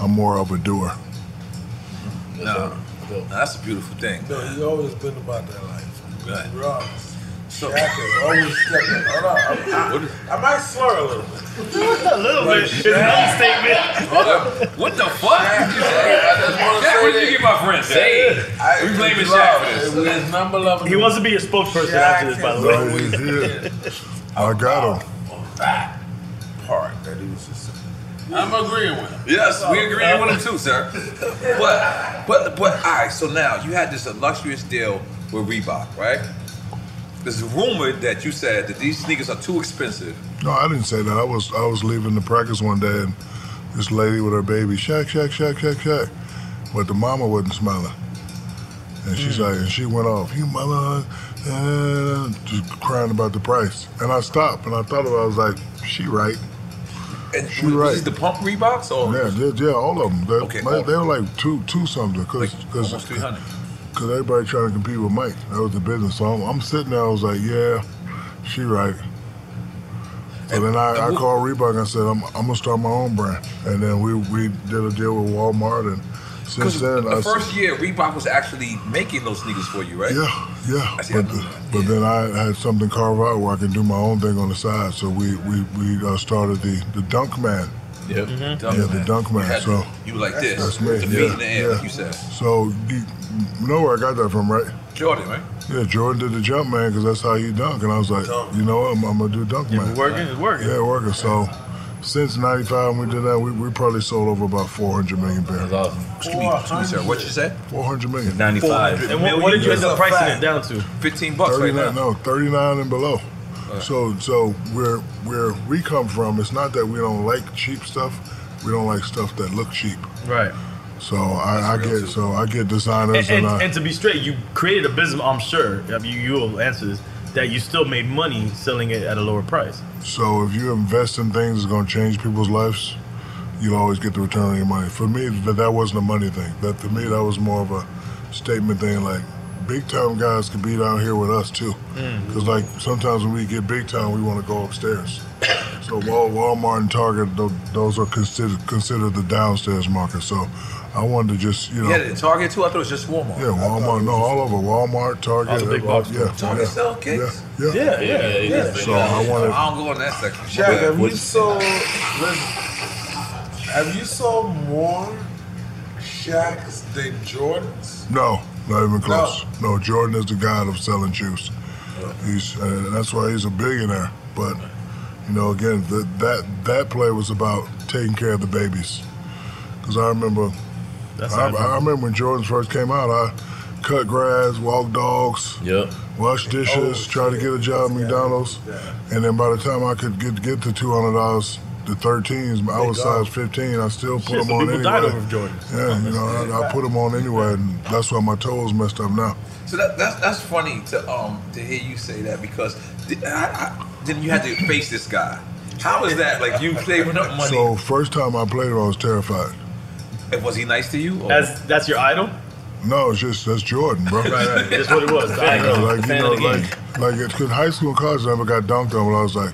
E: I'm more of a doer.
C: No, that's a beautiful thing.
N: No, you always been about that life.
C: Right.
N: Regardless.
C: So,
N: Shaq is always stepping. Hold on. I, I, I might slur a little bit.
F: a little bit. It's an understatement.
C: Hold up. What the fuck?
F: Shaq,
C: where did you get my friend? Say it.
N: I-
C: We blaming
N: it's love.
C: Shaq for
N: It
C: this.
N: was number loving.
B: He wants to be a spokesperson after this, by the way.
E: Right, he's here. I got him.
N: That part that he was just. I'm agreeing with him.
C: Yes, we agree with him too, sir. But but but all right. So now you had this illustrious deal with Reebok, right? There's rumored that you said that these sneakers are too expensive.
E: No, I didn't say that. I was I was leaving the practice one day and this lady with her baby, shack, shack, shack, shack, shack. But the mama wasn't smiling. And she's like, and she went off, you mother, and just crying about the price. And I stopped and I thought about it, I was like, she right.
C: And
E: she right.
C: Is the pump Reeboks or
E: Yeah, yeah, yeah, all of them. They,
C: Okay,
E: they,
C: all-
E: they were like two, two something, cause, cause,
C: almost 300?
E: cause everybody trying to compete with Mike. That was the business. So I'm, I'm sitting there. I was like, yeah, she right. So then I, I called Reebok and said, I'm, I'm gonna start my own brand. And then we, we did a deal with Walmart, and since then, I
C: The
E: s-
C: first year, Reebok was actually making those sneakers for you, right?
E: Yeah, yeah.
C: I see.
E: But, but then I had something carved out where I can do my own thing on the side. So we we, we uh, started the the Dunk Man.
C: Yep.
E: Yeah, the Dunk Man.
C: You had-
E: so
C: you like this?
E: That's me.
C: The feet
E: yeah,
C: in the air,
E: yeah.
C: like you said.
E: So you you know where I got that from, right?
C: Jordan, right?
E: Yeah, Jordan did the jump man because that's how you dunk, and I was like, you know what, I'm, I'm gonna do dunk man.
B: it's working, it's working.
E: Yeah, working. So since '95, when we did that, we, we probably sold over about 400 million pairs.
C: Excuse me, excuse me, sir. What you said?
E: 400 million.
C: 95.
B: And what, what did you end up pricing it down to?
C: 15 bucks right
E: 39,
C: now.
E: No, 39 and below. So so where where we come from, it's not that we don't like cheap stuff. We don't like stuff that look cheap.
B: [laughs] Right.
E: So I, I get so I get designers
B: And, and,
E: I,
B: and to be straight, you created a business, I'm sure. I mean, you will answer this. that you still made money selling it at a lower price.
E: So if you invest in things that's going to change people's lives, you'll always get the return on your money. For me, that that wasn't a money thing. That to me, that was more of a statement thing. Like big time guys can be down here with us too,
F: Mm.
E: because like sometimes when we get big time, we want to go
F: [coughs]
E: upstairs. So Wal- Walmart and Target, tho- those are considered considered the downstairs market. So I wanted to just you know.
F: yeah, the Target too. I thought it was just Walmart.
E: Yeah, Walmart. No, all over Walmart, Target.
F: All the big box
E: yeah,
F: stores. Target
E: yeah,
F: sell kicks?
E: Yeah, yeah,
F: Yeah, yeah, yeah.
E: So I wanted.
F: I don't go in that section.
G: Shaq, have you
F: What-
G: sold? Listen, have you sold more Shaqs than Jordans?
E: No, not even close. No, Jordan is the god of selling shoes. He's uh, that's why he's a billionaire. But you know, again, th that that play was about taking care of the babies. Because I remember,
F: That's
E: I,
F: how I
E: I remember when Jordans first came out. I cut grass, walked dogs,
H: Yep.
E: wash dishes, tried to get a job at McDonald's, and then by the time I could get get to two hundred dollars. The 13s, I
G: Big
E: was
G: dog.
E: size 15. I still put
G: Shit,
E: them
G: some
E: on
G: people
E: anyway.
G: died over Jordans.
E: Yeah, you know, I, I put them on anyway, and that's why my toes messed up now.
F: So that, that's that's funny to um to hear you say that because th- I, I, then you had to face this guy. How is that? Like you saving up money.
E: So first time I played, I was terrified.
F: was he nice to you? Or?
B: That's that's your idol.
E: No, it's just that's Jordan, bro.
B: Right, right. That's what it was. The
E: Yeah,
B: idol.
E: like you
B: Fan
E: know,
B: of the game.
E: like like it's because high school and college I never got dunked on, but I was like,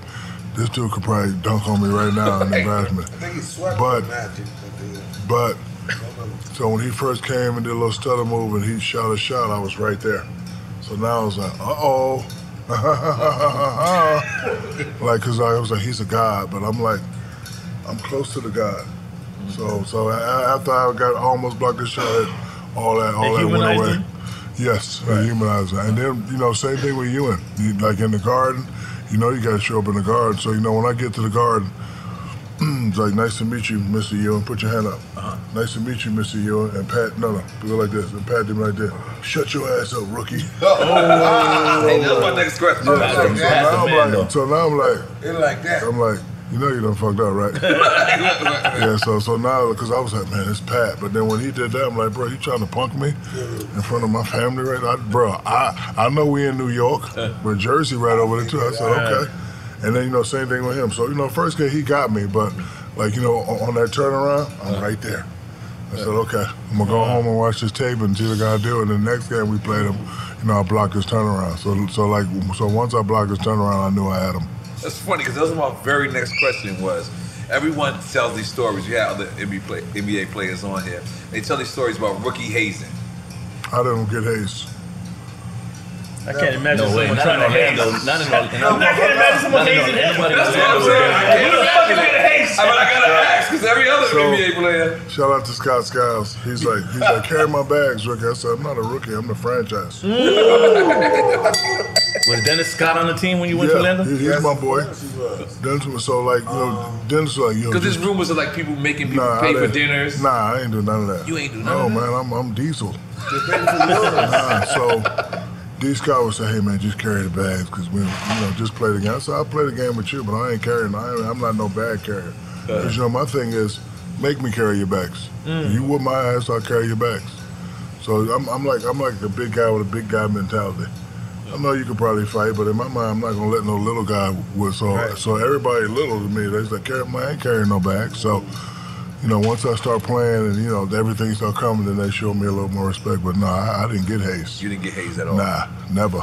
E: this dude could probably dunk on me right now in embarrassment.
G: I think he swept
E: But-
G: the Magic.
E: But so when he first came and did a little stutter move and he shot a shot, I was right there. So now I was like, uh oh. like, cause I was like, he's a god, but I'm like, I'm close to the god. So so a- a- after I got almost blocked the shot, [laughs] all that all
B: They
E: that went
B: humanized
E: away.
B: him?
E: Yes, right. humanize that. And then you know, same thing with Ewan. You, like in the garden, you know, you got to show up in the garden. So you know, when I get to the garden, [clears throat] it's like, nice to meet you, Mr. Ewan. Put your hand up.
F: Uh-huh.
E: Nice to meet you, Mr. Ewan. And pat, no, no, go like this. And pat him like this. Shut your ass up, rookie.
F: Hey, that's my next question.
E: Yeah, so, so now I'm like, so now I'm like,
G: It like that.
E: I'm like, you know, you done fucked up,
G: [laughs]
E: right? yeah. So, so now, because I was like, man, it's Pat. But then when he did that, I'm like, bro, you trying to punk me in front of my family, right? I, bro, I, I know we in New York, but Jersey right over there too. I said, okay. And then you know, same thing with him. So you know, first game he got me, but like you know, on, on that turnaround,
G: Uh-huh.
E: I'm right there. I said, okay, I'm gonna go home and watch this tape and see what I gotta do. And the next game we played him, you know, I blocked his turnaround. So, so like, so once I blocked his turnaround, I knew I had him.
F: That's funny because that was my very next question was. Everyone tells these stories. You have other NBA, play, NBA players on here. They tell these stories about rookie hazing.
E: I didn't get hazed.
B: I can't imagine
H: No way,
B: someone
H: not
B: trying to
H: in
B: haze.
H: Orlando, [laughs] not in Orlando.
B: I can't imagine someone
H: Not in
B: hazing him.
H: Orlando.
B: That's what I'm saying. I can't- Who
H: Anybody in Orlando.
B: the fuck is gonna haze?
F: I mean, I gotta ask because every other
E: So-
F: NBA player.
E: Shout out to Scott Skiles. He's like, he's like, carry my bags, rookie. I said, I'm not a rookie. I'm the franchise.
B: [laughs]
H: Was Dennis Scott on the team when you went
E: yeah,
H: to Orlando?
E: he- He's my boy. Dennis was so like, you know, Dennis was like, yo,
F: Because there's
E: just,
F: rumors of like people making people
E: nah, I
F: pay for
E: didn't-
F: dinners.
E: Nah, I ain't do none of that.
F: You ain't do none
E: No,
F: of that?
E: man, I'm, I'm diesel. nah, so D Scott would say, hey, man, just carry the bags because we, you know, just play the game. I said, I'll play the game with you, but I ain't carrying. I ain't, I'm not no bag carrier. Because, you know, my thing is, make me carry your bags.
G: Mm.
E: You whoop my ass, I'll carry your bags. So I'm, I'm like I'm like the big guy with a big guy mentality. I know you could probably fight, but in my mind, I'm not gonna let no little guy with so so everybody little to me. They like, carry, man, I ain't carrying no bag. So, you know, once I start playing and you know everything start coming, then they show me a little more respect. But no, I, I didn't get hazed.
F: You didn't get hazed at all.
E: Nah, never.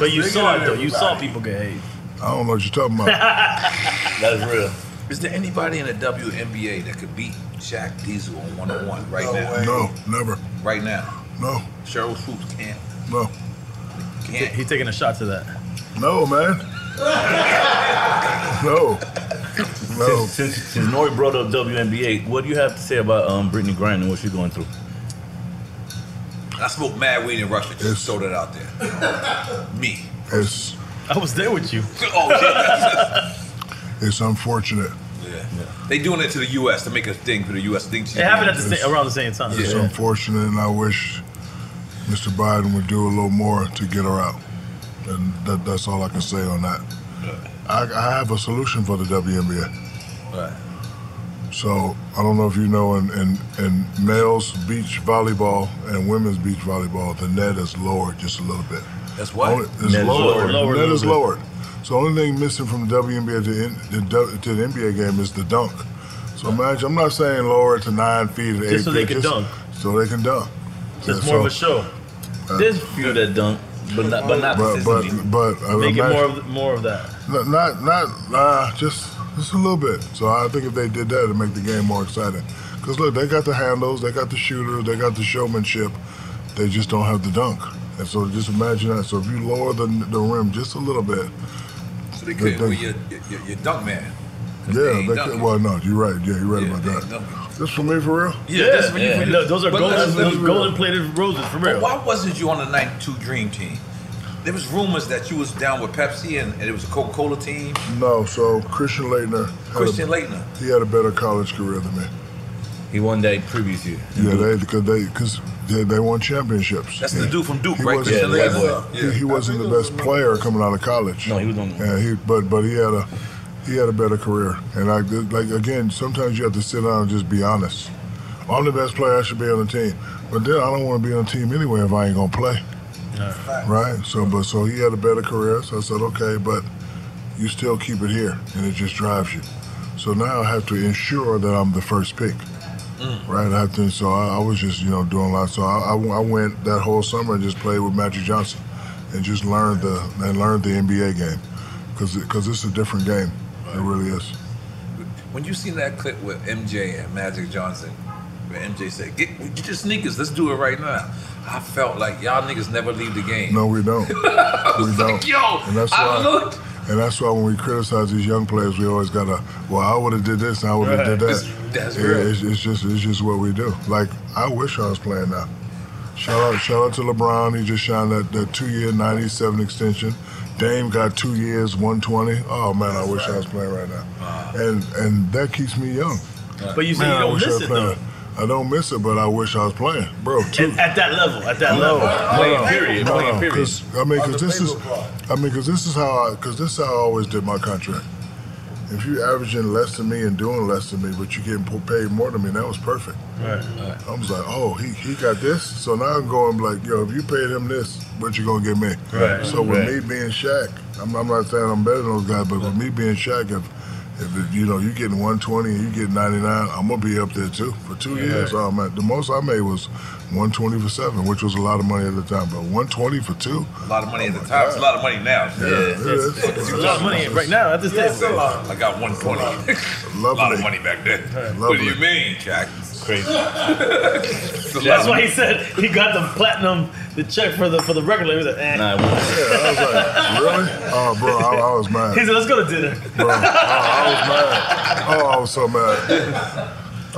B: But you saw it though. You saw people get hazed.
E: I don't know what you're talking
F: [laughs]
E: about.
B: That's real.
F: Is there anybody in the WNBA that could beat Shaq Diesel on one on one right now?
E: no, never.
F: Right now.
E: No.
F: Cheryl Swoops can't.
E: No.
F: Can't.
B: He taking a shot to that.
E: No, man.
H: [laughs]
E: no. No.
H: Since, since, since Nori brought up WNBA, what do you have to say about um, Brittany Griner and what she's going through?
F: I smoked mad weed in Russia. Just throw that out there. Me.
E: It's
B: I was there with you.
F: Oh, yeah.
E: it's unfortunate.
F: yeah. They doing it to the U.S. to make a thing for the U.S. Thing
B: It happened at the sa- around the same time.
E: It's unfortunate, and I wish Mr. Biden would do a little more to get her out. And that, that's all I can say on that. I, I have a solution for the WNBA.
F: Right.
E: So I don't know if you know, in, in, in males beach volleyball and women's beach volleyball, the net is lowered just a little bit.
H: That's what?
E: Only- It's
H: Net is
E: lowered.
H: lowered. Lowered a
E: Net
H: little
E: is
H: bit.
E: lowered. So only thing missing from the WNBA to the, N- the, W- to the NBA game is the dunk. So imagine, I'm not saying lower it to nine feet or eight
H: Just so they
E: feet,
H: can dunk.
E: So they can dunk.
H: It's
E: Yeah,
H: more of a
E: so-
H: show.
E: Uh,
H: There's a few that dunk, but not but not
E: But- but-
H: consistently.
E: but, uh,
H: make it
E: imagine-
H: more of, more of that.
E: No, Not, not, uh, just, just a little bit. So I think if they did that, it'd make the game more exciting. Because look, they got the handles, they got the shooters, they got the showmanship. They just don't have the dunk. And so just imagine that. So if you lower the, the rim just a little bit,
P: So they could well, you're, you're, you're dunk man.
E: yeah,
P: ain't
E: they
P: dunking.
E: could, well, no, you're right. Yeah, you're right about that. This for me, for real?
P: Yeah,
E: that's
P: that's what you- for you-
B: No, those are
P: But
B: golden,
P: let's- let's
B: those
P: be
B: golden
P: real.
B: plated roses for
P: But
B: real.
P: why wasn't you on the '92 Dream Team? There was rumors that you was down with Pepsi and, and it was a Coca-Cola team.
E: No, so Christian Leitner. had a-
P: Christian Leitner.
E: He had a better college career than me.
H: He won that previous year.
E: Yeah, they because they because they, they won championships.
P: That's
E: yeah.
P: the dude from Duke,
E: He
P: right?
E: wasn't,
P: Christian
E: he,
P: Leitner.
E: he- he wasn't the best player coming out of college. No, he was on. Yeah, he but but he had a he had a better career. And I did- like again, sometimes you have to sit down and just be honest. I'm the best player. I should be on the team, but then I don't want to be on the team anyway if I ain't gonna play. Right. So, but so he had a better career. So I said, okay, but you still keep it here, and it just drives you. So now I have to ensure that I'm the first pick. Right. I have to. So I, I was just, you know, doing a lot. So I, I w- I went that whole summer and just played with Magic Johnson, and just learned the and learned the NBA game, because because it's a different game. It really is.
P: When you seen that clip with MJ and Magic Johnson, where MJ said, "Get, get your sneakers. Let's do it right now." I felt like y'all niggas never leave the game.
E: No,
P: [laughs]
E: we don't.
P: I
E: we
P: was
E: don't.
P: like, yo,
E: and that's
P: I
E: why.
P: looked.
E: And that's why when we criticize these young players, we always gotta. Well, I would have did this, and I would have
P: Right.
E: did
P: That's-
E: that.
B: [laughs]
P: that's
E: Yeah,
P: real.
E: It's, it's just, it's just what we do. Like I wish I was playing now. Shout out, shout out to LeBron. He just signed that, that two-year, ninety-seven extension. Dame got two years, one twenty. Oh man, I wish I was playing right now. And and that keeps me young.
B: But you say you
E: I
B: don't
E: wish I
B: miss
E: was
B: it,
E: playing.
B: though.
E: I don't miss it, but I wish I was playing, bro. Two
B: At, at that level, at that
E: no,
B: level.
E: no, no, 'cause- I mean, because this is, I mean, 'cause this is how, I, because this is how I always did my contract. If you averaging less than me and doing less than me, but you getting po- paid more than me, that was perfect.
B: Right.
E: I was like, oh, he, he got this, so now I'm going like, yo, if you paid him this, what you gonna get me?
G: Right,
E: So with
G: right.
E: me being Shaq, I'm, I'm not saying I'm better than those guys, but with me being Shaq, if if it, you know you getting 120 and you getting 99, I'm gonna be up there too for two
G: Yeah.
E: years. Um, the most I made was 120 for seven, which was a lot of money at the time, but 120 for two.
P: A lot of money at the time. It's a lot of money now.
E: Yeah, it is.
P: It's
E: a lot of money right
B: now. That's
E: Yeah, it's a lot.
P: I got one twenty. [laughs] A lot of money back then. What do you mean, Jack? It's [laughs] crazy.
B: That's why he said he got the platinum, the check for the for the regular. He was like, eh.
E: Nah, I was like, really? Oh, bro, I, I was mad.
B: He said, let's go to dinner.
E: Bro, I, I was mad. [laughs] Oh, I was so mad.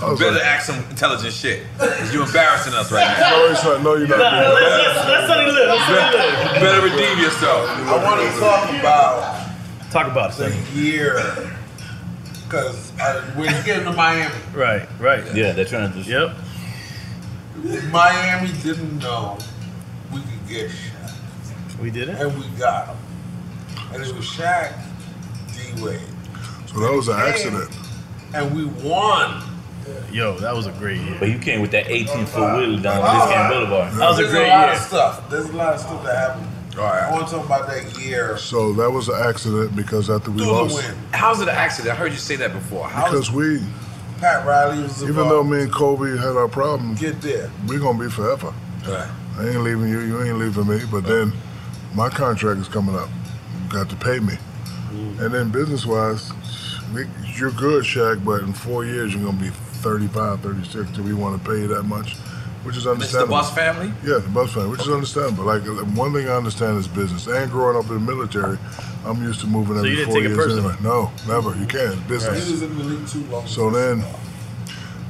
E: I was
P: better
E: like-
P: ask some intelligent shit. 'cause you embarrassing us right now.
E: No, it's not. No, you're not.
P: Nah,
E: being
P: let's-
E: bad.
B: let's let him live. Let's let him live.
P: You better redeem yourself.
G: I want to talk about
B: Talk about it.
G: the year because when you get into Miami,
B: Right, right.
H: Yeah, they're trying to.
B: Yep.
G: Miami didn't know we could get Shaq.
B: We did it,
G: and we got him. And it was Shaq, D Wade.
E: So that was an accident.
G: and we won.
B: Yo, that was a great year.
H: But you came with that 18 foot wheel down Biscayne Boulevard.
G: Uh, There's a lot of stuff. There's a lot of stuff that
E: Oh,
G: happened. All right. I want to talk about that year.
E: So that was an accident because after we lost,
P: How's it an accident? I heard you say that before. How
E: because we,
G: Pat Riley was
E: even though me and Kobe had our problem,
G: get there.
E: We're gonna be forever. I ain't leaving you. You ain't leaving me. But then my contract is coming up. You got to pay me.
G: Mm.
E: And then business wise, we, you're good, Shaq, but in four years, you're going to be 35, 36. Do we want to pay you that much? Which is
P: Mr.
E: understandable.
P: Boss family?
E: Yeah, the bus family, which is understandable. Like, one thing I understand is business. And growing up in the military, I'm used to moving
G: So
E: every
G: you didn't
E: four
G: take it
E: years
G: personal?
E: anyway. No, never. You can't. It's business.
G: He was in the league too long.
E: So then,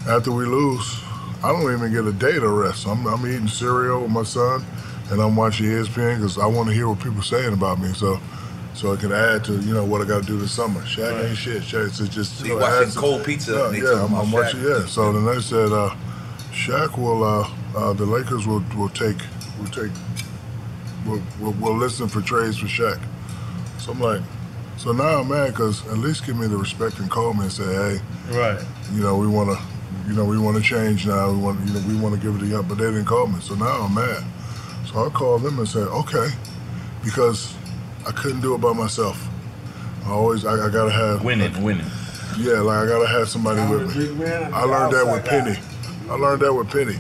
E: after we lose, I don't even get a day to rest. I'm, I'm eating cereal with my son, and I'm watching E ESPN because I want to hear what people saying about me. So, so I can add to you know what I got to do this summer. Shaq ain't shit. Shaq it's just
P: So
E: you
P: you
E: know,
P: watching
E: add to-
P: Cold Pizza
E: Yeah,
P: and they
E: yeah
P: talking
E: I'm,
P: about
E: I'm watching.
P: Shaq.
E: Yeah. So then they said, uh, Shaq will. Uh, uh, the Lakers will will take will take will will, will listen for trades for Shaq. So I'm like, so now I'm mad because at least give me the respect and call me and say, hey,
B: Right.
E: you know, we want to, you know, we want to change now. We want, you know, we want to give it a up, but they didn't call me. So now I'm mad. So I called them and said, okay, because I couldn't do it by myself. I always, I, I gotta have
H: winning, winning.
E: Yeah, like I gotta have somebody with me. I learned that with Penny. I learned that with Penny.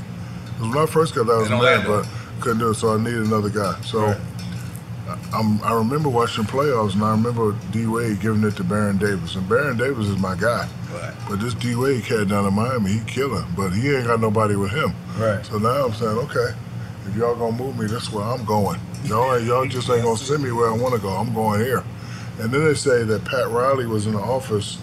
E: 'Cause when I first got that, I was
C: don't
E: mad,
C: have
E: but couldn't do it, so I needed another guy. So I- I'm, I remember watching playoffs, and I remember D Wade giving it to Baron Davis, and Baron Davis is my guy. But this D Wade cat down in Miami, he killing, but he ain't got nobody with him.
G: Right.
E: So now I'm saying, okay, if y'all gonna move me, that's where I'm going. Y'all, y'all just ain't gonna send me where I want to go. I'm going here. And then they say that Pat Riley was in the office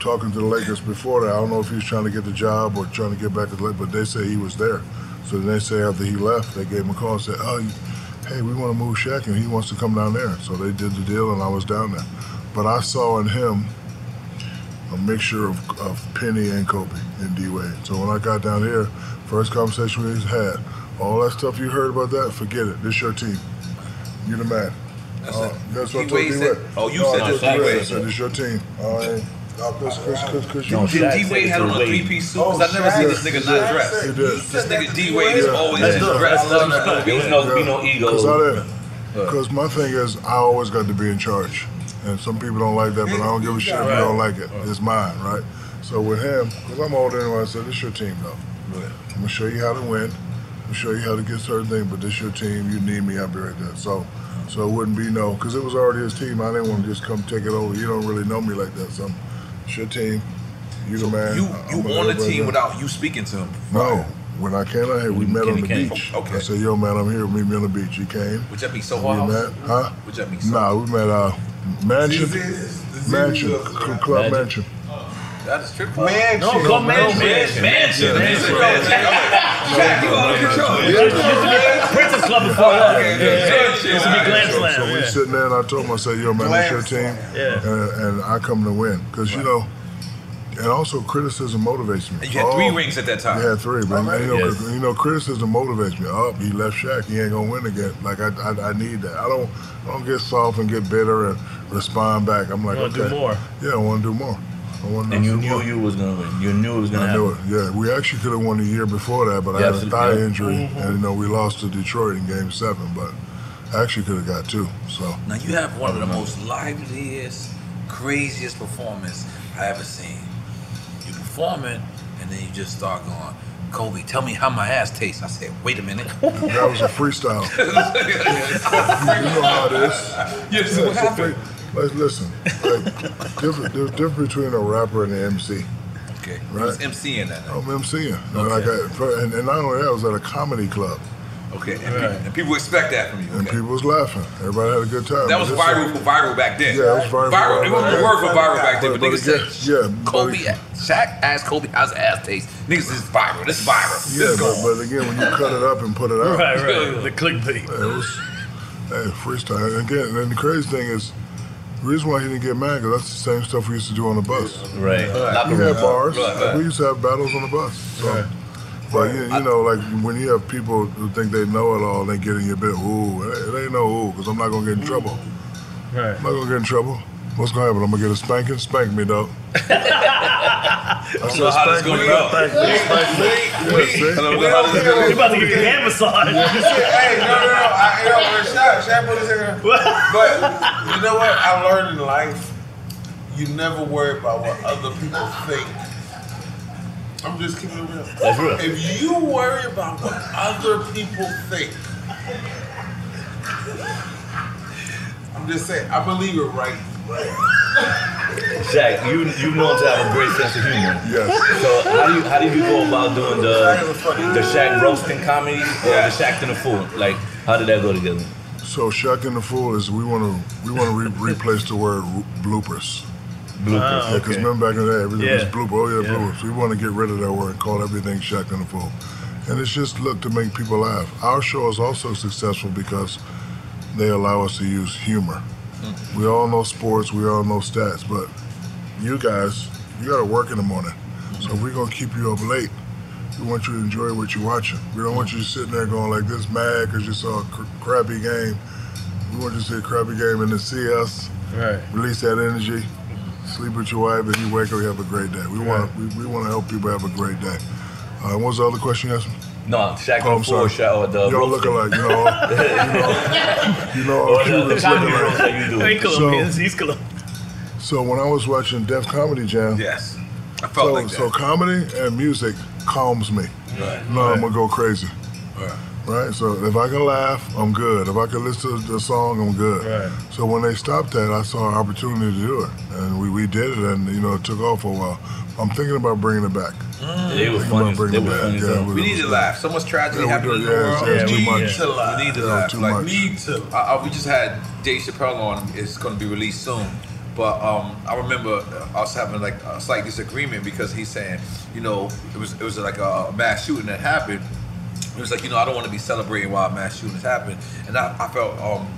E: talking to the Lakers before that. I don't know if he was trying to get the job or trying to get back to the Lakers, but they say he was there. So then they say after he left, they gave him a call and said, "Oh, you- hey, we want to move Shaq, and he wants to come down there." So they did the deal, and I was down there. But I saw in him a mixture of, of Penny and Kobe and D Wade. So when I got down here, first conversation we had, all that stuff you heard about that, forget it. This your team. You the man.
C: That's
E: Uh,
C: it.
E: That's what I
C: D
E: told
C: Wade
E: D
C: said-
E: Wade.
C: oh, you said just
E: I
C: D
E: told
C: Wade.
E: I said this your team. All right. Uh, Chris, Chris, Chris, Chris,
C: No,
E: you-
C: Did D Wade had on a three piece suit? Because I never seen this nigga not dressed.
E: He did.
C: This nigga D Wade is
E: Yeah.
C: always
E: Let's do it.
C: dressed.
E: Let's do it.
C: There's no, be no ego.
E: Cause, Because my thing is, I always got to be in charge. And some people don't like that, but I don't give a shit if you don't like it. It's mine, right? So with him, because I'm older than him, I said, this your team, though. I'm going to show you how to win. I'm going to show you how to get certain things, but this your team. You need me, I'll be right there. So so it wouldn't be no, because it was already his team. I didn't want to just come take it over. You don't really know me like that. So it's your team. You the man.
C: You,
E: I- I'm
C: you
E: gonna
C: on the
E: go right
C: team
E: there.
C: without you speaking to him.
E: No, when I came out here, we met on the
C: came.
E: beach. I said, "Yo, man, I'm here. Meet me on the beach." He came.
C: Would that be so
E: We
C: hard?
E: met, huh?
C: Would that be so
E: Nah, we met uh, mansion, mansion, Cl- club mansion.
C: That is trip
N: Mansion. Uh, No,
C: Club
N: Club Mansion.
C: Mansion. Mansion.
N: Yeah,
C: Mansion.
N: Mansion.
C: Mansion. Jack, you out of control.
E: Yeah.
C: Princess Club before that. It's a big glam
E: So, so we
C: slam.
E: sitting there, and I told him, I said, "Yo, man, it's your team,
C: Yeah.
E: and, and I come to win." Because you know, and also criticism motivates me.
C: You had
E: Oh,
C: three rings at that time.
E: You had three, but
C: Alright.
E: you, know,
C: Yes.
E: cri- you know, criticism motivates me. Oh, he left Shaq. He ain't gonna win again. Like I, I, I need that. I don't, I don't get soft and get bitter and respond back. I'm like,
H: You wanna do
E: okay,
H: more.
E: yeah, I want to do more. I want to
H: And
E: do
H: you
E: more.
H: knew you was gonna win. You knew it was gonna
E: I knew it.
H: happen.
E: Yeah, we actually could have won the year before that, but I
H: Yeah,
E: had a
H: absolutely.
E: thigh
H: Yeah.
E: injury,
H: Mhm.
E: and you know we lost to Detroit in Game Seven. But I actually could have got two. So
C: Now you have one of the most liveliest, craziest performance I ever seen. You performing, and then you just start going, Kobe, tell me how my ass tastes. I said, wait a minute. [laughs]
E: That was a freestyle. [laughs] you know how it is.
C: Yes, so what
E: it's a
C: happened?
E: free- Like, listen, like, different, there's difference between a rapper and an MC.
C: Okay.
E: Right.
C: He was MCing that night.
E: I'm MCing. And,
C: Okay.
E: I got, and, and not only that, I was at a comedy club.
C: Okay. And, pe- and people expect that from you.
E: And people was laughing. Everybody had a good time.
C: That
E: But
C: was
E: this-
C: viral for viral back then.
E: Yeah, that was viral for
C: Viral.
E: viral
C: It wasn't a
E: back
C: word for
E: then.
C: viral back then, but,
E: But- but
C: niggas said,
E: yeah,
C: Kobe, Shaq asked Kobe how's his ass taste. Niggas, this is viral. This is viral.
E: Yeah,
C: this is
E: but, but again, when you cut it up and put
C: [laughs]
E: it out,
C: Right, right.
E: the clickbait. It was hey, freestyle. And again, and the crazy thing is, the reason why he didn't get mad because that's the same stuff we used to do on the bus.
H: Right.
E: We had bars.
H: Right, right.
E: We used to have battles on the bus. So. But you, you know, like when you have people who think they know it all, they get in your bit. Ooh, it it ain't no ooh, because I'm not gonna get in trouble. I'm not gonna get in trouble. What's gonna happen? I'm gonna get a spanking. Spank me, dog. I
C: know how this gonna go.
H: You about to get your hand massaged.
G: Hey, no, no, no. I ain't over shot. Shaq put his hand up. But you know what? I learned in life, you never worry about what other people think. I'm just keeping it real.
N: That's real.
G: If you worry about what other people think, I'm just saying, I believe it right.
H: Jack, you you know to have a great sense of humor.
E: Yes.
H: So how do you how do you go about doing the the Shaq roasting comedy or the Shaq and the fool? Like how did that go together?
E: So Shaq and the Fool is we want to we want to re- replace the word r- bloopers.
H: Bloopers.
E: Yeah, because
H: Ah, okay.
E: remember back in the day, everything was
H: Yeah.
E: blooper. Oh yeah,
H: Yeah.
E: bloopers. We want to get rid of that word and call everything Shaq and the Fool. And it's just look to make people laugh. Our show is also successful because they allow us to use humor. We all know sports, we all know stats, but you guys, you got to work in the morning. So if we're gonna keep you up late. We want you to enjoy what you're watching. We don't want you sitting there going like this mad because you saw a cr- crappy game. We want you to see a crappy game and to see us
G: Right.
E: release that energy, sleep with your wife, and you wake up, you have a great day. We want to we, we want to help people have a great day. Uh, what was the other question you asked me?
H: No, Shaq oh, before Shaq or the
E: Y'all looking like, you know,
H: [laughs]
E: [laughs] you know,
H: Or
E: you know,
H: Oh, the, the comedy roast that you do.
B: Hey, Colombians,
E: So-
B: he's Colombian.
E: So when I was watching Def Comedy Jam,
C: yes, I
E: felt so, like that. So comedy and music calms me.
C: Right.
E: No, I'm gonna go crazy.
C: Right.
E: Right. So if I can laugh, I'm good. If I can listen to the song, I'm good. Right. So when they stopped that, I saw an opportunity to do it, and we, we did it, and you know it took off for a while. I'm thinking about bringing it back.
H: Mm. They were
E: Thinking
H: funny.
E: about bringing
H: They
E: it
H: were
E: back.
H: funny.
E: Yeah,
H: though.
E: we-
H: We
E: we-
H: need
C: need to laugh. So much tragedy
E: Yeah, we
C: happened in the
E: do. Yeah,
C: world.
E: it's- it's
C: we
E: too much.
C: need to laugh. We need to
E: Yeah,
C: laugh.
E: too
C: like,
E: much.
C: Need to. I, I- we just had Dave Chappelle on. It's going to be released soon. But um, I remember us having like a slight disagreement because he's saying, you know, it was it was like a mass shooting that happened. It was like, you know, I don't want to be celebrating while mass shootings happen. And I, I felt um,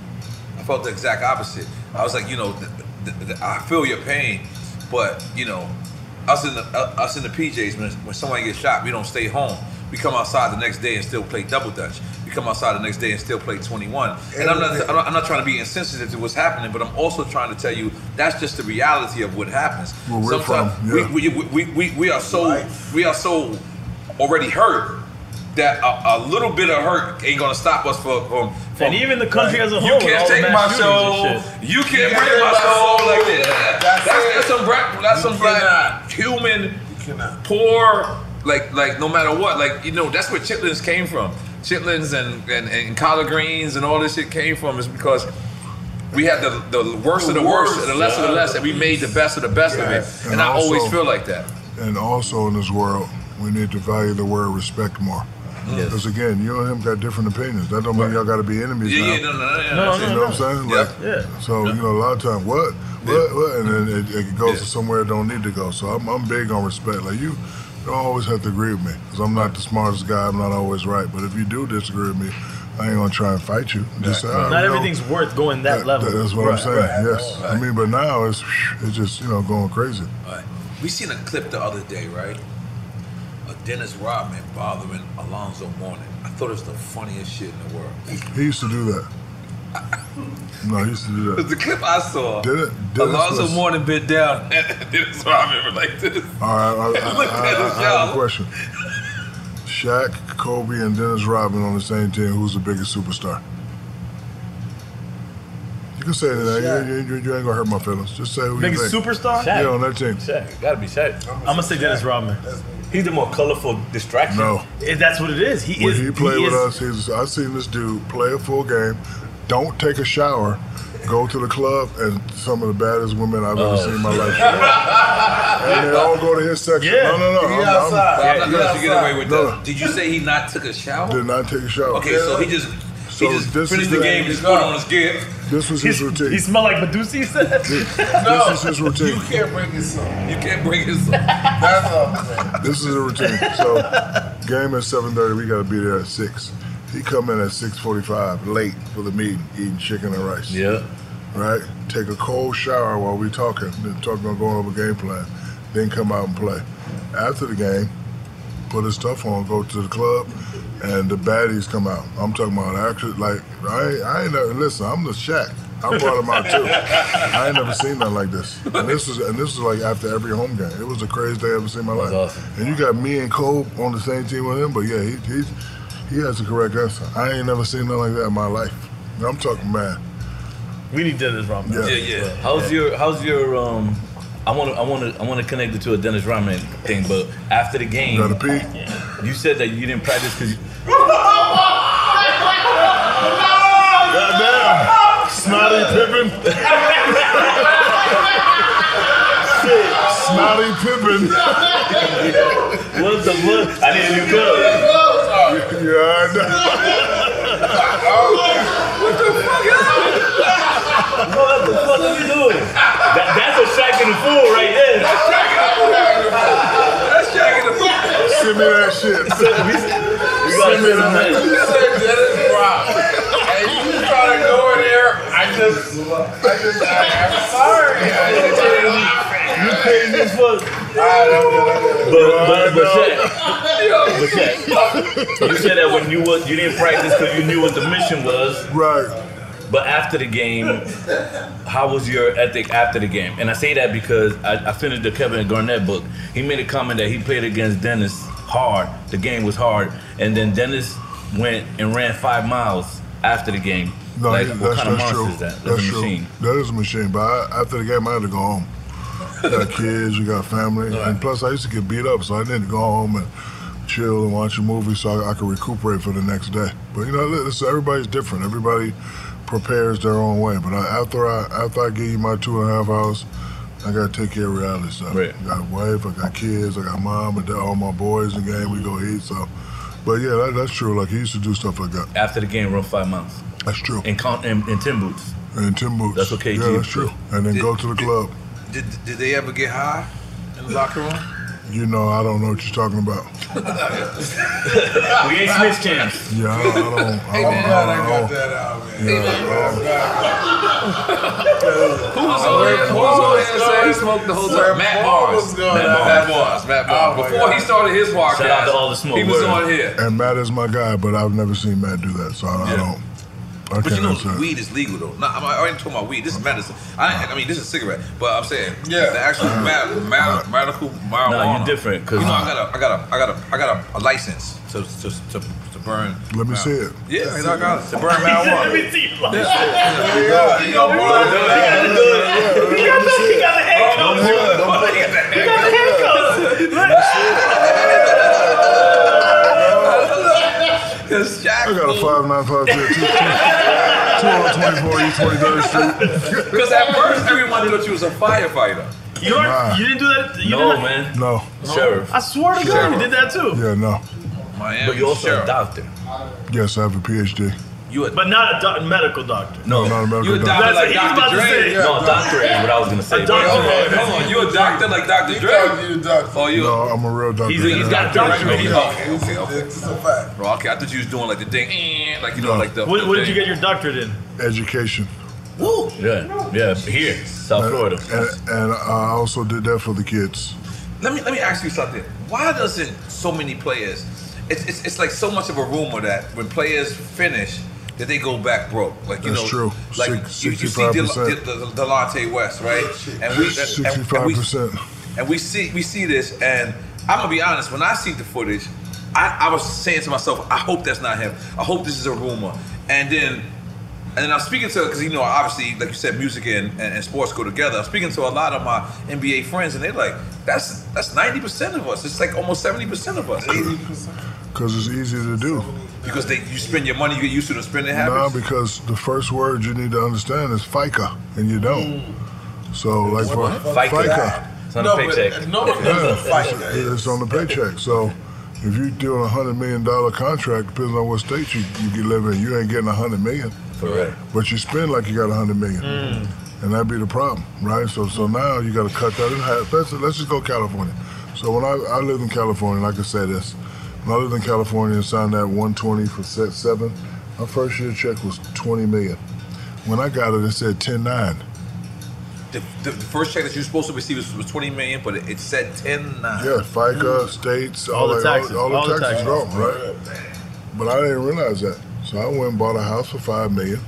C: I felt the exact opposite. I was like, you know, th- th- th- I feel your pain, but you know, us in the uh, us in the PJs when when somebody gets shot, we don't stay home. We come outside the next day and still play double dutch. We come outside the next day and still play 21. And I'm not, I'm not I'm not trying to be insensitive to what's happening, but I'm also trying to tell you that's just the reality of what happens.
E: Where we're
C: Sometimes
E: from, yeah.
C: we, we, we, we, we are so we are so already hurt that a, a little bit of hurt ain't gonna stop us from. from, from
B: And even the country as a whole.
C: you
B: with all
C: can't
B: the
C: take
B: mass
C: my
B: shootings and
C: soul.
B: shit.
C: You can't
B: You
C: break
B: can't break
C: my
B: my
C: soul
B: soul.
C: like that.
B: That's
C: That's
B: it.
C: that's some black. That's
B: You
C: some black
B: cannot.
C: human poor. Like like no matter what. Like you know that's where chitlins came from. Chitlins and and, and collard greens and all this shit came from is because. We had the, the worst of the worst, and the less of the less, and we made the best of the best of
E: Yes.
C: it.
E: And
C: And, I always
E: also-
C: feel like that.
E: And also in this world, we need to value the word respect more.
C: Yes.
E: Because again, you and him got different opinions. That don't mean y'all got to be enemies
C: Yeah,
E: now.
C: yeah, no, no, no, yeah,
E: you
C: that's it.
E: know what I'm saying?
C: Yeah.
E: Like,
C: Yeah.
E: So you know, a lot of times, what, what, what, and then it, it goes to somewhere it don't need to go. So I'm, I'm big on respect. Like you, don't always have to agree with me because I'm not the smartest guy. I'm not always right. But if you do disagree with me, I ain't gonna try and fight you. Just say, "All right,
B: Not
E: you know,
B: everything's worth going that, level.
E: That's what I'm
B: Right,
E: saying.
B: right.
E: yes. I mean, but now it's it's just you know going crazy.
C: Right. We seen a clip the other day, right? Of Dennis Rodman bothering Alonzo Mourning. I thought it was the funniest shit in the world.
E: He used to do that. No, he used to do that.
C: [laughs] The clip I saw,
E: Did it? Did
C: Alonzo
E: was,
C: Mourning bent [laughs] down, and Dennis Rodman were like this.
E: All right,
G: [laughs]
E: I, I,
C: Look
E: I-
C: at
E: I-
C: this,
E: I have
C: y'all.
E: a question. Shaq, Kobe, and Dennis Rodman on the same team. Who's the biggest superstar? You can say that. You, you- you- you ain't gonna hurt my feelings. Just say who you
B: Biggest
E: think.
B: superstar?
E: Yeah, on that team.
B: Shaq.
H: Gotta be Shaq.
B: I'm gonna say Dennis Rodman.
H: He's the more colorful distraction.
E: No.
B: If that's what it is. He
E: when
B: is.
E: he played
B: he
E: with
B: is-
E: us, he's, I seen this dude play a full game, don't take a shower, go to the club, and some of the baddest women I've ever seen in my life. and they all go to his section. No, no, no. I'm- I'm-
C: I'm not gonna let you get away with
E: No, no.
C: that. Did you say he not took a shower?
E: Did not take a shower.
C: Okay, so he just
E: So
C: he just
E: this
C: finished
E: is
C: the
E: the-
C: game, just put on his gear.
E: This was his routine.
B: He smelled like Medusa. He said.
E: This is his routine.
C: can't bring his song. You can't bring his song. That's all.
E: This is a routine. So, game at seven thirty. We gotta be there at six. He come in at six forty-five, late for the meeting, eating chicken and rice.
H: Yeah.
E: Right. Take a cold shower while we talking, then talking on going over game plan, then come out and play. After the game, put his stuff on, go to the club, and the baddies come out. I'm talking about actually like I ain't, I ain't never listen. I'm the Shaq. I brought him
H: [laughs]
E: out too. I ain't never seen nothing like this. And this was and this was like after every home game. It was the craziest day I ever seen in my life. And you got me and Cole on the same team with him, but yeah, he he's, he has the correct answer. I ain't never seen nothing like that in my life. And I'm talking man.
B: We need Dennis Rodman.
E: Yeah.
H: How's your How's your um? I want to I want to I want to connect it to a Dennis Rodman thing, but after the game,
E: Gotta pee.
H: you said that you didn't practice because
F: Goddamn.
E: Snotty [laughs] Pippin. Snotty Pippin.
H: what the fuck? I didn't even
E: [laughs] Yeah, I know.
F: What the fuck is that?
H: What the fuck are you doing? That, that's a Shaq in the pool right there. That's
F: Shaq in the pool. That's Shaq in the pool.
E: Send me that shit.
F: Send me that. You said Dennis Rodman. And you try to go in there. I just, I just, I, I'm sorry. I just
H: You crazy as fuck.
F: But,
H: but, but Shaq,
F: but
H: you said that when you was you didn't practice because you knew what the mission was.
E: Right.
H: But after the game, how was your ethic after the game? And I say that because I, I finished the Kevin Garnett book. He made a comment that he played against Dennis hard. The game was hard, and then Dennis went and ran five miles after the game.
E: No,
H: like,
E: yeah, that's,
H: what kind of
E: that's
H: monster
E: true.
H: is that? That's,
E: That's
H: a machine.
E: true. That is a machine. But I, after the game, I had to go home. We
H: [laughs]
E: got kids, we got family, and plus I used to get beat up, so I needed to go home and chill and watch a movie so I, I could recuperate for the next day. But you know, listen, everybody's different. Everybody prepares their own way. But I, after I after I give you my two and a half hours, I gotta take care of reality stuff. I got wife, I got kids, I got mom, and dad, all my boys in the game. We go eat. So, but yeah, that, that's true. Like he used to do stuff like that.
H: After the game, run five miles.
E: That's true.
H: In, con- in, in tin boots.
E: And Tim boots.
H: That's what KG
E: Yeah, that's
H: did.
E: true. And then go to the club.
R: Did, did they ever get high in the locker room?
E: You know, I don't know what you're talking about.
R: [laughs] we ain't switched camps.
E: Yeah, I don't. I don't,
R: Hey, man.
E: I don't
R: I
E: know.
R: got that out, man.
E: Yeah,
G: Who was on here? Who was on here saying he smoked the whole time? Matt Barnes. Matt Barnes. Matt Barnes. Matt Barnes.
C: Oh,
G: Before he started his podcast, he was on here.
E: And Matt is my guy, but I've never seen Matt do that, so I, I don't. I
C: But you
E: can't
C: know,
E: answer.
C: weed is legal though. No, I'm, I ain't talking about weed. This is medicine. I, ain't- I mean, this is cigarette. But I'm saying, yeah, the actual ma- ma- medical marijuana.
H: Nah, you're different, 'cause-
C: you know, I got a, I got a, I got a, I got a, a license to to, to, to burn.
E: Let me see it.
C: Yeah, I got it. to burn
G: Let
C: marijuana.
G: me see.
C: Yeah.
G: Yeah. You know,
C: Yeah.
G: He got the, he got the handcuffs. He got the handcuffs.
E: I got a five nine five two two two twenty four East Twenty
C: [laughs]
E: Third Street.
C: Because at first everyone thought you was a firefighter.
B: You,
E: Nah.
B: you didn't do that. You
C: No,
B: did
C: man.
E: No.
B: I swear to God, you did that too.
E: Yeah, no.
C: Miami.
B: But you also
C: sheriff.
B: a doctor.
E: Yes, I have a PhD.
C: You
B: but not a doc- medical doctor.
E: No, not a medical
C: You a
E: doctor.
C: doctor like
B: He was about
C: Dr.
B: to
C: Dre?
B: say- No, doctor is what I was gonna say. A doctor.
C: Hold on, hold on. You a doctor like Dr. Dre?
R: You a doctor.
C: Oh, you.
E: No, I'm a real doctor.
C: He's, he's got a doctor.
E: doctorate.
C: He's
E: Yeah.
C: okay, okay, okay. Bro, okay, I thought you was doing like the thing, eh, like you know,
E: No.
C: like the.
B: What,
C: the
B: what did you
C: thing.
B: get your doctorate in?
E: Education.
C: Woo!
H: Yeah, yeah, here,
E: Uh,
H: South Florida.
E: And, and I also did that for the kids.
C: Let me let me ask you something. Why doesn't so many players? It's it's, it's like so much of a rumor that when players finish. That they go back broke, like you
E: That's
C: know,
E: true.
C: like
E: Six-
C: you, you see Del-
E: 65%.
C: Del- Del- Delonte West, right? And we and- and- and
E: Sixty-five
C: we
E: percent.
C: and we see we see this, and I'm gonna be honest. When I see the footage, I, I was saying to myself, I hope that's not him. I hope this is a rumor. And then, and then I'm speaking to because you know obviously, like you said, music and, and, and sports go together. I'm speaking to a lot of my NBA friends, and they're like, that's that's 90 percent of us. It's like almost 70 percent of us.
E: Because it's easy to do.
C: Because they you spend your money, you get used to the spending
E: No,
C: habits.
E: because the first word you need to understand is FICA, and you don't. So, like for
C: What? FICA. It's on the No, but paycheck.
R: no one knows
E: Yeah,
R: what
E: it's-
R: FICA
E: It's on the paycheck. So, if you're doing a hundred million dollar contract, depends on what state you you can live in, you ain't getting a hundred million.
H: Correct.
E: But you spend like you got a hundred million,
G: Mm.
E: and that'd be the problem, right? So, so now you got to cut that in half. Let's, let's just go California. So when I, I lived in California, and I could say this, when I lived in California and signed that 120 for set seven, my first year check was 20 million. When I got it, it said 10 nine.
C: The, the, the first check that you're supposed to receive was, was 20 million, but it, it said 10 9.
E: Yeah, FICA, states, all,
C: Mm-hmm. All the
E: that-
C: taxes,
E: all,
C: all
E: the
C: the
E: taxes,
C: taxes.
E: gone, right? But I didn't realize that. So I went and bought a house for five million.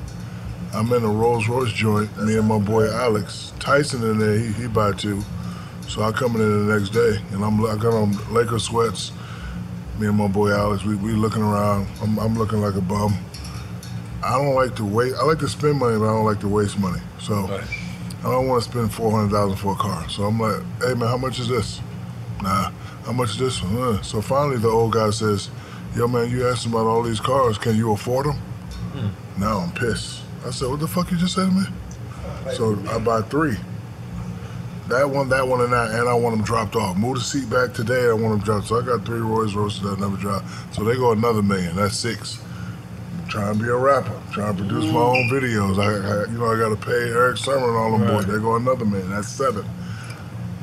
E: I'm in a Rolls Royce joint. Me and my boy Alex Tyson in there. He, he buy two. So I coming in the next day, and I'm I got on Laker sweats. Me and my boy Alex, we, we looking around. I'm, I'm looking like a bum. I don't like to waste. I like to spend money, but I don't like to waste money. So I don't want to spend four hundred thousand for a car. So I'm like, hey man, how much is this? Nah, how much is this one? Uh. So finally, the old guy says, yo man, you asked about all these cars. Can you afford them?
C: Hmm.
E: Now I'm pissed. I said, what the fuck you just said to me? So I buy three. That one, that one, and that, and I want them dropped off. Move the seat back today. I want them dropped. So I got three Rolls Royces that I never dropped. So they go another million. That's six. Trying to be a rapper. Trying to produce my own videos. I, I you know, I got to pay Eric Summer and all them boys. They go another million. That's seven.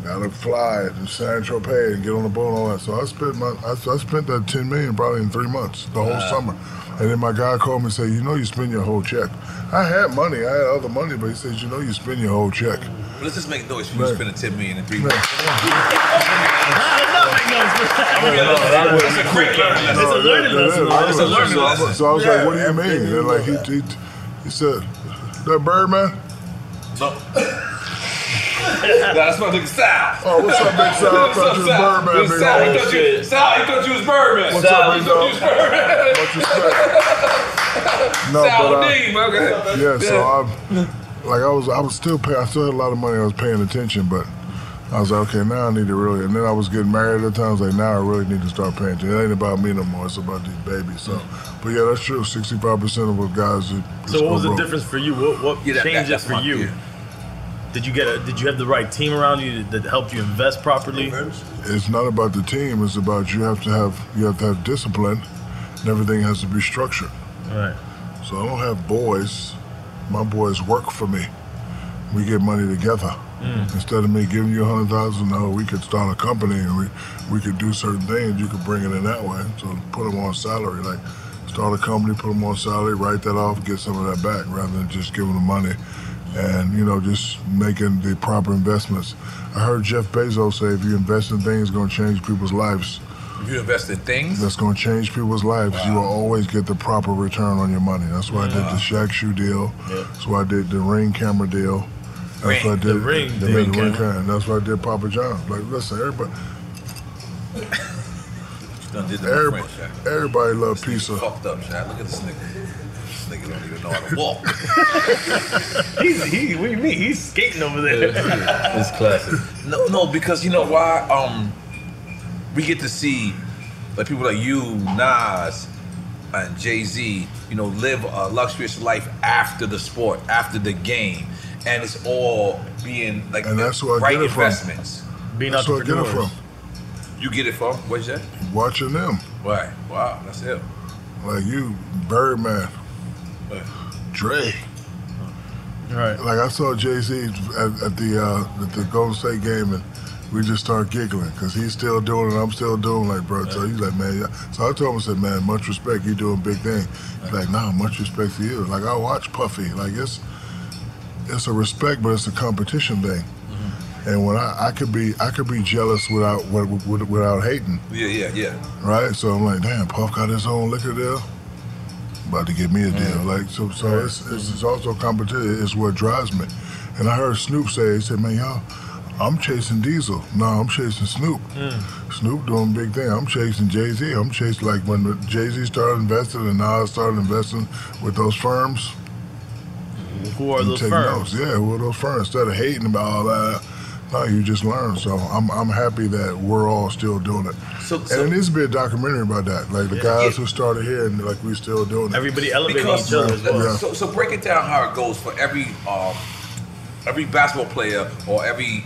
E: Got to fly to San Tropez and get on the boat and all that. So I spent my, I, I spent that ten million probably in three months, the whole
S: Wow.
E: summer. And then my guy called me and said, you know, you spend your whole check. I had money, I had other money, but he says, you know, you spend your whole check.
C: Let's just make noise for you spending 10 million in three months. That's a great learning lesson.
E: No, that- that is.
C: It's a learning
E: So I
C: lesson.
E: was- So I was like, what do you mean? And
C: [laughs]
E: like he, he, he said, that Birdman.
C: No. that's my nigga Sal.
E: Oh, what's up, Big Sal? I thought you was
C: Sal?
E: Birdman,
C: Big
E: big
C: Sal, he
E: homie.
C: thought you, Sal, he thought you was Birdman.
E: What's up,
C: Sal, he
E: big
C: thought
E: dog?
C: you was Birdman.
E: Much
C: [laughs]
E: respect. No,
C: Sal
E: but, uh,
C: D, man. Okay.
E: Yeah, so I, like I was, I was still, pay, I still had a lot of money. I was paying attention, but I was like, okay, now I need to really. And then I was getting married at the time. I was like, now I really need to start paying attention. It ain't about me no more. It's about these babies. So, but yeah, that's true. Sixty-five percent of what guys. that-
B: So what was the
E: broke.
B: difference for you? What what
E: Yeah, that- that-
B: changed it
E: that's
B: for
E: my-
B: you? Did you get a did you have the right team around you that helped you invest properly?
E: it's not about the team. It's about you have to have you have to have discipline, and everything has to be structured.
B: Right.
E: So I don't have boys. My boys work for me. We get money together.
G: Mm.
E: Instead of me giving you a hundred thousand, no, we could start a company and we, we could do certain things. You could bring it in that way. So put them on salary, like start a company, put them on salary, write that off, get some of that back, rather than just giving them money and you know just making the proper investments. I heard Jeff Bezos say, if you invest in things, it's going to change people's lives.
C: If [laughs] you invest in things,
E: That's going to change people's lives. You will always get the proper return on your money. That's why I did
C: Wow.
E: the Shaq shoe deal. That's why I did the ring camera deal. That's
G: Ring-
E: why I did
G: the ring
E: the,
G: deal.
E: ring
G: Ring camera.
E: camera. That's why I did Papa John's. Like, listen, everybody, everybody, everybody love pizza.
C: Fucked up, Shaq. Look at this nigga. This nigga don't even know how to walk.
B: he's he what do you mean? He's skating over there.
C: It's classic. No, no, because you know why? Um, we get to see like people like you, Nas, and Jay Z. You know, live a luxurious life after the sport, after the game, and it's all being like
E: And that's where I
C: right
E: get it from.
C: investments.
E: Being That's where I get it entrepreneurs.
C: You get it from what's that?
E: Watching them,
C: Right. Wow, that's it.
E: like you, Birdman, Dre.
B: Right.
E: Like I saw Jay Z at, at the uh, at the Golden State game, and we just started giggling because he's still doing it, I'm still doing. Like, bro, so he's like, man. Yeah. So I told him, I said, man, much respect. You doing big thing. He's like, nah, much respect to you. Like I watch Puffy. Like it's it's a respect, but it's a competition thing. And when I, I could be I could be jealous without without, without hating.
C: Yeah, yeah, yeah.
E: Right? So I'm like, damn, Puff got his own liquor deal. About to get me a deal. Like so so it's, it's it's also competition. It's what drives me. And I heard Snoop say, he said, Man, y'all, I'm chasing Diesel. No, I'm chasing Snoop.
B: Mm,
E: Snoop doing big thing. I'm chasing Jay Z. I'm chasing like when Jay Z started investing and Nas started investing with those firms.
B: Who are
E: You
B: those
E: take notes.
B: firms?
E: Yeah, who are those firms? Instead of hating about all that, no, you just learn. So I'm, I'm happy that we're all still doing it. and
C: so-
E: there needs to be a documentary about that. Like the
C: Yeah.
E: guys
C: Yeah.
E: who started here and like we still doing it.
C: Because-
E: Yeah.
C: So, so break it down how it goes for every um, every basketball player or every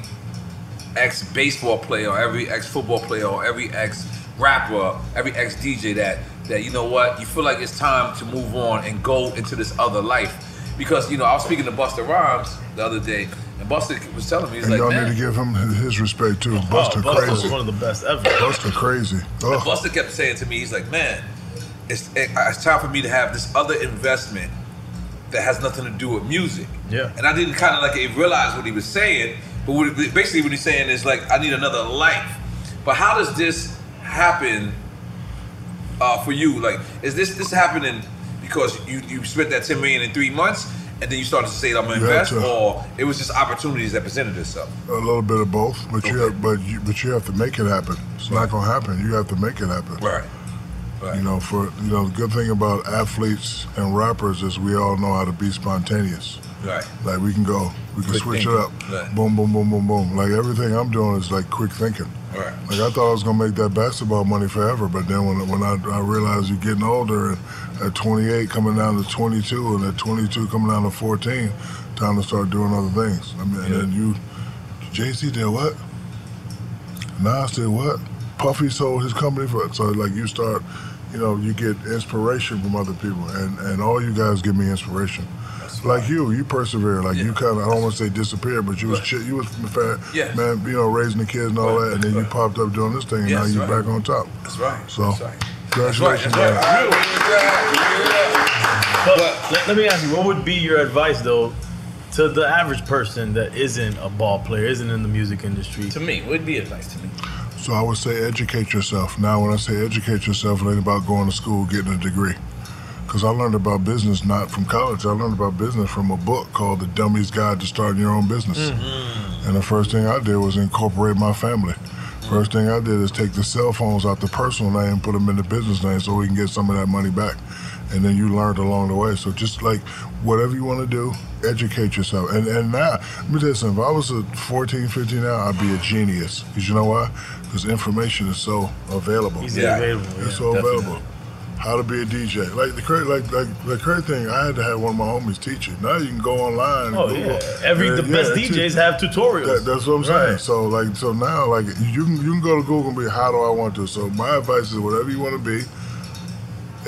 C: ex baseball player or every ex football player or every ex rapper, every ex DJ that that you know what you feel like it's time to move on and go into this other life because you know I was speaking to Buster Rhymes the other day and Buster was telling me he's
E: and
C: like
E: y'all
C: man.
E: need to give him his respect too. Buster crazy.
B: Oh, one of the best ever.
E: Buster crazy.
C: And Buster kept saying to me, he's like, man, it's, it- it's time for me to have this other investment that has nothing to do with music.
B: Yeah.
C: And I didn't kind of like realize what he was saying, but what, basically what he's saying is like, I need another life. But how does this happen uh, for you? Like, is this this happening because you, you spent that 10 million in three months and then you started to say, I'm gonna
E: You had
C: invest,
E: to.
C: or it was just opportunities that presented itself?
E: A little bit of both, but you have, but you but you have to make it happen. It's not gonna happen. You have to make it happen.
C: Right.
E: You know, for you know, the good thing about athletes and rappers is we all know how to be spontaneous.
C: Right.
E: Like we can go, we can
C: Quick
E: switch it
C: thinking.
E: up.
C: Right.
E: Boom, boom, boom, boom, boom. Like everything I'm doing is like quick thinking.
C: Right.
E: Like I thought I was gonna make that basketball money forever, but then when when I, I realized you're getting older and at 28 coming down to 22 and at 22 coming down to 14, time to start doing other things. I mean, and then you, Jay Z did what? Nas did what? Puffy sold his company for so like you start, you know, you get inspiration from other people, and and all you guys give me inspiration. Like you, you persevere. Like you kind of, I don't want to say disappeared, but you was chi- you was fat,
C: Yeah.
E: man, you know, raising the kids and all that, and then you popped up doing this thing, and
C: Yeah,
E: now
C: that's
E: you're
C: right.
E: back on top.
C: That's right.
E: So,
B: That's right,
E: congratulations,
B: that's right.
E: guys.
B: But let, let me ask you, what would be your advice though to the average person that isn't a ball player, isn't in the music industry? To
C: me, what would be advice to me?
E: So I would say educate yourself. Now, when I say educate yourself, it ain't about going to school, getting a degree. 'Cause because I learned about business not from college. I learned about business from a book called The Dummy's Guide to Starting Your Own Business.
B: Mm-hmm.
E: And the first thing I did was incorporate my family. First thing I did is take the cell phones out the personal name and put them in the business name so we can get some of that money back. And then you learned along the way. So just like whatever you want to do, educate yourself. And and now, let me tell you something. If I was a 14, 15 now, I'd be a genius. Because you know why? Because information is so available.
B: Easily Yeah. available, yeah,
E: It's so
B: definitely.
E: available. How to be a DJ. Like the crazy, like, like the crazy thing, I had to have one of my homies teach it. Now you can go online. and
B: Oh,
E: Google.
B: yeah. Every- the best DJs have tutorials.
E: That- that's what I'm saying. So like, so now like you can you can go to Google and be how do I want to. So my advice is whatever you want to be,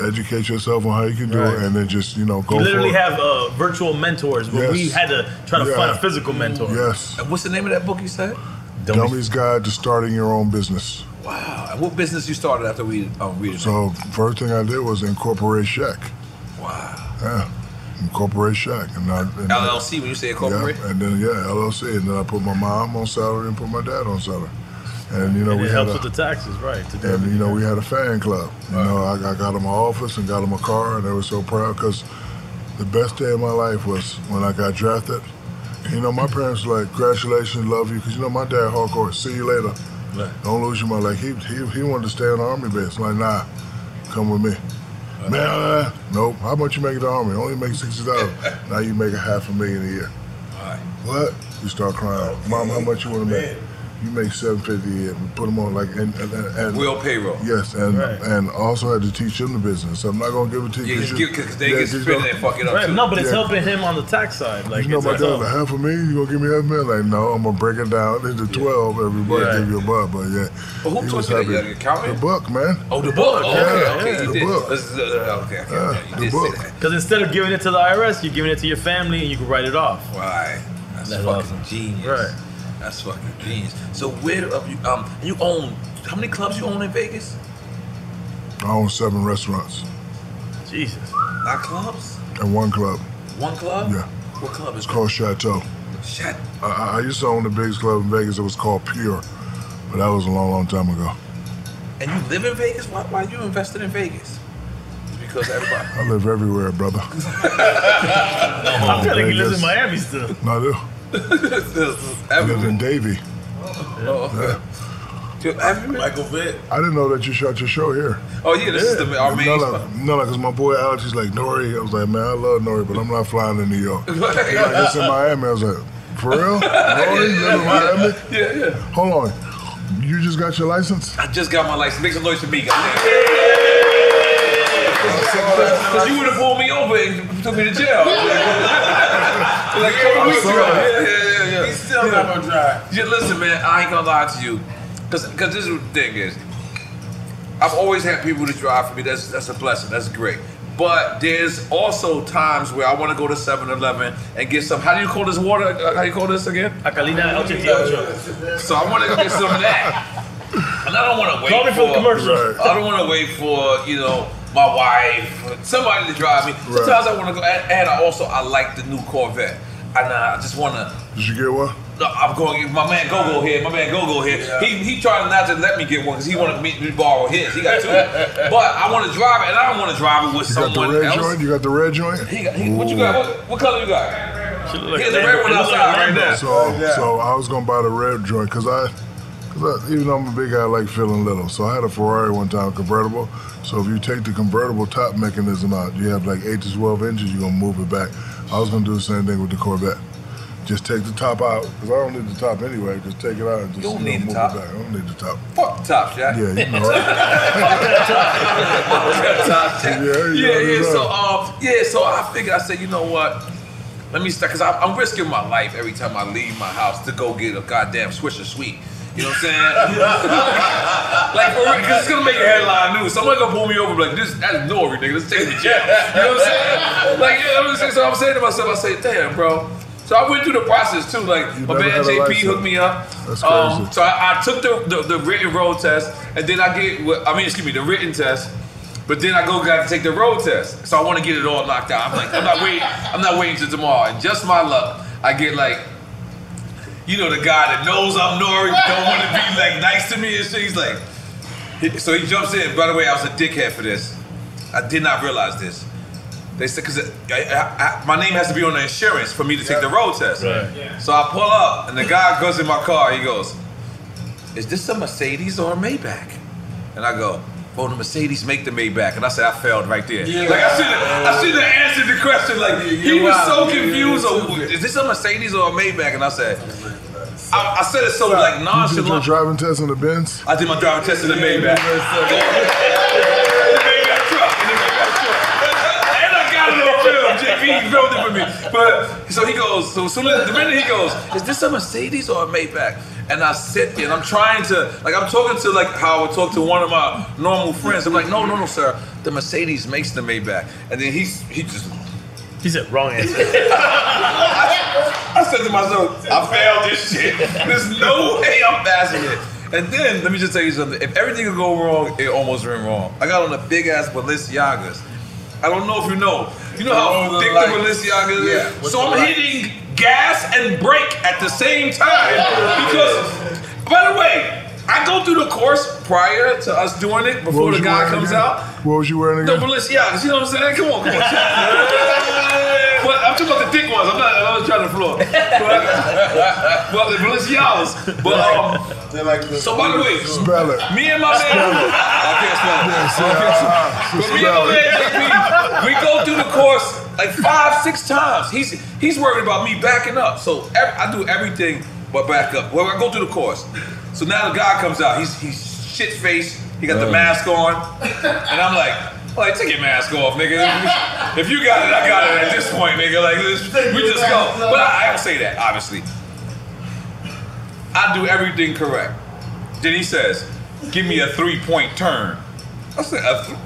E: educate yourself on how you can do
B: Right.
E: it, and then just you know go.
B: we literally
E: for it.
B: have uh, virtual mentors, but we
E: Yes.
B: had to try to
E: Yeah.
B: find a physical mentor.
E: Yes.
C: What's the name of that book you said?
E: Dummy's, Guide to Starting Your Own Business.
C: Wow. And what business you started after we um, read it?
E: So first thing I did was incorporate Shaq. Wow. Yeah. Incorporate Shaq. And I, and I-
C: LLC when you say incorporate.
E: Yeah, and then yeah, LLC, and then I put my mom on salary and put my dad on salary, and you know
B: and
E: we
B: it
E: had
B: helps
E: a,
B: with the taxes, right? to do
E: and you
B: everything.
E: know we had a fan club. You know, I, I got them an office and got them a car, and they were so proud because the best day of my life was when I got drafted. You know, my parents were like, "Congratulations, love you," because you know my dad hardcore. See you later. Don't lose your mind. Like he, he he wanted to stay in the army base. Like nah, come with me. Man, uh, nope. How much you make in the army? Only make sixty
C: [laughs]
E: thousand. now you make a half a million a year. What? You start crying. Mom, how much you want to make? You make seven fifty a year. We put them on like and and, and, and
C: Real payroll.
E: Yes, and
C: Right.
E: and also had to teach them the business. I'm not gonna give it to you.
C: Yeah,
E: 'cause
C: just
E: you-
C: give- 'cause they
E: yeah,
C: get
E: just
C: spinning
E: go-
C: and fuck it up
B: Right, no, but it's
E: Yeah.
B: helping him on the tax side. Like,
E: you know
B: it's
E: my
B: it's
E: dad,
B: helping.
E: like, half a million? You gonna give me half a million? Like, no, I'm gonna break it down into twelve. Everybody
B: Yeah.
E: give you a buck, but yeah.
C: But who
E: he
C: taught
E: was
C: you that?
E: happy.
C: You got an accountant?
E: The book, man.
C: Oh, the book. Oh,
E: Yeah,
C: okay, okay,
E: yeah,
C: you
E: the
C: did.
E: book.
C: Let's- uh, okay, okay, okay, you
E: the
C: did say
E: book.
C: that.
B: Because instead of giving it to the IRS, you're giving it to your family and you can write it off.
C: Right. That's, fucking genius. Right. That's fucking genius. So where of you um you own how many clubs you own in Vegas?
E: I own seven restaurants
B: Jesus.
C: Not clubs?
E: and one club.
C: One club?
E: Yeah.
C: What club is
E: It's called Chateau.
C: Shut.
E: I- I, I used to own the biggest club in Vegas. It was called Pure, but that was a long, long time ago.
C: and you live in Vegas? Why why you invested in Vegas? It's because everybody
E: I live everywhere,
C: [laughs]
E: brother.
B: I feel like he lives
E: Vegas.
B: in Miami still.
E: No, I do. I live in Davie.
C: [laughs] Oh, okay. Dude, every-
G: Michael Vick.
E: I didn't know that you shot your show here.
C: Oh, yeah, this is the- our main
E: No,
C: spot.
E: like, no, because my boy Alex is like Nori. I was like, man, I love Nori, but I'm not flying to New York.
C: [laughs]
E: He's like, it's in Miami. I was like, for real? Nori, you live in Miami?
C: Yeah, yeah.
E: Hold on, you just got your license?
C: I just got my license. Make some noise for me, goddamn. Because you would have pulled me over and took me to
G: [laughs]
C: jail. like a couple
G: I
C: weeks
G: saw
C: ago.
G: that.
C: Yeah, yeah, yeah, yeah.
G: He's still not gonna drive.
C: Yeah, listen, man, I ain't gonna lie to you. Because this is what the thing is. I've always had people to drive for me. That's that's a blessing. That's great. But there's also times where I want to go to 7-Eleven and get some. How do you call this water? Uh, How do you call this again?
B: Acalina Ocho.
C: So I want to go get some of that. And I don't want to wait
B: Call me for the commercials.
C: commercial. I don't want to wait for you know my wife, somebody to drive me. Sometimes I want to go, and, and I also I like the new Corvette. And I just want to
E: Did you get one?
C: no, I'm going. to My man Gogo here. My man Gogo here. He he trying not to let me get one because he wanted me to borrow his. He
E: [laughs]
C: got two, [laughs] but I want to drive it, and I don't want to drive it with
E: You got the
C: someone
E: red
C: else.
E: joint? You got the red joint?
C: He got, he, what you got? What, what color you got? Here's the red one outside right now.
E: So, so I was gonna buy the red joint because I, cause I, even though I'm a big guy, I like feeling little. So I had a Ferrari one time, convertible. So if you take the convertible top mechanism out, you have like eight to twelve inches. You're gonna move it back. I was gonna do the same thing with the Corvette. Just take the top out because I don't need the top anyway. Just take it out and just you
C: don't
E: know,
C: need the
E: move
C: top.
E: it back. I don't need the top.
C: Fuck the top, Jack.
E: Yeah, you know.
C: [laughs] yeah,
E: yeah,
C: yeah, yeah.
E: yeah.
C: So, um, yeah, so I figured I said, you know what? Let me start because I'm risking my life every time I leave my house to go get a goddamn Swisher Sweet. You know what I'm saying? [laughs] like, for real, because it's gonna make a headline news. Somebody gonna pull me over, and be like, this that's Nori, nigga. Let's take me to jail. You know what
E: [laughs]
C: I'm saying? Like, you know what I'm saying? So I'm saying to myself, I say, damn, bro. So I went through the process too. Like, my
E: never
C: man
E: had a
C: JP
E: license.
C: hooked me up.
E: That's
C: Um,
E: crazy.
C: so I, I took the, the the written road test, and then I get, well, I mean, excuse me, the written test. But then I go got to take the road test, so I want to get it all knocked out. I'm like, I'm not waiting. I'm not waiting till tomorrow. And just my luck, I get like, you know, the guy that knows I'm Nori, don't want to be like nice to me and shit. He's like, he- so he jumps in. By the way, I was a dickhead for this. I did not realize this. They said because my name has to be on the insurance for me to take the road test.
J: Right.
C: So I pull up, and the guy goes in my car. He goes, "Is this a Mercedes or a Maybach?" And I go, "Well, the Mercedes make the Maybach." And I said, "I failed right there."
J: Yeah.
C: Like I should, I should have answered the question. Like he
J: you're
C: was
J: wild. Yeah,
C: so
J: yeah,
C: confused.
J: yeah,
C: of, Is this a Mercedes or a Maybach? And I said, I, I said it so like
E: You did your
C: nonchalant.
E: driving test on the Benz?
C: I did my driving test in the Maybach. And I got it on film. JP he filmed it for me. But so he goes. So soon as the minute he goes, is this a Mercedes or a Maybach? And I sit there and I'm trying to like I'm talking to like how I would talk to one of my normal friends. I'm like, no, no, no, sir. The Mercedes makes the Maybach. And then he's he just
B: He said wrong answer.
C: [laughs] I said to myself, I failed this shit. There's no way I'm passing it. And then let me just tell you something. If everything could go wrong, it almost went wrong. I got on a big ass Balenciagas. I don't know if you know. You know how
J: Oh, the
C: thick
J: light.
C: the Balenciagas is?
J: Yeah, with
C: so
J: the
C: I'm
J: light.
C: hitting gas and brake at the same time because, by the way, I go through the course prior to us doing it
E: What
C: before
E: was
C: the
E: you
C: guy
E: wearing
C: comes
E: again?
C: out.
E: What was you wearing
C: No,
E: again?
C: Balenciagas, you know what I'm saying? Come on, come on. [laughs] But I'm talking about the thick ones. I'm not. I'm not trying to floor. But, but the Balenciagas. But um. so by the way,
E: Spell it.
C: me and my man.
J: Spell it.
C: I can't spell
B: Uh,
J: Yes,
C: it. I can't spell it.
G: uh,
J: yeah.
C: But me and my man JP, we go through the course like five, six times. He's he's worried about me backing up. So ev- I do everything but back up. Well, I go through the course. So now the guy comes out. He's he's shit faced. He got the
J: Uh.
C: mask on, and I'm like. Like, take your mask off, nigga. If you got it, I got it at this point, nigga. Like, this, we just go. But I, I don't say that, obviously. I do everything correct. Then he says, "Give me a three-point turn." I said, a th-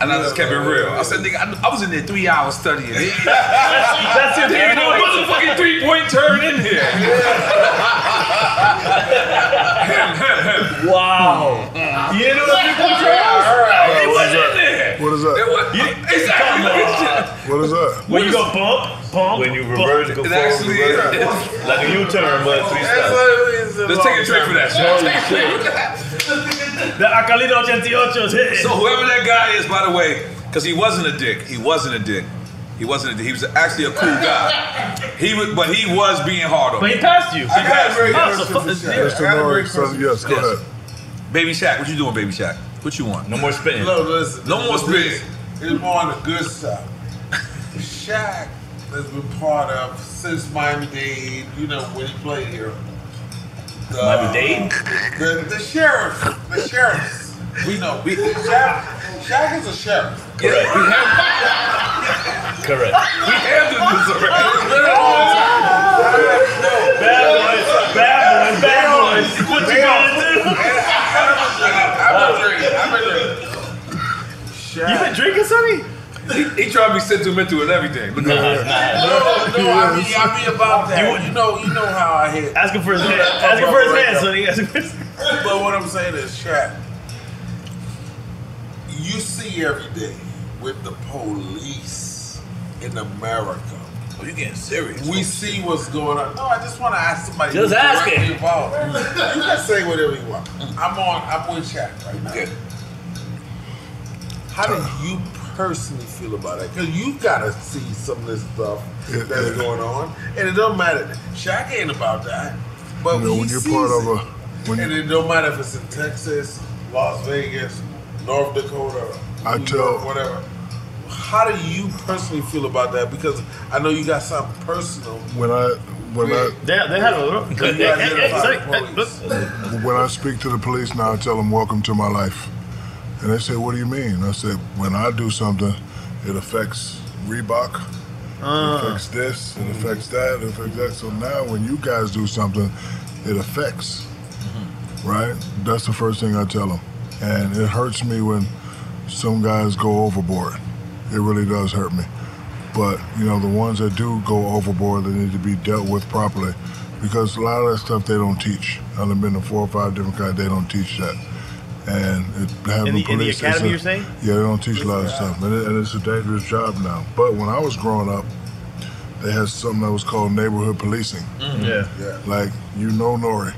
C: and I just kept it real. I said, "Nigga, I, I was in there three hours studying." [laughs]
J: That's your
C: There ain't no
J: point.
C: motherfucking three-point turn in here.
B: Wow. You didn't know that people
J: Yeah, all right.
B: It
J: What is
B: wasn't in
J: that?
B: there.
E: What is that?
C: It was,
E: exactly. What is that?
B: When you go bump, bump,
H: When you reverse, go forward, reverse. like a U-turn, but three steps.
B: Let's take a drink for that.
H: Holy
B: Let's take a drink.
H: shit.
B: The Acalino 88 is hitting.
C: So whoever that guy is, by the way, because he wasn't a dick. He wasn't a dick. He wasn't a dick. He was actually a cool guy. He was, but he was being hard on.
B: But
C: me.
B: he passed you.
C: He
B: I got a
C: passed
B: great
C: me.
B: question for Shaq. Mr. Norris, so yes, go ahead.
C: Baby Shaq, what you doing, Baby Shaq? What you want? No more spitting.
G: No, listen.
C: No more
G: It's-
C: spitting.
G: It's more on the good side. Shaq has been part of since Miami Dade, you know, when he played here. The-
H: Miami Dade?
G: The, the sheriff. The sheriffs. We know. We, Shaq, Shaq is a sheriff.
H: Correct.
G: We have,
H: Correct.
G: we have to do some
B: Bad boys, bad boys. What you gonna do?
G: I've been drinking. I've been drinking.
C: You been drinking, Sonny? He, he tried to be sentimental and everything. Look at him.
G: No, no, I be, I be about that. You, know, you know how I hit.
B: Asking for his hand. Asking for his hand, Sonny. Asking for his
G: But what I'm saying is, Shaq, you see every day with the police in America.
B: Oh,
G: Are you getting serious? We see what's going on. No, I just want to ask somebody.
J: Just
G: who's
J: ask
G: directly
J: it.
G: Involved. [laughs] You can say whatever you want. I'm on. I'm with Shaq right now. How do you personally feel about that? Because you gotta see some of this stuff that's going on, and it don't matter. Shaq ain't about that, but
E: You know,
G: he
E: when you're
G: sees
E: part of
G: it.
E: a- when
G: and it don't matter if it's in Texas, Las Vegas, North Dakota,
E: I
G: New
E: tell-
G: York, whatever. How do you personally feel about that? Because I know you got something personal.
E: When I when I
B: They- they had a little-
G: [laughs] You identify the police.
E: when I speak to the police now, I tell them, "Welcome to my life," and they say, "What do you mean?" I said, "When I do something, it affects Reebok,
B: uh,
G: Uh-huh.
E: it affects this, it affects that, it affects that. So now, when you guys do something, it affects, right? That's the first thing I tell them, and it hurts me when some guys go overboard. It really does hurt me. But you know, the ones that do go overboard, they need to be dealt with properly, because a lot of that stuff they don't teach. I've been to four or five different guys. They don't teach that, and it, having
B: In the- in the
E: police. it's
B: academy,
E: a-
B: you're saying?
E: Yeah, they don't teach a lot of stuff, and, it, and it's a dangerous job now. But when I was growing up, they had something that was called neighborhood policing.
B: Yeah.
E: Like you know Nori.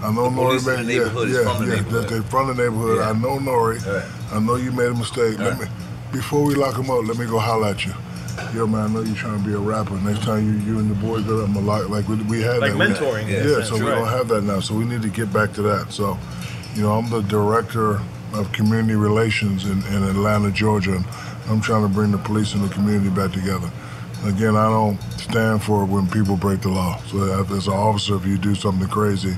E: I know
G: Mm-hmm. The
E: Nori
G: police in
E: made
G: the
E: yeah,
G: neighborhood is
E: yeah,
G: from the
E: yeah.
G: neighborhood.
E: They from the neighborhood. I know Nori. I know you made a mistake. Let me before we lock him up, let me go holler at you. Yo, man, I know you're trying to be a rapper. Next time you, you and the boys go up, I'm a lot like we, we had
B: Like
E: that. We-
B: mentoring,
E: yeah.
B: yeah,
E: yeah
B: that's
E: so we
B: right.
E: don't have that now. So we need to get back to that. So, you know, I'm the director of community relations in, in Atlanta, Georgia. And I'm trying to bring the police and the community back together. Again, I don't stand for when people break the law. So if- as an officer, if you do something crazy,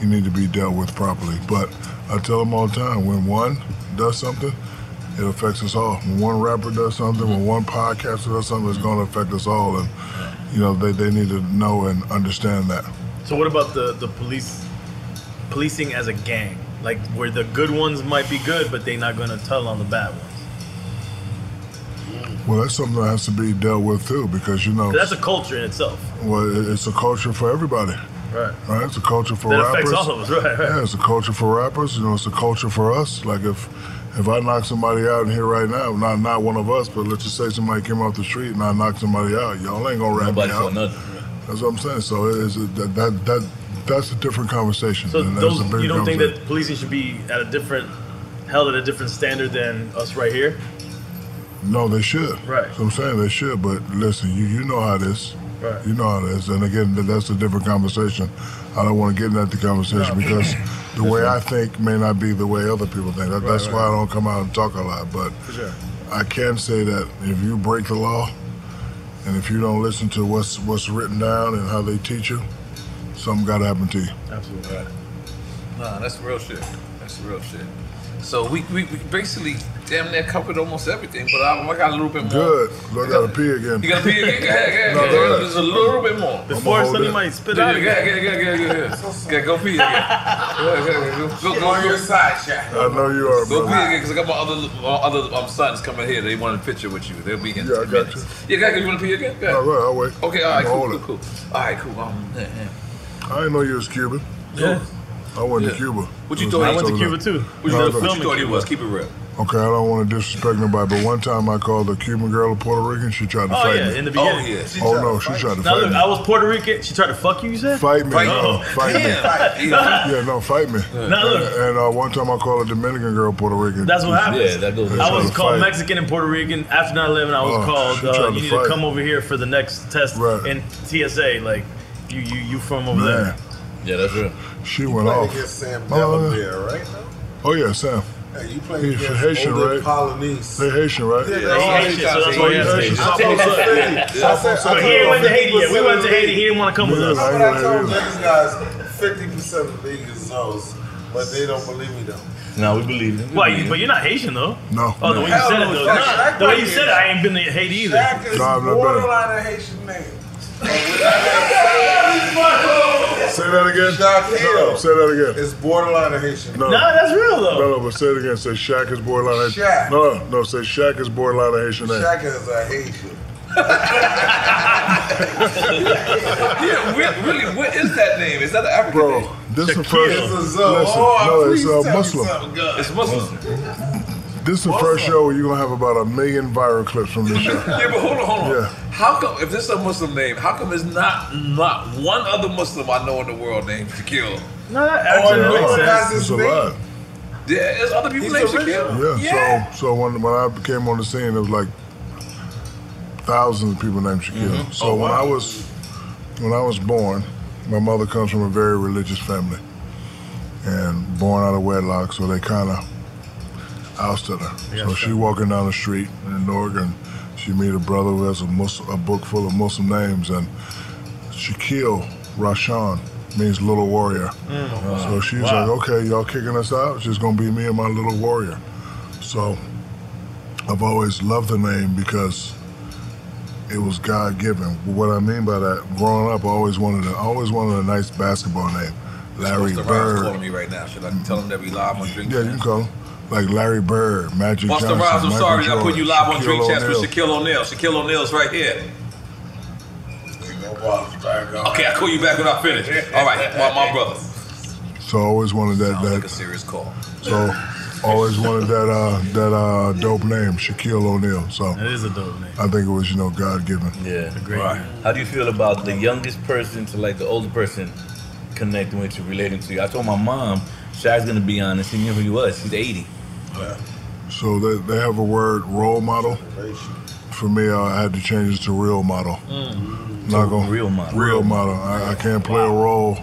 E: you need to be dealt with properly. But I tell them all the time, when one does something, it affects us all. When one rapper does something, when one podcaster does something, it's going to affect us all. And, you know, they, they need to know and understand that.
B: So what about the the police policing as a gang? Like where the good ones might be good, but they not gonna tell on the bad ones.
E: Well, that's something that has to be dealt with, too, because, you know,
B: 'Cause That's a culture in itself,
E: well, it- it's a culture for everybody.
B: right?
E: Right, it's a culture for
B: That
E: rappers.
B: affects all of us, right, right.
E: Yeah, it's a culture for rappers. You know, it's a culture for us. Like if if I knock somebody out in here right now, not not one of us, but let's just say somebody came off the street and I knocked somebody out, y'all ain't gonna rap
H: Nobody
E: me
H: for
E: out.
H: nothing.
E: That's what I'm saying. So it is a, that, that that that's a different conversation.
B: So
E: and
B: those
E: that's a bigger
B: you don't think
E: conversation.
B: that policing should be at a different held at a different standard than us right here?
E: No, they should.
B: Right.
E: So I'm saying they should, but listen, you you know how this.
B: Right.
E: You know how this, and again, th- that's a different conversation. I don't want to get into that conversation
B: [clears throat]
E: because the way I think may not be the way other people think. That,
G: Right,
E: that's
G: right.
E: why I don't come out and talk a lot. But
G: For sure.
E: I can say that if you break the law, and if you don't listen to what's what's written down and how they teach you, something got to happen to you.
B: Absolutely.
C: Nah, that's real shit. That's real shit. So we, we, we basically damn near covered almost everything, but I, I got a little bit more.
E: Good. Look, I got to pee again.
C: You got to
E: [laughs]
C: pee again? Go
E: No,
C: ahead, go ahead, go
E: go
C: ahead.
E: ahead.
C: There's a little bit more.
E: Before hold Sonny it. might
B: spit
C: yeah,
B: out
C: Yeah,
B: again.
C: yeah, yeah, yeah, yeah,
B: [laughs]
C: yeah. yeah. Go pee again. Go, go, go, go, go, go,
G: On your side, Shaq.
E: I know you are,
C: Go
E: bro.
C: pee again, because I got my other my other um, sons coming here. They want a picture with you. They'll be here in
E: Yeah, I
C: 10
E: got
C: minutes. Yeah, go ahead. You want to pee again? Go ahead.
E: All right, I'll wait.
C: Okay, all right,
E: I'ma
C: cool,
E: hold
C: cool,
E: it.
C: cool. All right, cool. Um, yeah, yeah.
E: I didn't know you was Cuban.
C: Yeah.
E: I went
C: Yeah.
E: to Cuba.
C: What
E: It
C: you
E: was
C: thought?
E: nice
C: I went to
E: other
C: Cuba too. What
E: No,
C: you
E: I
C: thought?
E: thought-
C: What you thought he was? Keep it real.
E: Okay, I don't want to disrespect nobody, but one time I called a Cuban girl a Puerto Rican. She tried to
B: Oh
E: fight
B: yeah,
E: me.
B: in the beginning.
E: Oh no, she tried to
B: Now
E: fight
B: look,
E: me.
B: I was Puerto Rican. She tried to fuck you. You said
E: Fight me, no,
B: Oh.
E: fight
B: [laughs]
E: me.
B: Damn.
E: yeah, no, fight me.
B: Now look.
E: And, and uh, one time I called a Dominican girl Puerto Rican.
B: That's what happens.
E: They
B: I
E: tried
B: was
E: to fight.
B: called Mexican and Puerto Rican after 9/11. I was
E: Oh,
B: called.
E: she
B: Uh,
E: tried
B: you
E: to
B: need
E: fight.
B: to come over here for the next test in TSA. Like you, you, you from over
E: Man.
H: Yeah, that's real.
E: She went off.
G: against Sam
E: Oh, yeah.
G: Delavere, right?
E: Oh yeah, Sam.
G: Hey, you
E: He-
G: played
E: she
G: against
E: Haitian,
G: older
E: right?
G: Polynesian.
E: They Haitian, right?
G: Yeah, they Yeah, Haitian, so that's why you
E: Oh, you
G: Haitian.
E: Haitian.
G: I'm from Philly. Yeah. I said-
B: But he ain't went to Haiti yet. We went to Haiti. He didn't want to come with
G: That's
B: us.
G: what I told niggas guys. Fifty percent of the league is those, but they don't believe me though.
H: No, we believe it.
B: Why? You, but you're not Haitian though.
E: No.
B: Oh, the way you
G: Hell
B: said it
G: no,
B: though.
G: Shaq-
B: Nah,
G: Shaq
B: the way
G: might
B: you
G: be
B: said it, I ain't been to Haiti either.
G: Shaq is borderline a
B: [laughs]
G: Haitian name.
E: Say that again. No, say that again. It's borderline of Haitian. No,
B: Nah, that's real though.
E: No, no, but say it again. Say Shaq is borderline Haitian.
G: Shaq.
E: No, no, say Shaq is borderline of Haitian. name.
G: Shaq is a Haitian.
C: yeah, re- really, what is that name? Is that an African Bro, name?
E: This the first.
C: It's a
E: Listen,
C: Zoe. Oh,
E: no, it's
C: please tell
E: a
C: me
E: Muslim.
C: something good. It's Muslim.
E: This is the first show where you're gonna have about a million viral clips from this
G: [laughs]
E: show.
C: Yeah, but hold on, hold on. How come if this is a Muslim name, how come it's not not one other Muslim I know in the world named Shaquille?
B: No, that
C: actually
E: no,
C: makes sense.
E: Oh, that's It's a lot.
C: Yeah, there's other people named
E: Yeah.
C: Shaquille.
E: So, so when when I came on the scene, there was like thousands of people named Shaquille.
G: Mhm.
E: So
G: Oh,
E: when
G: wow.
E: I was when I was born, my mother comes from a very religious family, and born out of wedlock, so they kind of ousted her.
G: Yeah,
E: so
G: sure.
E: she walking down the street in Oregon, she meet a brother who has a Muslim, a book full of Muslim names, and Shaquille Rashan means little warrior.
G: Mm. Wow.
E: So she's
G: Wow.
E: like, okay, y'all kicking us out. It's just gonna be me and my little warrior. So I've always loved the name because it was God given. What I mean by that, growing up, I always wanted, a, I always wanted a nice basketball name, Larry
C: Busta Rhymes
E: Bird.
C: calling me right now. Should I tell him that we live on Drink
E: Yeah, you can call him like Larry Bird, Magic
C: Buster
E: Johnson.
C: Rhymes, I'm
E: Michael
C: sorry, I put
E: Jordan,
C: you live on
E: Shaquille
C: Drink Chats with
E: O'Neal.
C: Shaquille O'Neal. Shaquille O'Neal's right here. Okay, I call you back when I finish. All right, my, my brother.
E: So I always wanted that. that
C: a serious call.
E: So always wanted that uh, that uh, dope name, Shaquille O'Neal. So
H: That is a dope name.
E: I think it was you know God given.
H: Yeah. How do you feel about the youngest person to like the older person connecting with you, relating to you? I told my mom, Shaq's gonna be honest, he knew who he was. He's 80.
E: So they, they have a word role model. For me, I had to change it to real model. Not gonna, real model. Real model. I, I can't play a role,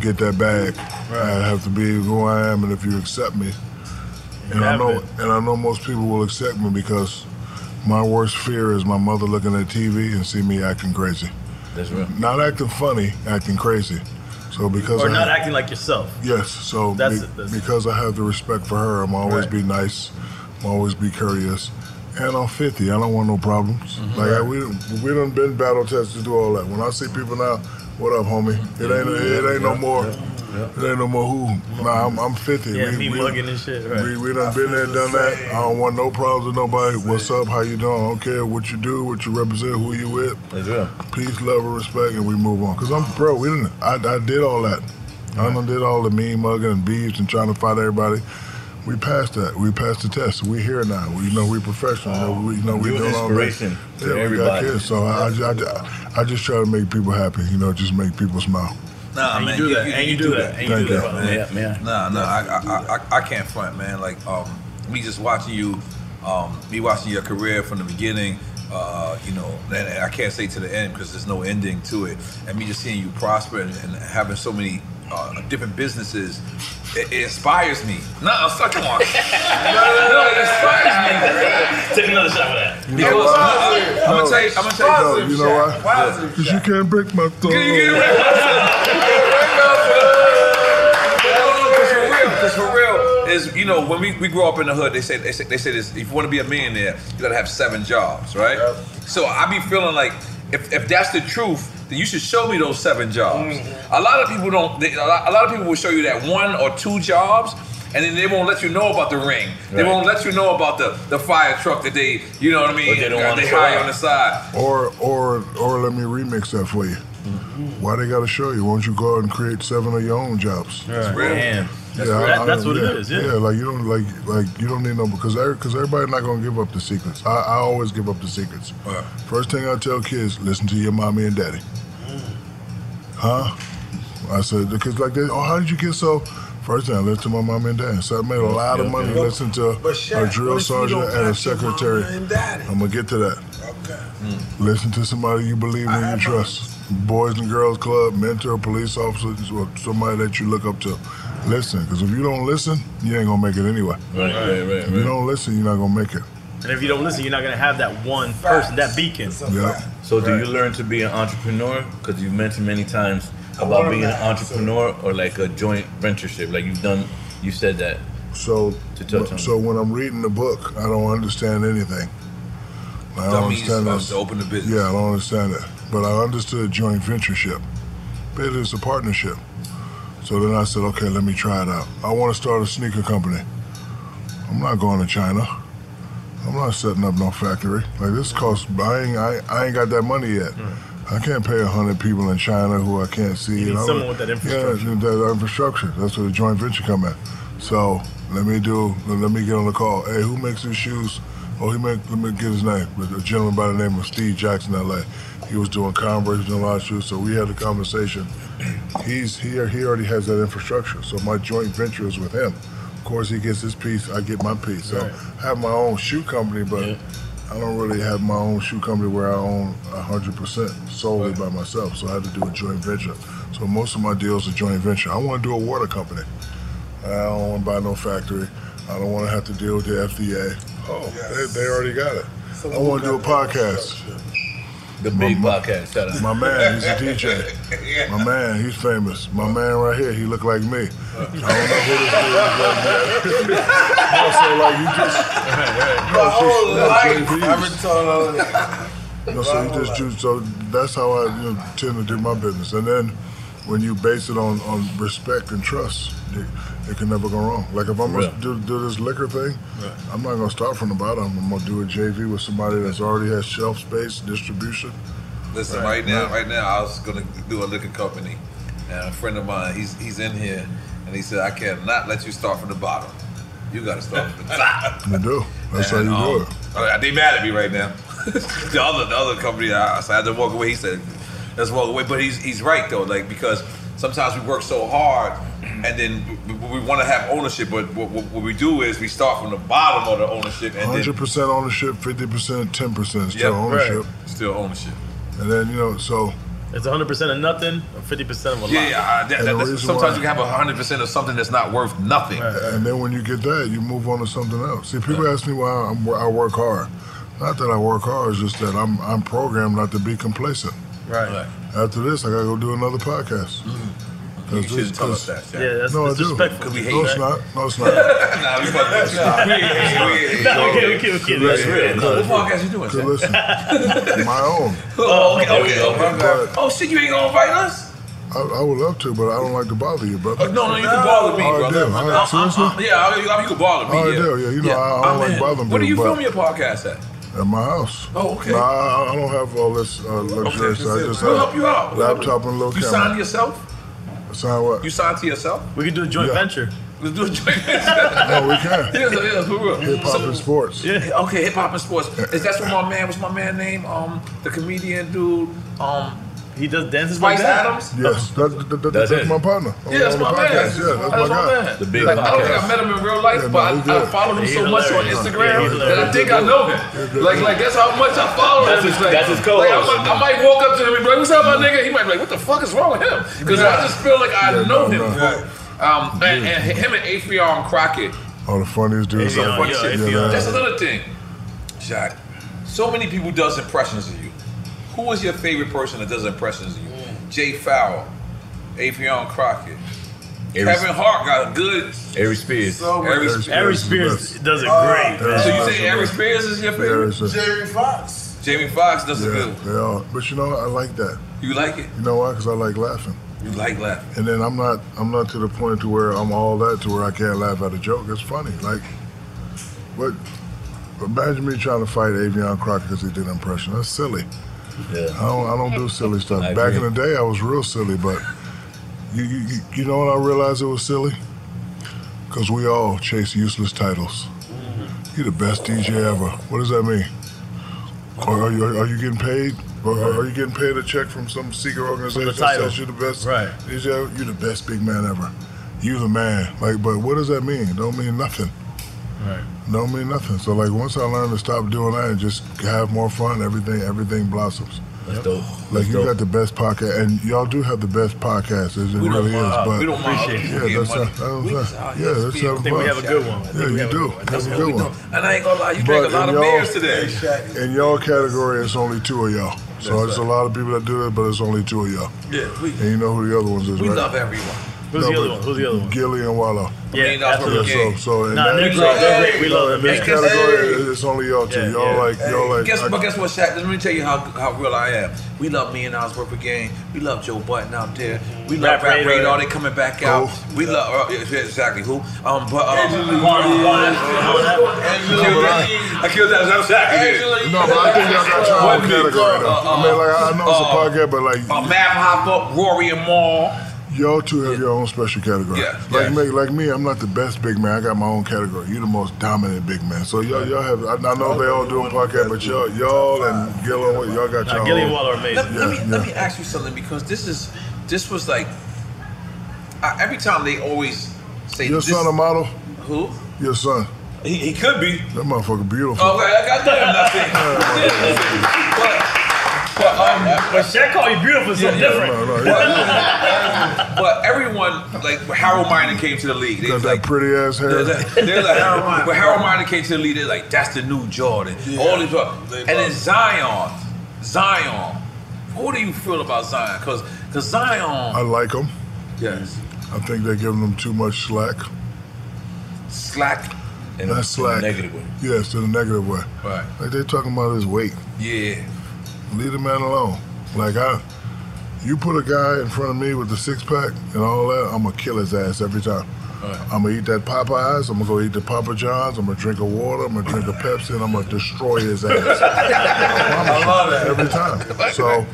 E: get that bag. I have to be who I am, and if you accept me, and I
G: have
E: know,
G: it.
E: and I know most people will accept me because my worst fear is my mother looking at TV and see me acting crazy.
H: That's real.
E: Not acting funny, acting crazy. So because
B: Or
E: I
B: not
E: have-
B: acting like yourself.
E: Yes, so
B: That's
E: be-
B: it, that's
E: because I have the respect for her, I'm always be nice, I'm always be courteous, and I'm 50. I don't want no problems.
B: Mm-hmm.
G: Mhm.
E: Like I, we
G: Right.
E: we done been battle tested, do all that. When I see people now, what up, homie? It
B: Mm-hmm.
E: ain't it ain't no more. It ain't no more who. Nah, I'm, I'm 50.
B: Yeah, me mugging and shit, right.
E: We, we done been there, done that. I don't want no problems with nobody. What's up? How you doing? I don't care what you do, what you represent, who you with. Peace, love, and respect, and we move on. Cause I'm bro. We didn't. I, I did all that. I done did all the mean mugging and beefs and trying to fight everybody. We passed that. We passed the test. We here now. We you know we professional. You know, we you know we
H: You're
E: doing all that.
H: inspiration to
E: yeah, we got
H: everybody.
E: kids. So I, I, I, I just try to make people happy. You know, just make people smile.
C: Nah,
E: And you
C: man.
E: do that, and you do that, and you Thank do that, you. brother.
C: Yeah, man. Nah, nah. I, I, I, I can't front, man. Like, um, me just watching you, um, me watching your career from the beginning. Uh, you know, and and I can't say to the end because there's no ending to it. And me just seeing you prosper and, and having so many uh, different businesses, it, it inspires me. No, I'm stuck on. [laughs] no, it inspires me. Take another shot for that.
E: You
C: Because
E: know what?
C: I'm, I'm gonna tell you, I'm gonna tell
E: No, Oh, you know why? Because you can't break my thumb.
C: Because for real, is you know when we, we grew up in the hood, they say they say, they say this: if you want to be a millionaire, you gotta have seven jobs, right? So I be feeling like if, if that's the truth, then you should show me those seven jobs.
G: Mm-hmm.
C: A lot of people don't. They, a, lot, a lot of people will show you that one or two jobs. And then they won't let you know about the ring. They
G: Right.
C: won't let you know about the, the fire truck that they, you know what I mean?
G: Or they don't wanna
C: they
G: show
C: hire
G: up.
C: on the side.
E: Or or or let me remix that for you. Why they gotta show you? Won't you go out and create seven of your own jobs?
B: That's real. Damn. That's
E: I-
B: real.
E: I-
B: That's what it is, yeah.
E: like you don't like like you don't need no because because everybody's not gonna give up the secrets. I, I always give up the secrets. First thing I tell kids, listen to your mommy and daddy. Huh? I said because like they, oh how did you get so? First thing I listened to my mommy and daddy. So I made a lot of
G: Yeah,
E: money
G: yeah.
E: listening to
G: But
E: a
G: Shaq,
E: drill
G: what if you
E: sergeant
G: don't
E: and a
G: like your
E: secretary.
G: mama and daddy?
E: I'm gonna get to that.
B: Mm.
E: Listen to somebody you believe in, you trust. Boys and Girls Club, mentor, police officer, or somebody that you look up to. Listen, because if you don't listen, you ain't gonna make it anyway.
B: Right, right, right,
E: If you
B: right.
E: don't listen, you're not gonna make it.
B: And if you don't listen, you're not gonna have that one person, that beacon.
E: Yeah.
H: So do you learn to be an entrepreneur? Because you've mentioned many times about
B: learned
H: being an
B: that,
H: entrepreneur or like a joint ventureship. Like you've done, you said that.
E: So
H: to touch on.
E: So when I'm reading the book, I don't understand anything. I
C: That
E: don't
C: means
E: understand
C: us
E: this.
C: to open the business.
E: Yeah, I don't understand that. But I understood joint ventureship. It is a partnership. So then I said, okay, let me try it out. I want to start a sneaker company. I'm not going to China. I'm not setting up no factory. Like this costs. I ain't. I, I ain't got that money yet. I can't pay a hundred people in China who I can't see.
B: You need
E: and I'm-
B: someone with that infrastructure.
E: Yeah, that infrastructure. That's where the joint venture come in. So let me do. Let me get on the call. Hey, who makes these shoes? Oh, he make. Let me get his name. A gentleman by the name of Steve Jackson, L.A. He was doing Converse, doing a lot of shoes. So we had a conversation. He's here. He already has that infrastructure. So my joint venture is with him. Of course, he gets his piece. I get my piece. So
G: Right.
E: I have my own shoe company, but I don't really have my own shoe company where I own 100% solely by myself. So I had to do a joint venture. So most of my deals are joint venture. I want to do a water company. I don't want to buy no factory. I don't want to have to deal with the FDA. Oh, they, they already got it. I want to do a podcast.
H: The big podcast. Shout out.
E: My man, he's a
H: [laughs]
E: DJ. My man, he's famous. My man right here, he look like me. I don't know who this dude is right now. [laughs] so like you just
G: My whole
E: no,
G: life,
E: JVs.
G: I've been told all of that.
E: No, so you just do. So that's how I you know, tend to do my business. And then when you base it on on respect and trust, it, it can never go wrong. Like if I'm
G: Yeah.
E: gonna do, do this liquor thing,
G: Yeah.
E: I'm not gonna start from the bottom. I'm gonna do a JV with somebody that's already has shelf space, distribution.
C: Listen, right, now, right now, I was gonna do a liquor company, and a friend of mine, he's he's in here, and he said, "I cannot let you start from the bottom. You gotta start from the [laughs] top."
E: You do. That's
C: And,
E: how you do
C: um, uh, They mad at me right now. [laughs] the other the other company, I, so I had to walk away. He said, "Let's walk away." But he's he's right though, like because sometimes we work so hard and then we, we want to have ownership. But what, what what we do is we start from the bottom of the ownership and then
E: 100% ownership, 50%, 10% still
C: Yeah, right.
E: ownership.
C: still ownership.
E: And then, you know, so.
G: It's 100% of nothing, or 50% of a lot.
C: Yeah, yeah. I- that-
E: And
C: that-
E: the
C: that's-
E: reason
C: sometimes
E: why-
C: you can have hundred percent of something that's not worth nothing.
E: And then when you get that, you move on to something else. See, people ask me why I'm, I work hard. Not that I work hard, it's just that I'm, I'm programmed not to be complacent.
G: Right.
E: After this, I gotta go do another podcast.
C: Mm-hmm. You shouldn't tell us that. Jack.
E: no, I do. No, it's not. No, [laughs] it's not.
C: nah, we fucking with you. [laughs] We ain't hating, we ain't hating.
E: Nah, we can't- we can't- we can't.
C: That's real.
E: Good.
C: What podcast you doing,
E: Good
C: Jack?
E: listen.
C: [laughs]
E: My own.
C: Oh, okay, okay, okay. Oh, shit, you ain't gonna invite us?
E: I, I would love to, but I don't like to bother you, brother.
C: Oh, no, no, you can bother me,
E: oh, I
C: brother. Uh-uh.
E: do. All
C: I- I-
E: right, seriously?
C: I- Yeah, I- you- you can bother me.
E: Oh, I
C: yeah.
E: do, yeah, you know, I- I don't
C: I'm
E: like
C: in.
E: bothering
C: Where do you
E: people,
C: film
E: but-
C: your podcast at?
E: At my house.
C: Oh, okay.
E: No, I, I don't have all this uh, luxury.
C: Okay,
E: so I just
C: we'll
E: have
C: help you out.
E: Laptop and a little
C: You
E: camera.
C: signed yourself?
E: Sign what?
C: You signed to yourself?
G: We can do a joint
E: Yeah.
G: venture.
C: Let's do
E: [laughs]
C: a joint
E: no, we
C: [laughs]
E: can.
C: Yeah, yeah, for real.
E: Hip hop
C: So-
E: and sports.
C: Yeah. Okay, hip hop and sports. Is that what my man? What's my man name? Um, the comedian dude. Um,
G: he does dances
C: Spice Adams.
E: Yes, that, that, that, that's,
C: That's it.
E: my partner.
C: Yeah,
E: On
C: that's
E: the
C: my man.
E: podcast. Yeah, that's, my guy.
C: man. Like, I don't think I met him in real
E: Yeah,
C: life,
E: no,
C: but
E: he
C: I, I
E: good.
C: follow him
E: He
C: so much on
E: hilarious. Yeah,
C: Instagram
E: he's
C: that I
E: hilarious.
C: think I know him. Like, like that's how much I follow
T: That's
C: him.
T: his-
C: It's like,
T: that's his
C: Like, I,
T: co-host.
C: might, I might walk up to him and be like, "What's up, my nigga?" He might be like, "What the fuck is wrong with him?" Because I just feel like I know him. Um, and, and him and Afion Crockett.
E: Oh, the funniest dude.
C: That's, some funny shit.
E: yeah,
C: That's
E: man.
C: another thing. Jack, so many people does impressions of you. Who is your favorite person that does impressions of you?
G: Mm.
C: Jay Fowler, Avion Crockett.
T: Every-
C: Kevin Hart got a good.
T: Every Spears.
C: So many- Ari Spears
G: Ari
C: is the
G: Spears
C: best.
G: does it
C: Uh,
G: great, man.
C: so you say Ari Spears is your favorite?
E: Jamie
C: Foxx. Jamie Foxx does a
E: Yeah,
C: good. one.
E: they are. But you know, I like that.
C: You like it?
E: You know why? Because I like laughing.
C: You like laughing.
E: And then I'm not, I'm not to the point to where I'm all that to where I can't laugh at a joke. It's funny. Like, but imagine me trying to fight Avion Crocker because he did an impression. That's silly.
T: Yeah.
E: I don't, I don't
T: [laughs]
E: do silly stuff.
T: I
E: Back in
T: agree.
E: the day, I was real silly, but you, you, you- you know when I realized it was silly? Because we all chase useless titles.
T: Mm-hmm.
E: You're the best DJ ever. What does that mean? Are, are, you, are you getting paid? Or are, are you getting paid a check from some secret organization that
G: title.
E: says you're the best right. DJ? ever? You're the best big man ever. You the man. Like, but what does that mean? It Don't mean nothing.
G: Right.
E: Don't mean nothing. So like, once I learned to stop doing that and just have more fun, everything everything blossoms.
T: That's dope.
E: Like you got the best podcast, and y'all do have the best podcast. It
C: We don't
E: really is.
C: mind-
E: But
C: we don't mind people
E: Yeah,
C: getting
E: that's
C: money.
E: that's
C: We
E: that's
C: just out
E: yeah,
C: here
E: that's
C: speaking.
E: how
C: I think we have a good one. I think
E: Yeah,
C: we
E: you
C: have a
E: do.
C: good one.
E: That's
C: That's
E: a
C: what
E: good
C: we
E: one.
C: And I ain't gonna lie, you drank a
E: But
C: lot
E: in
C: of
E: y'all-
C: beers today.
E: In y'all category, it's only two of y'all. So
C: That's
E: it's a lot of people that do it, but it's only two of y'all.
C: Yeah, we,
E: And you know who the other ones is,
C: we
E: right?
C: love everyone.
G: Who's the other one? Who's the other one?
E: Gilly and Wallow.
G: Yeah, Million Dollars Worth of absolutely. Game.
E: So, so in
G: Nah,
E: that,
G: they're great. They're great. We love them.
E: In this
G: Hey,
C: guess-
E: category, it's only y'all two. y'all like, y'all like.
C: guess,
E: I-
C: but guess what, Shaq? Let me tell you how, how real I am. We love me and Oz Worth Gang. We love Joe Button out there. We
G: Rap
C: love Rap
G: Radar.
C: Radar. They coming back out. We love uh, yeah, exactly who. Um, but um, I killed that. That was Shaq.
E: No, but I think y'all got your own
C: What me?
E: category though.
C: Uh,
E: I mean, like I I know
C: uh,
E: it's a podcast, but like
C: uh, Mav Hop Up, Rory and Maul.
E: Y'all two have your own special category.
C: Yeah,
E: Like me,
C: yeah.
E: like me, I'm not the best big man. I got my own category. You the most dominant big man. So y'all, y'all have. I, I know they all doing podcast, but y'all, y'all and Gillen, what- y'all got y'all. own.
C: Let, let me
E: Yeah,
C: let
E: yeah.
C: me ask you something because this is this was like I, every time they always say
E: Your
C: this,
E: son a model?
C: Who?
E: Your son.
C: He, he could be. Oh.
E: That motherfucker beautiful.
C: Okay, I got that. I'm not saying. But, but, um,
G: but Shaq called you beautiful, so different.
C: but, [laughs] but everyone, like Harold Miner came to the league. They was
E: Got
C: like,
E: that pretty ass hair.
C: they're like,
E: [laughs]
C: they're like Harold Miner. But Harold Miner came to the league. They're like, that's the new Jordan. All these, and then Zion, Zion. What do you feel about Zion? Because because Zion,
E: I like them.
C: Yes.
E: I think they're giving them too much slack.
C: slack.
E: And That's slack. negative way. Yes, in a negative way.
C: Right.
E: Like they're talking about his weight.
C: Yeah.
E: Leave the man alone. Like I, you put a guy in front of me with a six pack and all that, I'm gonna kill his ass every time. I'm gonna eat that Popeyes. I'm gonna go eat the Papa John's. I'm gonna drink a water. I'm gonna drink a Pepsi, and I'm gonna destroy his ass.
C: [laughs]
E: I promise you, every time. So,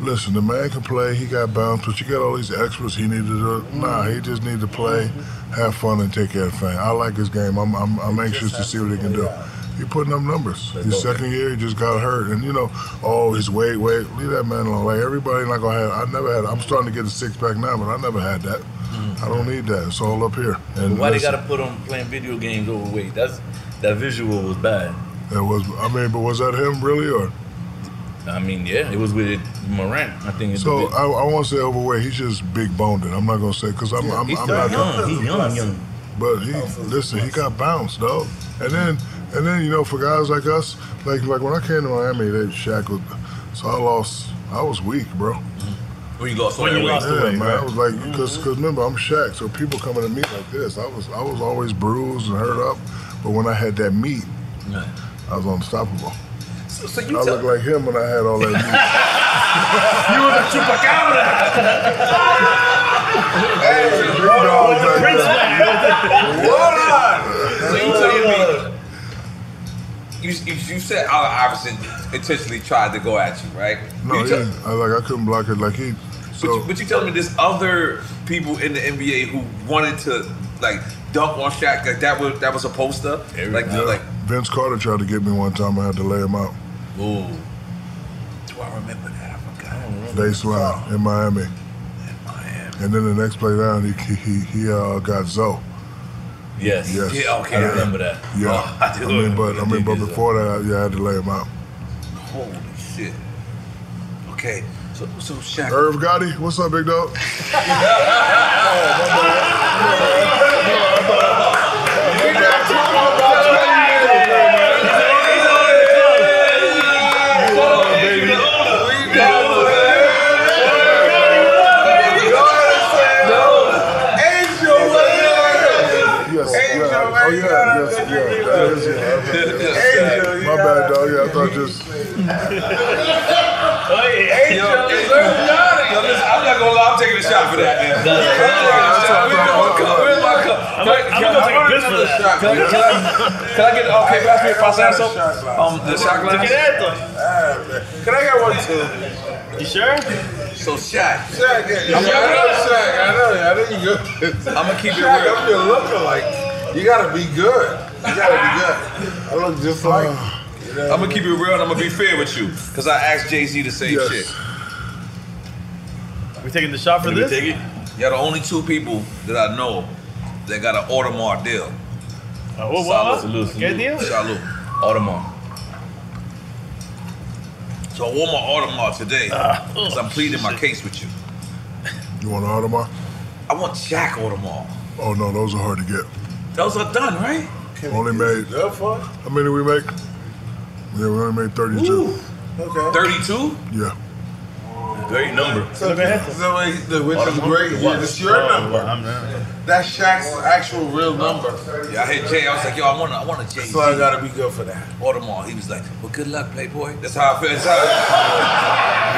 E: listen, the man can play. He got bounce, but you got all these extras. He needed to. Nah, he just need to play, have fun, and take care of things. I like his game. I'm I'm, I'm anxious to see what he can do. He putting up numbers. His second year, he just got hurt, and you know, oh, his weight, weight. Leave that man alone. Like everybody, not gonna have. I never had. I'm starting to get a six pack now, but I never had that.
H: Mm-hmm.
E: I don't need that. It's all up here. And
H: Why they
E: listen,
H: gotta put on playing video games overweight? That's that visual was bad.
E: It was. I mean, but was that him really, or?
H: I mean, yeah, it was with Morant. I think it's
E: So
H: a bit-
E: I, I won't say overweight. He's just big boned. I'm not gonna say because I'm,
H: Yeah,
E: I'm,
H: he's
E: I'm
H: still
E: not
H: young. He's young, young.
E: But he listen. He got bounced though, and then and then you know for guys like us, like like when I came to Miami, they shackled. So I lost. I was weak, bro.
C: When you lost the
E: yeah,
C: weight. Mm-hmm.
E: man. I was like, because remember I'm Shaq, so people coming to me like this. I was I was always bruised and hurt up, but when I had that meat, I was unstoppable.
C: So,
E: I looked like him when I had
C: [laughs]
E: all that meat.
C: You [laughs] were the chupacabra.
E: Hold on,
C: So you tell me, you, you, you said Allen Iverson intentionally tried to go at you, right?
E: No,
C: you tell-
E: yeah, I, like I couldn't block it. Like he,
C: but, you, but you telling me there's other people in the NBA who wanted to like dunk on Shaq, like that was that was a poster, like
E: Yeah.
C: like
E: Vince Carter tried to get me one time. I had to lay him out.
C: Ooh. Do I remember that? I forgot.
E: They slide in Miami. And then the next play down, he he he, he uh, got Zoe.
H: Yes.
E: Yes.
H: Yeah, okay, I remember that.
E: Yeah.
H: Oh, I
E: I,
H: do
E: mean,
H: remember
E: but I mean, but before that, yeah, I had to lay him out.
C: Holy shit. Okay, so so Shaq.
E: Irv Gotti, what's up, big dog? Oh yeah, yes, yeah, that is, yeah. My bad, dog. Yeah, I thought just
C: Yo, yo, listen, I'm not gonna lie, I'm taking a shot for that, man. I'm taking a shot. Where's my cup? Where's my cup? Can I- can I-
G: take a piss for
C: another
G: that.
C: shot? Can I- can I- Can I get, okay, pass me a pasazo? Um, the shot glass?
G: Take it
C: Can I get one too? You sure? So Shaq.
G: Shaq, yeah.
C: I'm
G: Shaq, I know Shaq. I know
C: I know you good. [laughs] I'm gonna keep it
G: Shaq,
C: real.
G: I'm your lookalike.
C: You gotta be good.
G: You gotta be good. I look
C: Uh,
G: just like.
C: I'm gonna keep it real and I'm gonna be fair with you. Cause I asked Jay Z the same
B: Yes.
C: shit.
B: We taking the shot for
C: Can we
B: this?
C: take it? You're the only two people that I know that got an Audemars deal.
B: Uh, what, what? ¿Qué deal?
C: Salute. Audemars. So I wore my Audemars today
B: Ah.
C: because I'm pleading my case with you.
E: you want an Audemars?
C: I want Jack Audemars.
E: Oh no, those are hard to get.
C: Those are done, right?
E: Only made. How many we make? Yeah, we only made thirty-two.
C: 32?
E: Yeah.
H: Great number.
G: So, so wait, the, which is
C: Audemars?
G: great. Yeah,
C: What?
G: it's your
C: Oh,
G: number. That's Shaq's actual real number.
C: Yeah, I hit Jay. I was like, yo, I want to, I want to Jay.
G: So I gotta be good for that.
C: Audemars. He was like, well, good luck, Playboy. That's how I feel. That's how.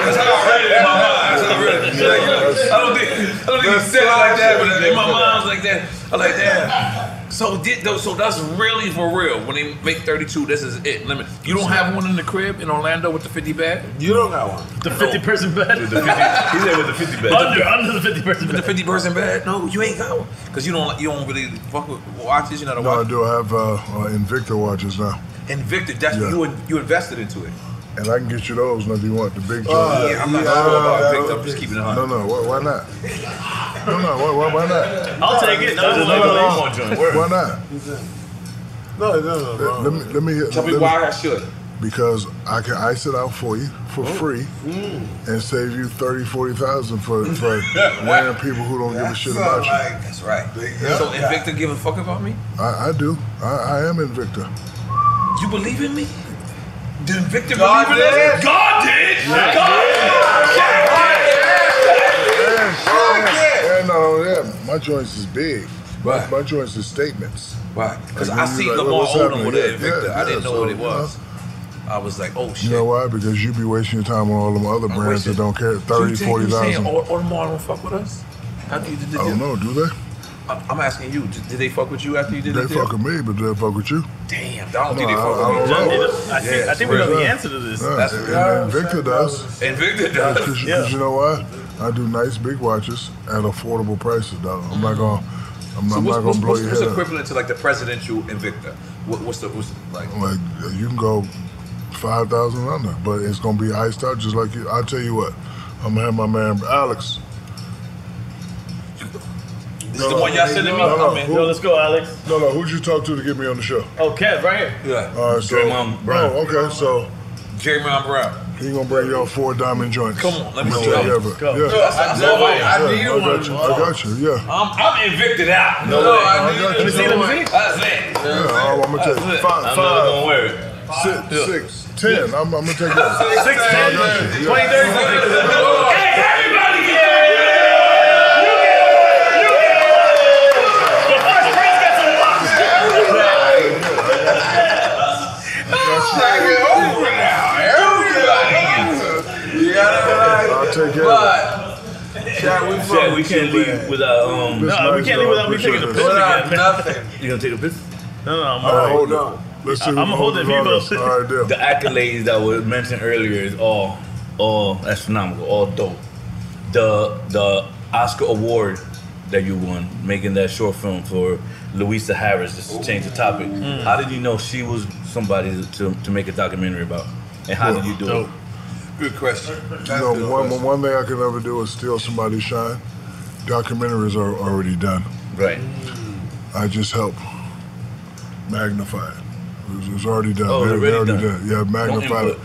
C: That's how I read it in my mind. That's how I read it. It's like, you know, I don't think, I don't think he said it like that, but in my mind, I was like that. I was like that. So did though, so that's really for real. When they make 32, this is it. Limit. You don't have one in the crib in Orlando with the 50 bag.
G: You don't got one.
B: The 50 person bed?
C: With the 50 he said with the 50 bag.
B: Under, under the 50 person
C: With the 50 person bag? No, you ain't got one. Cause you don't like, you don't really fuck with watches. You're not a
E: No, I
C: watch.
E: do. I have uh, uh, Invicta watches now,
C: Invicta, that's
E: Yeah.
C: you you invested into it.
E: and I can get you those now if you want the big.
C: Oh,
E: joint.
C: yeah, I'm not sure about Invicta. I'm just keeping it on.
E: No, no, why, why not? No, no, why, why, why not?
B: I'll take it.
E: No, no, no, no. Why not?
G: No, no, no.
E: Let me let me
G: Tell me
E: let
G: why I should.
E: Because I can ice it out for you for
C: Oh.
E: free and save you thirty, forty thousand for
C: [laughs]
E: for random people who don't give a shit about you.
C: That's right.
E: Yeah.
C: So Invicta give a fuck about me?
E: I, I do. I, I am Invicta.
C: You believe in me? Did Invicta
G: God
C: believe in us?
G: did.
C: God did.
G: Yeah.
C: God did.
E: Yeah, yeah, no, yeah. My joints is big. My, my joints is statements.
C: Why? Because
E: Like,
C: I
E: when you
C: seen
E: like,
C: Lamar
E: what's
C: Odom
E: happening?
C: with an
E: Yeah,
C: Invicta.
E: yeah,
C: I didn't
E: yeah,
C: know what
E: so,
C: it was. I was like, oh shit.
E: You know why? Because you be wasting your time on all them other brands that don't care. Thirty, forty
C: So you
E: thousand.
C: saying Od- Audemars don't fuck with us? After you did the
E: I don't
C: deal?
E: know. Do they?
C: I'm I'm asking you. Did did they fuck with you after you did
E: They
C: the deal?
E: fuck with me, but they fuck with you.
C: Damn, I
E: No,
C: don't think they fuck
E: I- I
C: with me.
E: don't know.
C: Yeah, it's real.
E: Yeah,
C: That's
E: and,
C: real.
E: and Victor does.
C: Invicta
E: Because
C: does.
E: you know why? I do nice big watches at affordable prices, dog. I'm not gonna, I'm,
C: So
E: I'm
C: what's,
E: not
C: what's,
E: gonna blow
C: what's,
E: your
C: what's
E: head up.
C: equivalent to like the presidential Invicta? What, what's the what's the, like?
E: Like you can go five thousand under, but it's gonna be iced out just like you. I tell you what, I'm gonna have my man Alex.
P: This is the one y'all sending me? I'm in.
E: let's go, Alex. No, no. Who'd you talk to to get me on the show?
B: Oh, Kev, right here.
P: Yeah.
E: All right, so,
P: Draymond Brown.
E: Oh, okay, so
P: Draymond Brown.
E: he gonna bring y'all four diamond joints. Come on,
P: let me
E: see.
P: see.
E: Yeah,
P: Let's go.
E: yeah.
P: No, that's- that's all I- I
E: Yeah,
P: need
E: I
P: one.
E: got you. I got you. Yeah.
P: I'm, I'm evicted out.
E: No way.
P: Let me see, let me see. That's it.
E: Yeah, I'm gonna take
P: That's it.
E: five,
P: I'm never
E: five,
P: gonna wear it.
E: six, six, ten. I'm, I'm gonna take that.
P: Six,
E: I
P: ten,
E: got you.
P: 20,
E: Yeah.
P: 30. Hey, everybody get
E: [laughs] I'll take care
G: of
H: Shaq, we can't leave without um.
E: This
B: No, we
E: nice,
B: can't leave
E: dog.
B: without me
E: Appreciate
B: taking a
E: it.
B: piss
E: Without
B: again.
H: You gonna take a piss?
B: No, no, I'm
H: All right,
B: alright.
H: hold on.
E: Let's
B: see I'm gonna hold it, Vivo.
E: All right,
H: The accolades that were mentioned earlier is all, all astronomical, all dope. The the Oscar award that you won, making that short film for Louisa Harris. Just to change the topic,
B: Mm.
H: how did you know she was somebody to, to make a documentary about, and how did you do
E: Dope.
H: it?
P: Good question.
E: You know, one, one thing I could never do is steal somebody's shine. Documentaries are already done.
H: Right.
E: I just help magnify it. It was, it was already done.
H: Oh, it was
E: They- they
H: already
E: done.
H: done.
E: Yeah, magnify
H: Don't
E: it.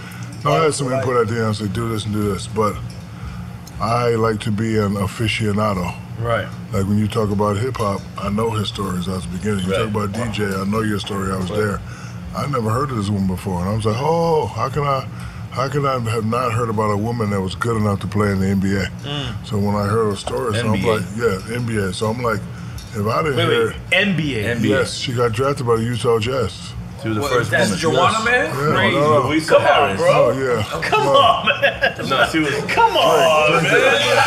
E: No, I had some input at the end. Say, do this and do this. But I like to be an aficionado.
B: Right.
E: Like when you talk about hip hop, I know his stories at the beginning. You talk about DJ, I know your story. I was there. I never heard of this woman before, and I was like, oh, how can I, how can I have not heard about a woman that was good enough to play in the NBA?
B: Mm.
E: So when I heard her story, so I'm
B: NBA.
E: like, yeah, NBA. So I'm like, if I didn't
B: Wait,
E: hear,
B: wait. NBA.
E: yes, she got drafted by the Utah Jazz.
H: She was the
B: What, first that's woman. Joanna, man? Oh,
E: Yeah,
B: Crazy.
E: no, no.
B: Louisa Come on, Harris. bro.
E: Oh, yeah.
B: Come on, man.
H: No, she was.
B: Come on, man.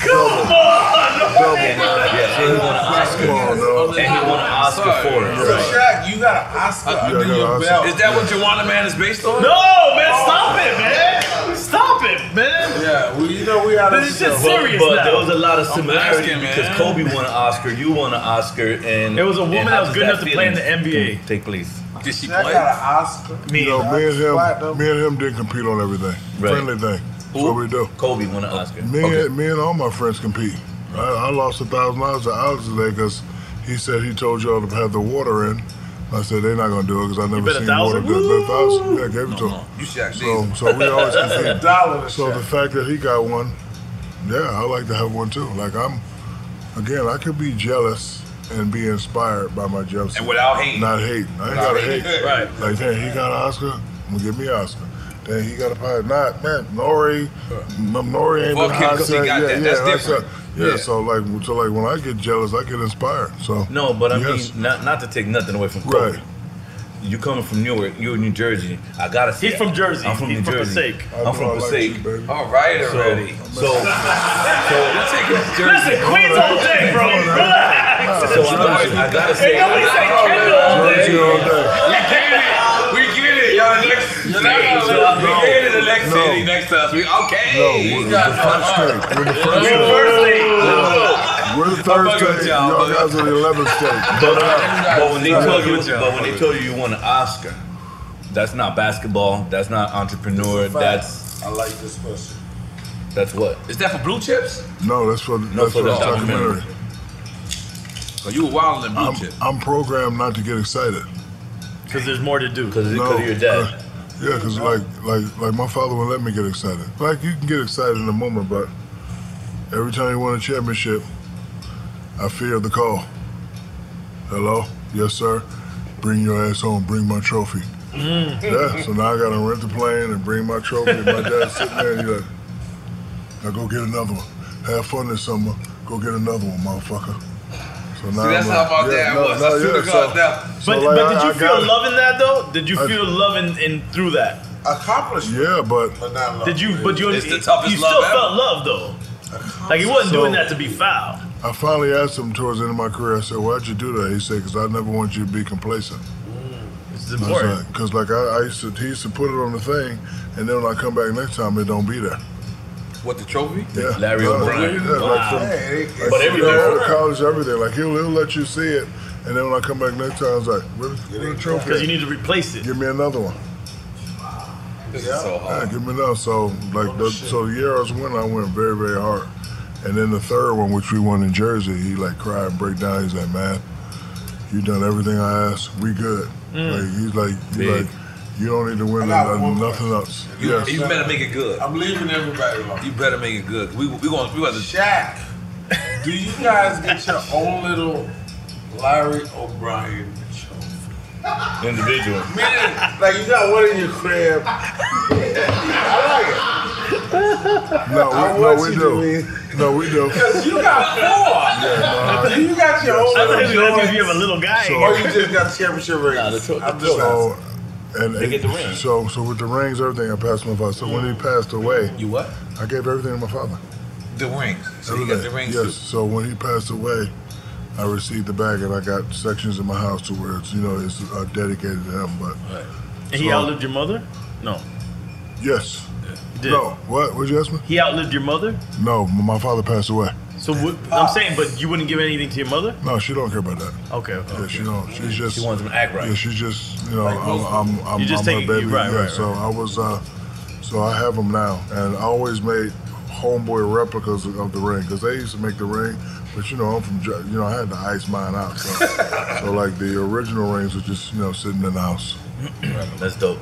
B: Come
E: Double,
B: on.
H: Yeah, she won an Oscar. And he won an Oscar for it.
G: So Shaq, you got an Oscar under your belt.
P: Is that what Joanna Man is based on? Oh.
B: No, man, stop it, man. Stop it, man.
G: Yeah, well, you know we out of
B: This is just
H: But-
B: serious
H: but
B: now.
H: there was a lot of
B: I'm
H: similarities
B: asking,
H: because
B: man.
H: Kobe won an Oscar, you won an Oscar, and
B: It was a woman
H: and
B: that
H: how
B: was
H: does
B: good enough to play in the
H: feeling
B: NBA.
H: Take place.
P: Did she
G: Shaq got an Oscar.
E: Me, you know, me and him, me and him didn't compete on everything.
H: Right.
E: Friendly thing. That's what we do.
H: Kobe won an Oscar.
E: Me, and, me and all my friends compete. I, I lost a thousand dollars to Alex today because he said he told y'all to have the water in. I said they're not gonna do it because I never
G: bet a
E: seen water
G: thousand?
E: good. Bet a thousand. Yeah, I gave it to him.
P: You Shaq
E: So, so we always compete.
G: Dollar to
E: So the fact that he got one, yeah, I like to have one too. Like I'm, again, I could be jealous and be inspired by my jealousy.
P: And without hating.
E: Not hating. I ain't
P: Without
E: gotta
P: hating.
E: hate.
P: Right.
E: Like, damn, he got an Oscar. I'm gonna give me an Oscar. Then he got a pie. Not man, Nori. M- Nori ain't
P: Fuck
E: been
P: him
E: hot
P: 'cause he
E: yet.
P: got
E: yeah,
P: that.
E: Yeah,
P: That's
E: like,
P: different.
E: so- yeah,
P: Yeah.
E: so like, so like when I get jealous, I get inspired. So
H: No, but I
E: Yes.
H: mean, not not to take nothing away from Kobe. You coming from Newark? You're New Jersey. I gotta say,
B: He's from Jersey.
H: I'm from
B: He's
H: New
B: from
H: Jersey.
B: Passaic.
H: I'm
B: I
H: from
B: like
H: Passaic.
P: All right
H: So-
P: already.
H: So, so
B: Listen, Queens all day, bro. Relax.
H: So I gotta, I gotta say,
B: Ain't nobody say Kendall all day.
P: We get it. We get it, y'all. Next, y'all gotta let us- we get it. The next
E: No.
P: city next to us. We okay.
E: No, we're the first state. We're the first
P: We're the first state.
E: Yeah. We're the third
P: fucking with
E: state.
P: y'all,
E: Y'all
P: but-
E: guys are the eleventh
P: [laughs]
E: state.
H: But, uh, but when they
E: Yeah.
H: told you, but when they told you you won an Oscar, that's not basketball. That's not entrepreneur. That's
G: I like this question.
H: that's what.
P: Is that for blue chips?
E: No, that's for that's
H: for
E: for,
H: the
E: the documentary.
P: So you were wild in blue
E: I'm,
P: chips.
E: I'm programmed not to get excited.
B: Because there's more to do.
H: Because
E: No, uh, yeah, because like like like my father would let me get excited. Like you can get excited in the moment, but every time you win a championship, I fear the call. Hello, yes sir, bring your ass home. Bring my trophy.
U: 哎
E: Yeah, so now I gotta rent the plane and bring my trophy. And my dad's sitting there and you're like, now go get another one. Have fun this summer. Go get another one, motherfucker. So
P: See, that's
E: I'm
P: how
E: like,
P: my
E: yeah,
P: dad
E: no,
P: was.
E: no,
P: I swear
E: yeah,
P: to God,
E: so-
P: now.
E: so,
B: But,
E: like,
B: but
E: I-
B: did you
E: I
B: feel
E: got it.
B: love in that though? Did you
E: I-
B: feel love in, in through that?
G: Accomplishment.
E: Yeah, but
B: Did you? But you,
E: It's the
B: you
E: toughest
B: still
E: love ever.
B: felt love though. Like he wasn't
E: So-
B: doing that to be foul.
E: I finally asked him towards the end of my career. I said, "Why'd you do that?" He said, "Because I never want you to be complacent."
B: Mm, It's important.
E: Because like I, I used to, he used to put it on the thing, and then when I come back next time, it don't be there.
P: What the trophy?
E: Yeah,
P: Larry
E: Yeah,
P: O'Brien.
E: Yeah, like
P: Wow.
E: from,
P: Hey,
E: like
P: but
E: from
P: everything-
E: all the college, everything. Like he'll, he'll let you see it, and then when I come back next time, I was like, "Where's where's the trophy?"
B: Because you need to replace it.
E: Give me another one.
P: This is so
E: Yeah, give me another. So like, the, so the year I was winning, I went very, very hard, And then the third one, which we won in Jersey, he like cried and break down. He's like, man, you done everything I asked. We good.
C: Mm.
E: Like, he's like, he's
C: Big.
E: like, you don't need to win nothing, nothing else.
C: You,
E: Yes.
C: you better make it good. I'm leaving everybody alone. You better make it good. We we going we about to
G: Shaq, do you guys get your own little Larry O'Brien trophy?
H: Individual.
G: Meaning, like you got one in your crib. I like it.
E: No,
G: I
E: we,
G: want
E: no, we
G: you
E: do. No, we do.
G: Because you got four.
E: Yeah, nah.
G: you got your
E: I
G: own
E: thought he was asking
G: little
E: if you
G: joints.
E: have a little guy.
G: or you just got championship rings. I'm just asking.
E: so, and
G: They get the
E: it-
G: ring.
E: So, so with the rings, everything I passed my father. So when he passed away, you what? I gave everything to my father.
C: the rings. So you got the
E: Everything.
C: rings
E: yes.
C: too.
E: So when he passed away, I received the bag, and I got sections in my house to where it's you know it's uh, dedicated to him. But
B: And he
E: So-
B: outlived your mother? No.
E: Yes.
B: Did.
E: No. What? What'd you ask me?
B: He outlived your mother?
E: No, m- my father passed away.
B: So what, I'm saying, but you wouldn't give anything to your mother?
E: No, she don't care about that.
B: Okay, okay.
E: Yeah, she don't. She's
B: She
E: just.
B: wants him to act right.
E: Yeah, she's just. You know,
B: Like most
E: I'm.
B: people.
E: I'm. I'm,
B: You just
E: I'm
B: take-
E: her baby.
B: you- right,
E: yeah.
B: right,
E: So I was. uh So I have them now, and I always made homeboy replicas of of the ring because they used to make the ring. But you know, I'm from. Jer- You know, I had to ice mine out.
B: [laughs]
E: So, so like the original rings were just you know sitting in the house.
H: That's dope.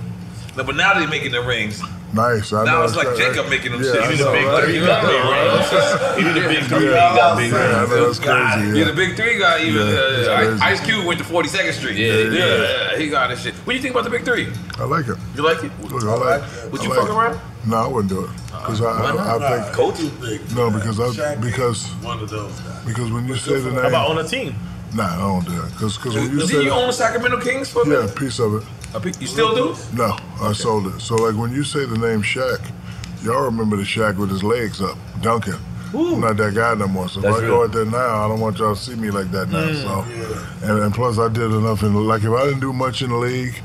C: No, but now they're making the rings.
E: Nice. I
C: Now
E: know,
C: it's like
E: right?
C: Jacob making them
E: yeah,
C: shit.
E: I
C: You the
E: know,
C: big
E: right?
C: three guy,
E: Yeah.
C: right? You the big three
E: Yeah,
C: guy, got big
E: yeah, I
C: rings.
E: know, that's crazy.
C: You're
E: Yeah.
C: the big three guy. Even
E: Yeah,
C: uh,
E: that's
C: Ice-
E: crazy.
C: Ice Cube went to 42nd Street.
E: Yeah,
C: yeah,
E: yeah.
C: yeah, He got his shit. What do you think about the big three?
E: I like it.
C: You like it?
E: Look, I like.
C: Would
E: I
C: you
E: like
C: fuck around?
E: No, I wouldn't do it because I, I,
C: Why not?
E: I think
C: Coach
G: you think?
E: No, because I
G: Shaq
E: because
G: One of those guys.
E: because when you say the name,
G: How about on
B: a team?
E: Nah, I don't do that because because when you
C: Did
E: say
C: you own the Sacramento Kings for a
E: yeah,
C: minute?
E: a piece of it.
C: A pe- You still do?
E: No, I sold it. So like when you say the name Shaq, y'all remember the Shaq with his legs up, dunking. I'm not that guy no more. So
G: That's
E: if I
G: real.
E: go out there now, I don't want y'all to see me like that now.
G: Mm.
E: So, and, and plus I did enough in like if I didn't do much in the league,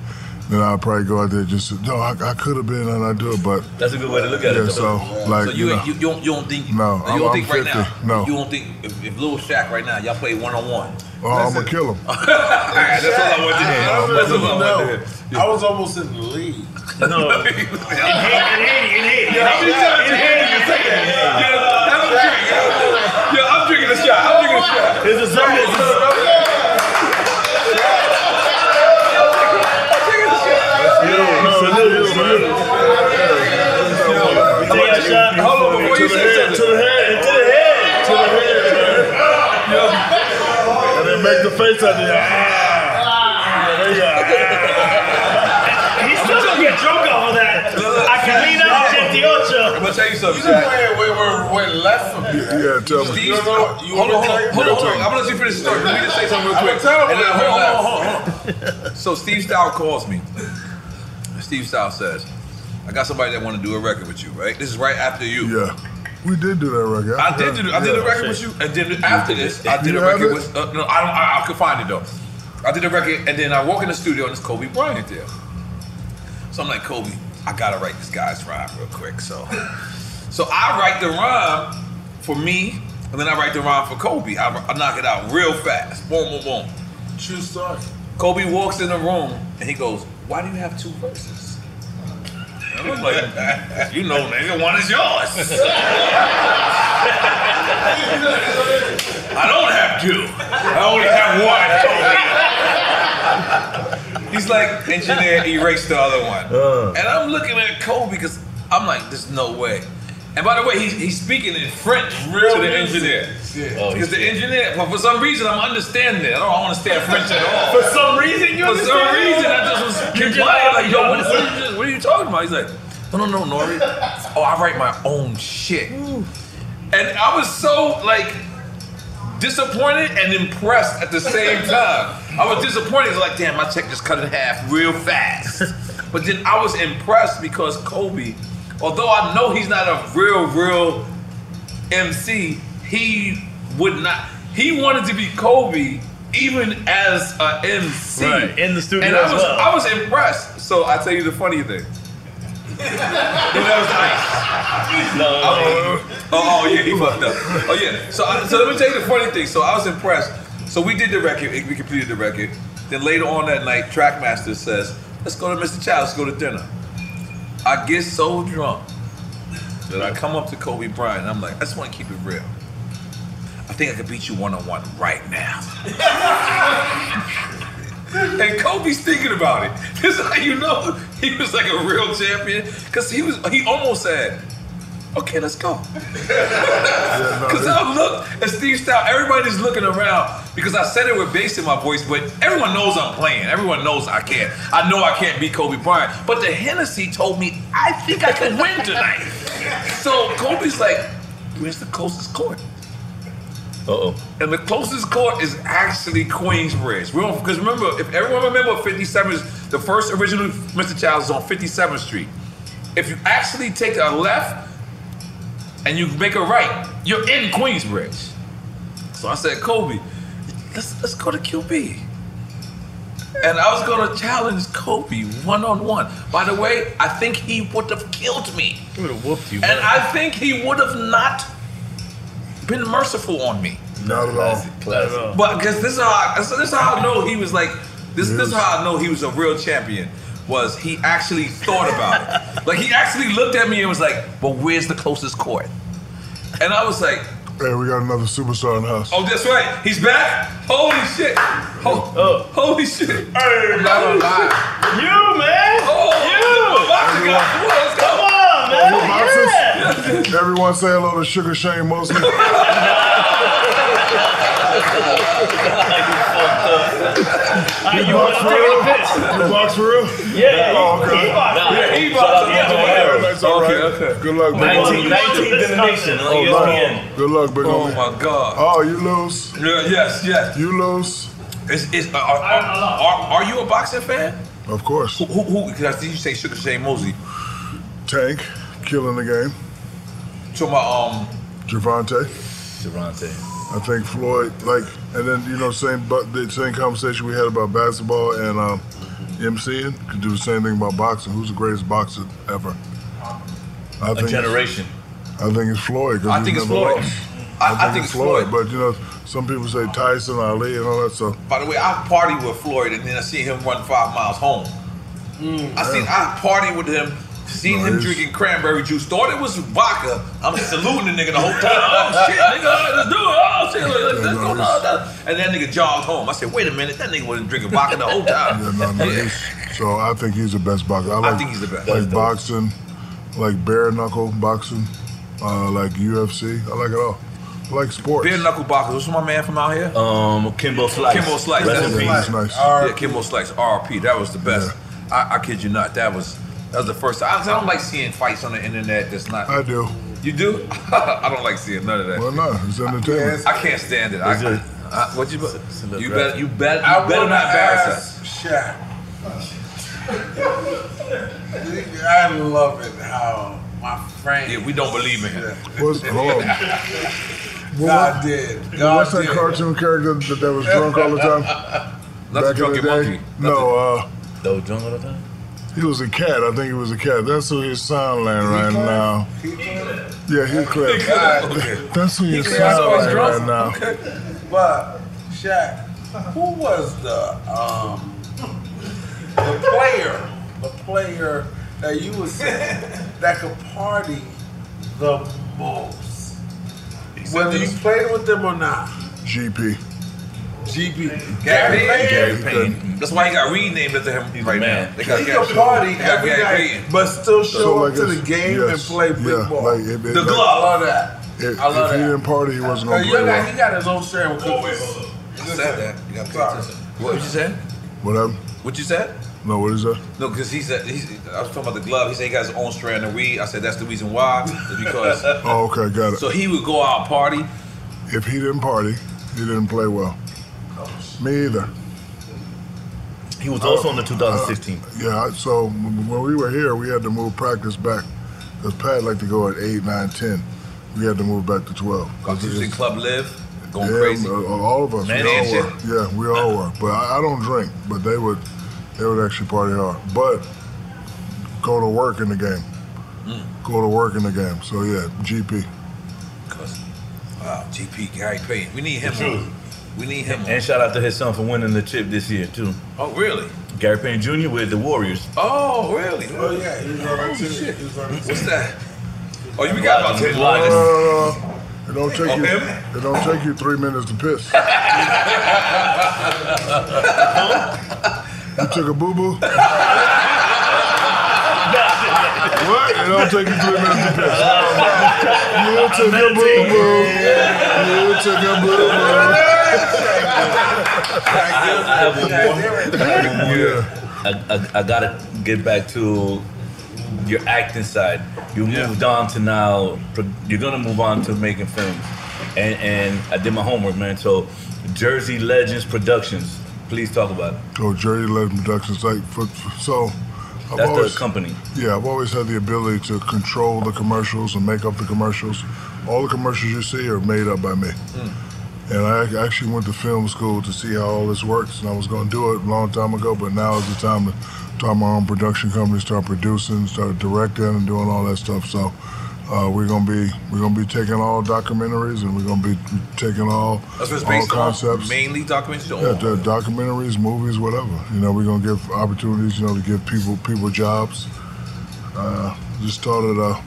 E: then I'd probably go out there just no, I, I could have been and I do it, but
H: That's a good way to look at
E: yeah,
H: it.
E: So like
C: so you,
E: you,
C: ain't-
E: know,
C: you, you don't, you don't
E: No,
C: think you
E: I'm-
C: don't
E: I'm
C: think right
E: 50.
C: now
E: No.
C: you don't think if, if Lil Shaq right now y'all play one on
H: [laughs]
C: one
E: oh, I'm gonna kill him.
C: that's all I want to hear
G: I don't
C: that's all I
G: really
C: want to
G: know.
C: hear
G: I was almost in the league.
B: No. in
C: [laughs]
B: Haiti,
G: in
B: Haiti,
G: Yeah, I'm
C: in Haiti, you say that. Yeah, have a drink. Yo, I'm drinking a shot. I'm drinking a shot.
B: It's a zone.
C: Hold on, before you say something.
B: To the head, to the head, to the head, man. And then make the face at the [laughs]
V: He
B: still gonna get drunk off of that. I can lean out
C: I'm gonna tell you something.
G: You went, went, went, went left from me.
E: Yeah, tell me.
C: Steve, hold on, hold on, hold on, hold on. I'm gonna let you finish the story. Let me just say something real
G: I'm
C: quick.
G: terrible
C: And then-
G: at
C: hold on,
G: relax.
C: hold on, hold on. [laughs] So Steve Style calls me. Steve Style says, "I got somebody that want to do a record with you, right? This is right after you.
E: Yeah, we did do that record.
C: I did, do, I did
E: Yeah.
C: a record with you, and then after this, I did
E: You
C: a
E: have
C: record
E: it?
C: with. Uh, no, I don't. I, I could find it though. I did a record, and then I walk in the studio, and it's Kobe Bryant there. So I'm like, Kobe, I gotta write this guy's rhyme real quick. So, [laughs] so I write the rhyme for me, and then I write the rhyme for Kobe. I, I knock it out real fast. Boom, boom, boom. True story. Kobe walks in the room, and he goes, "Why do you have two verses?" And I'm like, you know, nigga, one is yours. [laughs] I don't have two. I only have one. Kobe. He's like, engineer, erase the other one. And I'm looking at Kobe because I'm like, there's no way. And by the way, he's, he's speaking in French
G: Real
C: to the
G: music.
C: engineer.
G: Yeah.
C: Because the engineer, but for some reason, I'm understanding it. I don't understand French at all.
B: For some reason, you
C: For some
B: understand it?
C: reason, I just was
B: You just-
C: complying. Like, yo, what, is, what, is, what are you talking about? He's like, no, no, no, Nori. Oh, I write my own shit. And I was so like disappointed and impressed at the
B: [laughs]
C: same time. I was disappointed, like, damn, my check just cut in half
B: [laughs]
C: real fast. But then I was impressed because Kobe, although I know he's not a real, real MC, he would not. He wanted to be Kobe [laughs] even as a MC
B: Right, in the studio
C: And I
B: as
C: was,
B: well.
C: I was impressed. So I tell you the funny thing. And that was nice. I- oh, oh, yeah, he fucked up. Oh yeah. So I, so let me tell you the funny thing. So I was impressed. So we did the record. We completed the record. Then later on that night, Trackmaster says, "Let's go to Mr. Child's. Let's go to dinner." I get so drunk that I come up to Kobe Bryant. And I'm like, I just want to keep it real. think I could beat you one on one right now. [laughs] and Kobe's thinking about it. [laughs] This is how you know he was like a real champion because he was he almost said, "Okay, let's go." Because I look at Steve Stout, everybody's looking around because I said it with bass in my voice, but everyone knows I'm playing. Everyone knows I can't. I know I can't beat Kobe Bryant, but the Hennessy told me I think I could win tonight. so Kobe's like, where's the closest court?
H: Uh-oh.
C: And the closest court is actually Queensbridge. We don't because remember, if everyone remember 57th, the first original Mr. Childs is on 57th Street. If you actually take a left and you make a right, you're in Queensbridge. So I said, Kobe, let's let's go to QB. And I was gonna challenge Kobe one on one. By the way, I think he would have killed me.
B: He would have whooped you.
C: And I think he would have not been merciful on me.
E: Not at all.
C: But because this is how I, so this is how I know he was like this. This is how I know he was a real champion. Was he actually thought about it? like he actually looked at me and was like, "But where's the closest court?" And I was like,
E: Hey, we got another superstar in the house.
C: "Oh, that's right, he's back! Holy shit! Ho- Holy shit! Hey,
E: not gonna lie.
C: you man! Oh, you! Come on,
E: man! Everyone say hello to Sugar Shane Mosley.
B: Hey, you want to take a piss?
E: You box for real?
B: Yeah, yeah,
E: Oh, okay.
B: he box.
E: Yeah, he box.
B: So, yeah,
E: Okay,
B: whatever.
E: that's all right. Good luck, big
B: 19
E: homie.
B: 19th in the nation, like
H: E
E: Oh, luck.
B: ESPN.
E: Good luck, big
C: Oh,
E: homie.
C: my God.
E: Oh, you lose.
C: Yeah, yes, yes.
E: You lose.
C: Is, is, uh, are, are, are, are you a boxing fan?
E: Of course.
C: Who? who, Because I see you say Sugar Shane Mosley.
E: Tank, killing the game.
C: To my um.
E: Javante.
H: Javante.
E: I think Floyd, like, and then you know, same but the same conversation we had about basketball and um, MCing could do the same thing about boxing. Who's the greatest boxer ever? I
H: A generation.
E: I think it's Floyd. 'cause
H: I
E: he's
H: think it's
E: never
H: Floyd.
E: lost.
C: I- I think it's Floyd.
E: But you know, some people say Tyson, Ali, and all that stuff.
C: By the way, I partied with Floyd, and then I seen him run five miles home. I seen I partied with him, seen him
E: Mm. Nice.
C: drinking cranberry juice. Thought it was vodka. I'm saluting the nigga the whole time.
E: [laughs]
C: Oh shit, nigga, let's do it. Oh shit, let's, let's go. Nah, nah. And that nigga jogged home. I said, wait a minute, that nigga wasn't drinking vodka
E: [laughs]
C: the whole time.
E: Yeah, no, no,
C: Yeah.
E: he's- So I think he's the best boxer. I, like,
C: think he's the best. That's
E: Like
C: dope.
E: boxing, like bare knuckle boxing, uh, like UFC. I like it all. I like sports.
C: Beer knuckle boxers. What's my man from out here?
H: Um, Kimbo Slice.
C: Kimbo Slice.
H: Rest
C: that's
H: in
C: the-
H: peace. Nice.
C: Yeah, Kimbo Slice. RP. That was the best. I, I kid you not. That was that was the first. I, I don't like seeing fights on the internet. That's not.
E: I do.
C: You do? [laughs] I don't like seeing none of that.
E: Well, no, it's entertainment.
C: I can't stand it. I,
E: It's
C: I,
E: a-
C: I- what you?
E: little
C: You better. You better.
G: I
C: You better
G: wanna
C: not embarrass us.
G: ask Shaq. I love it how my friend.
C: Yeah, we don't believe in him.
G: [laughs]
E: What's, hold on.
G: God did. God
E: What's that
G: did.
E: cartoon character that, that was drunk all the time?
G: Not the drunken monkey.
E: No, uh,
H: That was drunk all the time?
E: he was a cat. I think he was a cat. That's who his sound line right now. Yeah, he clip.
G: God.
E: That's who
G: He
E: his
G: clip.
E: sound
G: Always
E: line
G: drunk.
E: right now.
G: But Shaq, who was the um the player, the player that you was saying
C: [laughs]
G: that could party the most? Whether you played with them or not.
E: GP.
G: GP.
C: Gary, Payton.
G: Gary
C: That's why he got renamed after him right now. They got
G: He
C: Gary-
G: can party
C: they got
G: every
C: Gary
G: night,
C: Payton.
G: but still show
E: So, like
G: up to
E: it's-
G: the game
E: yes,
G: and play big
E: yeah,
G: ball.
E: like, it- it-
G: the
E: like-
G: glove, I love that.
E: If,
G: I love
E: if he
G: that.
E: didn't party, he wasn't
G: Now,
E: going to
G: you
E: play
G: got,
E: well.
G: he got his own share with cookies.
C: You said that. You got to pay attention. What you said?
E: What happened?
C: What you said?
E: No, what is that?
C: No, because he said he's, I was talking about the glove. He said he got his own strand of weed. I said that's the reason why. Is because
E: [laughs] Oh, okay, got it.
C: so he would go out and party.
E: If he didn't party, he didn't play well. Me either. Uh,
H: He was also in the 2016.
E: Yeah, I- so when we were here, we had to move practice back because Pat liked to go at 8, 9, 10. We had to move back to 12.
C: Cause you see Club Live going
E: yeah,
C: crazy.
E: uh, all of us.
C: Man,
E: we all
C: and shit.
E: were. Yeah, we all were. But I, I don't drink. But they would, they would actually party hard. But go to work in the game. Go to work in the game. So yeah, GP.
C: Hmm. Cause wow, GP Ah, Gary Payton. We need him.
H: The truth.
C: on. We need him. on.
H: And shout out to his son for winning the chip this year, too.
C: Oh, really?
H: Gary Payne Jr. with the Warriors.
C: Oh, really?
G: Oh yeah, he was on that
C: Oh,
G: too.
C: shit.
G: He was on that too.
C: What's that? Oh, you we got about ten.
E: No, no, no, no. It don't take
C: On
E: you.
C: him?
E: It don't take you three minutes to piss.
G: [laughs]
E: you took a boo boo. [laughs] what? It don't take you three minutes to piss. You took a boo boo. You took a boo
H: [laughs] I, I, I gotta get back to your acting side. You moved on to now. pro- You're gonna move on to making films, and and I did my homework, man. So, Jersey Legends Productions. Please talk about it.
E: boo. Oh, Jerry Legend Productions. Like for, for- so. I've
H: That's
E: always-
H: the company.
E: Yeah, I've always had the ability to control the commercials and make up the commercials. All the commercials you see are made up by me. And I ac- actually went to film school to see how all this works, and I was going to do it a long time ago, but now is the time to start my own production company, start producing, start directing, and doing all that stuff. So uh, we're gonna be we're gonna be taking all documentaries, and we're gonna be taking all
C: That's what it's
E: all
C: based on.
E: concepts.
C: Mainly documentaries.
E: Yeah, the documentaries, movies, whatever. You know, we're gonna give opportunities. You know, to give people people jobs. Uh, just started a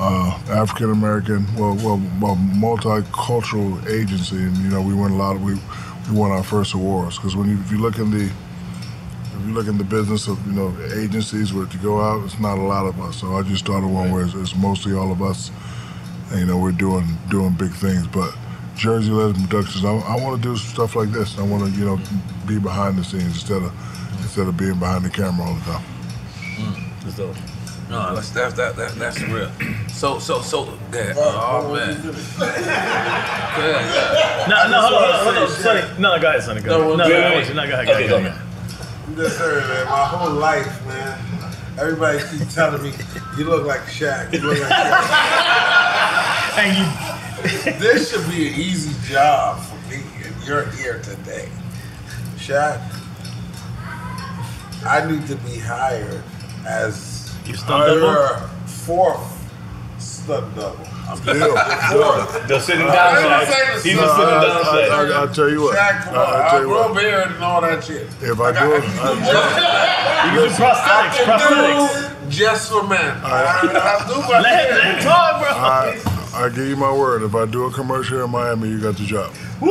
E: uh, African American, well, well, well, multicultural agency, and you know, we won a lot. Of, we we won our first awards because when you if you look in the if you look in the business of you know agencies where to go out, it's not a lot of us. So I just started one where it's, it's mostly all of us. And, you know, we're doing doing big things, but Jersey Legend Productions. I, I want to do stuff like this. I want to you know be behind the scenes instead of instead of being behind the camera all the time.
C: Mm.
H: That's dope.
C: No, that's that's that, that that's real. So so so. Yeah. oh man. [laughs]
B: No, no, hold on, hold on, hold on, Sonny. No, go ahead, Sonny. Go ahead. No, no, no, wait, no, go ahead, go ahead. go ahead.
G: I'm just saying, man. My whole life, man. Everybody keeps telling me, "You look like Shaq. You look
B: [laughs]
G: like Shaq." and you, this should be an easy job for me. And you're here today, Shaq. I need to be hired as
B: you
H: stunt double?
G: fourth stunt double.
B: [laughs]
G: I'm
E: Still.
G: fourth.
H: The sitting
E: Uh,
G: No,
H: down
G: I didn't
H: side.
G: say the
H: He's a
G: side.
H: sitting down
G: I-
H: side.
G: I-
E: I'll tell you what.
G: Shaq, come
E: I'll
G: on. I
E: tell you
G: grow
E: what.
G: beard and all that shit.
E: If I
G: [laughs]
E: do it,
G: I
E: You can do prosthetics,
G: I can
E: prosthetics.
G: do just for men. I, I do my
B: Let him- let him talk, bro.
E: I, I give you my word. If I do a commercial in Miami, you got the
C: [laughs]
E: job.
B: Woo!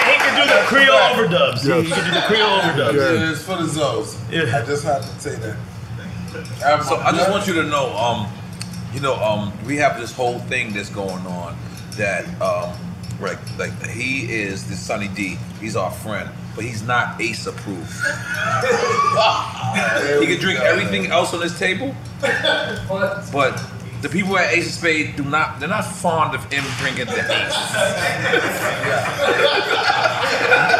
B: And he can do the Creole overdubs. He
E: Yes.
B: can do the Creole overdubs.
G: Yeah, it's for the zones. I just have to say that.
C: so I just want you to know, um, you know, um, we have this whole thing that's going on that, um, like, like he is the Sonny D. He's our friend, but he's not Ace approved.
E: Ah,
C: he can drink everything else on this table, but the people at Ace of Spade do not. They're not fond of him drinking the Ace.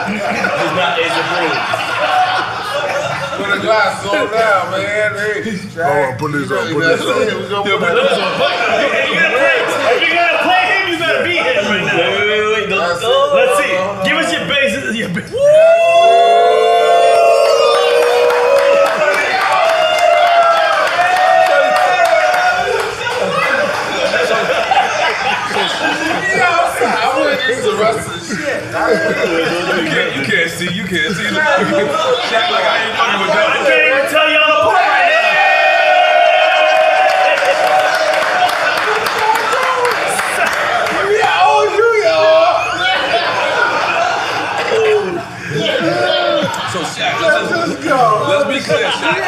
H: He's not Ace approved.
G: Put a glass on now, man. Hey, Shaq.
E: put this on. Put
G: That's
E: this
G: it. We're
E: on.
C: [laughs]
G: gonna put this
B: If you gotta play him, you better be him right now. Wait, wait, wait, wait. Let's, let's see. Give us your bases. Your ba-
G: I wouldn't use the rest of the shit.
C: you, can't, you can't see. You can't see. [laughs] Shaq like I ain't fucking with
B: I can't even tell y'all apart right
G: Yeah, I owe you,
C: So Shaq, let's,
G: let's go.
C: Let's be clear,
B: Shaq.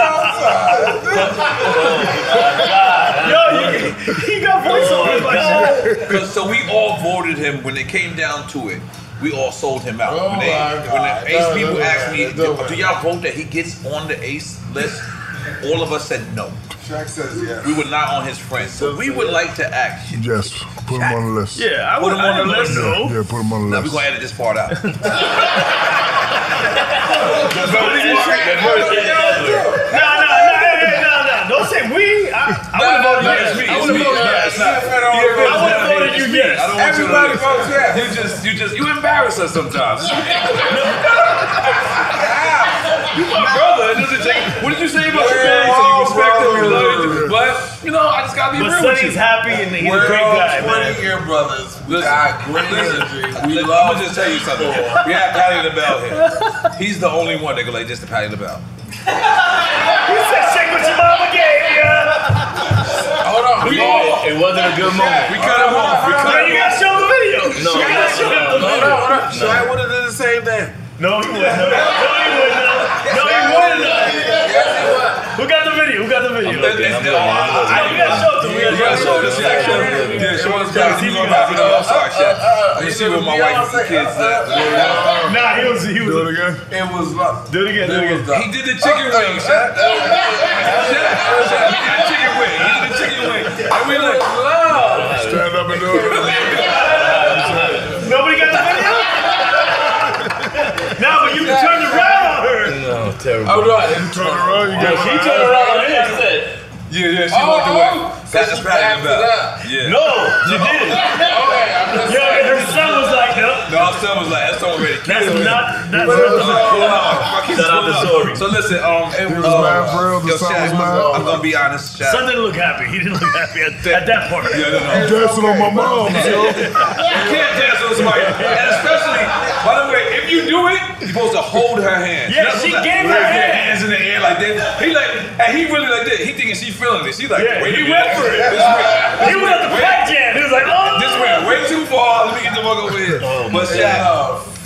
B: Yo, he, he got
C: Oh,
B: voiceovers like that.
C: Because so we all voted him when it came down to it. We all sold him out. when, they,
G: Oh, my
C: when
G: God.
C: the Ace
G: No,
C: people
G: no, no,
C: asked me,
G: no,
C: do,
G: no.
C: do y'all vote that he gets on the Ace list? All of us said no.
G: Shaq says yes.
C: We were not on his friends. So we would like to ask.
E: Yes, put them on the list.
B: Yeah, I
C: Put would- him on I the didn't list. know.
E: Yeah, put them on the
C: Now we're
E: list.
C: gonna edit this
G: [laughs]
C: part out.
B: No, no, no, hey, hey, no, no. Don't say we. I, I would have voted yes. I would have voted yes. I would have voted you yes.
C: I don't want you to
B: Everybody
C: lose.
B: votes yes.
C: You just, you just, you embarrass us sometimes. [laughs] you my brother. It doesn't take. What did you say about your
B: We're
C: man? You said you
B: all
C: respect him, you love him, but you know, I just gotta be
B: But
C: real with you.
B: Sonny's happy and he's
C: We're
B: a great
C: all
B: guy,
C: 20
B: man.
G: Your brothers. We
C: Listen,
G: got great
C: listen,
G: energy. We
C: listen,
G: love
C: I'ma just tell you something.
G: football.
C: We have Patty LaBelle here. He's the only one that can lay just to Patty LaBelle.
B: You said shake with
K: what your mama gave you. Hold on.
H: We- it wasn't a good moment.
K: We cut him off. We cut You gotta show the video. you
H: No, no,
K: gotta show the
H: no, no,
K: video.
H: no, no.
K: Shaq would have done the same thing.
B: No, he wouldn't. No, he wouldn't. No, he wouldn't. Who got the video? Who got the video? We gotta show it to him. We gotta show it to him.
C: Yeah, show us guys. You gonna have to know. I'm
G: Uh,
C: sorry, Shaq. You see what my wife and kids uh,
B: Nah, he was. He was.
C: Do it again. It was. like-
B: Do it again. Do it again.
C: He did the chicken wing, Shaq. Shaq, Shaq, He did the chicken wing. He did the chicken wing. And we like,
E: Stand up and do
K: it.
B: Nobody got the video? no, but you turned around on her.
H: No, terrible.
K: Oh, no, I
H: didn't turn around.
K: you got- She turned around on him.
C: Yeah, yeah, she
K: Oh,
C: walked
K: oh.
C: away.
H: "Uh-huh."
K: So
C: That's
K: she
C: what happened.
K: after that.
C: Yeah.
K: No, she didn't. Okay, I'm just
C: Yo,
K: saying.
C: her son
B: was like, no.
C: No, her son was like, that's already. That's
B: not.
C: That's
K: not-
C: Shout out to Sorry. So listen, um, it was
B: was
C: uh,
B: mad for real, the
C: yo,
B: son
C: Shaq,
B: was mad.
C: I'm gonna be honest, Shaq.
B: Son didn't look happy. He didn't look happy at, at that part.
C: Yeah, no, no.
E: Dancing on my mom,
C: You can't dance on somebody. And especially, by the way, if you do it, you're supposed to hold her hand.
K: Yeah,
C: You're not
K: she
C: supposed to
K: gave her
C: raise your
K: hand.
C: hands in the air like this. He like, and he really like this. He thinking she feeling this. He like,
K: Yeah,
C: wait a
K: he
C: minute.
K: went for it.
C: This went-
K: He went at the
C: wait-
K: back jam. He was like, oh.
C: This went way too far. Let me get the fuck over here.
B: Oh,
C: but Shaq,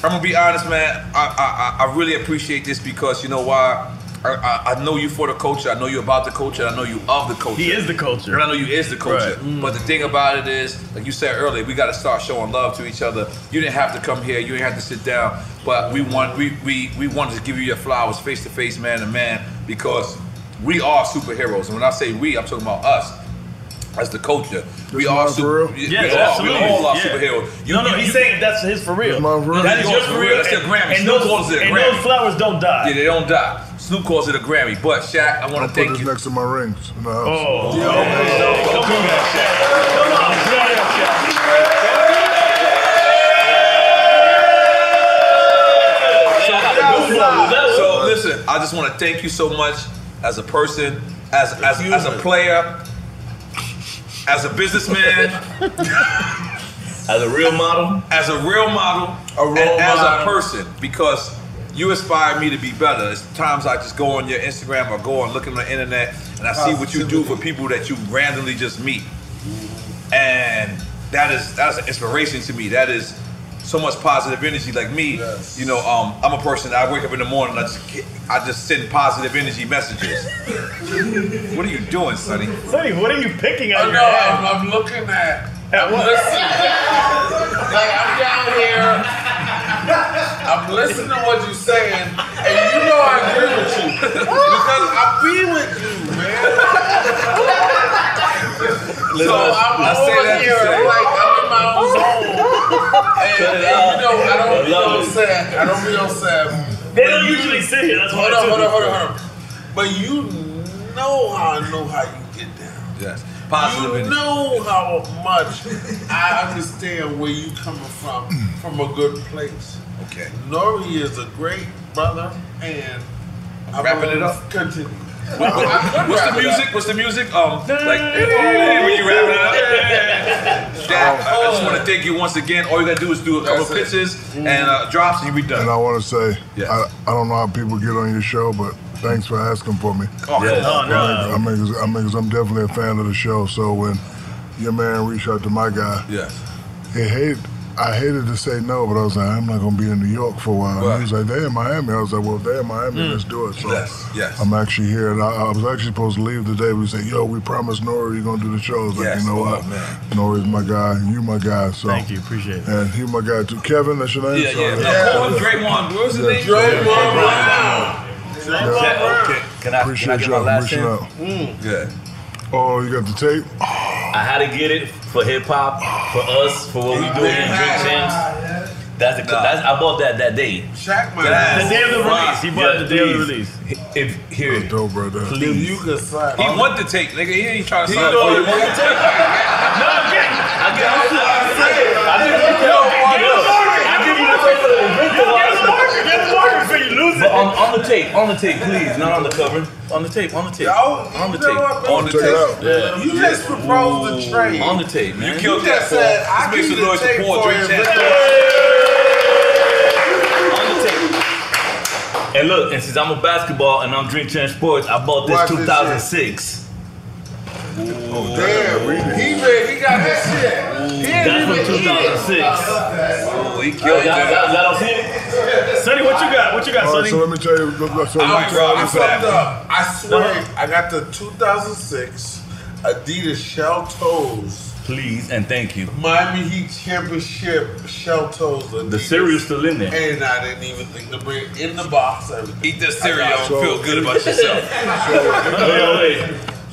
C: I'm gonna be honest, man. I, I I I really appreciate this because you know why. I, I, I know you for the culture. I know you about the culture. I know you of the culture.
B: He is the culture. Mm.
C: And I know you is the culture. But the thing about it is, like you said earlier, we got to start showing love to each other. You didn't have to come here. You didn't have to sit down. But we want we we we wanted to give you your flowers face to face, man to man, because we are superheroes. And when I say we, I'm talking about us. As the culture, we are super.
B: Yeah,
C: we are. We
B: absolutely.
C: all are
B: yeah.
C: superheroes. You-
B: no, no,
C: you-
B: he's
C: you-
B: saying that's his for real.
C: That is just for real. That's the
B: And
C: Grammy. Snoop
B: those-
C: calls it a
B: and
C: Grammy.
B: those flowers don't die.
C: Yeah, they don't die. Snoop calls it a Grammy. But Shaq, I want to thank you.
E: next to my rings in the house.
B: Oh,
C: So listen, I just want to thank you so much as a person, as as, as a player, as a
B: [laughs]
C: businessman,
H: As a real model,
C: as a real model,
H: A
C: and
H: role
C: as a
H: model.
C: person because you inspire me to be better. It's times I just go on your Instagram or go and look on the internet and I see what you do for people that you randomly just meet. And that is that's an inspiration to me. That is so much positive energy. Like me, you know, um, I'm a person. I wake up in the morning. I just get- I just send positive energy
G: [laughs]
C: messages. what are you doing, Sonny?
B: Sonny, what are you picking out
C: Oh,
B: your
C: no,
B: head?
C: I'm-
G: I'm looking at.
C: Oh.
B: At what?
G: Listen. like I'm down here. I'm listening to what you're saying, and you know I agree with you because I be with you, man.
K: Listen,
G: so I'm
K: I say
G: over
K: that to
G: here,
K: say-
G: like I'm in my own zone, and,
K: Cut
G: and
K: it
G: you
K: out.
G: know I
K: I
G: don't be
K: love
G: on
K: it.
G: sad. I don't be on sad. They don't usually sit here.
K: that's why
G: hold
K: I
G: on,
K: took
G: hold
K: it.
G: on, hold on, hold on. But you know how I know how you get down.
C: Yes.
G: You
C: Positive energy.
G: know how much I understand where you coming from, from a good place.
C: Okay.
G: Nori is a great brother, and I'm
C: Wrapping
G: gonna
C: it up.
G: Continue.
C: What- what- [laughs] What's the music? What's the music? Um, like hey, when you wrap it up. Dad, I
G: Oh.
C: I just want to thank you once again. All you gotta do is do a couple pitches and uh, drops, and you be done.
E: And I want to say, I, I don't know how people get on your show, but thanks for asking for me.
C: Oh, Yes. no, no.
E: I mean, I mean, 'cause- I mean, 'cause I'm definitely a fan of the show. So when your man reached out to my guy,
C: yeah.
E: he hated. I hated to say no, but I was like, I'm not gonna be in New York for a while. And he was like, they're in Miami. I was like, well, if they're in Miami,
K: Mm.
E: let's do it. So
K: Yes, yes.
E: I'm actually here, and I, I was actually supposed to leave today. We said, yo, we promised Nori you're gonna do the show. I was like,
K: Yes,
E: you know
K: oh,
E: what? Nori's my guy, and you my guy. So
B: Thank you, appreciate it.
E: And he my guy too. Kevin, that's your name.
K: Yeah,
E: So,
K: yeah.
C: Yeah. Call him Draymond. What was his name?
E: Yeah. Draymond
H: Okay.
C: Brown.
H: Can I, can I
E: Appreciate
H: get my
E: y'all
H: last
E: reaching
H: name?
E: out.
G: Mm.
E: Oh, you got the tape?
H: I had to get it for hip hop, for us, for what we do in Drink Champs. That's the that's, I bought that that day.
G: Shaq
K: my ass. The day of the release. He bought it the day of the release.
H: If here,
E: dope, bro.
H: Please,
G: you could sign.
C: He want the tape, nigga. He ain't trying to sign
K: know
C: for you.
K: he want the tape.
C: No,
K: I'm
C: get
K: I get it. I get it. I get it.
H: Yo,
K: I get it.
H: I give you the tape for the
K: Yo,
H: original.
K: get a marker. Get a marker for you losing.
H: But on, on the tape, on the tape, please, not on the cover. On the tape, on the tape, on the
G: you know
H: tape,
G: what, man?
H: on the
G: Check it out.
H: tape. Yeah.
G: You just proposed a trade.
H: on the tape, man.
G: You killed that, Paul. Let's make some noise for Paul. Drink Champs.
H: And Hey, look, and since I'm a basketball and I'm Dream Team Sports, I bought this
W: Watch this
H: 2006.
W: Oh, damn. He, read, he got that shit. He didn't
H: That's
W: even
H: from
W: eat it.
H: 2006.
W: Oh,
H: he killed that. Y'all- y'all- y'all see it? Sonny, what you got? What you got,
E: All right,
H: Sonny?
E: so let me tell you. So let me
G: I,
E: tell you
G: I fucked up. I swear,
E: Uh-huh.
G: I got the 2006 Adidas Shell Toes.
H: Please and thank you.
G: Miami Heat championship shell toes. Adidas.
H: The cereal's still in there.
G: and I didn't even think to bring it in the box. Everything.
C: Eat the cereal and feel good about
G: [laughs]
C: yourself.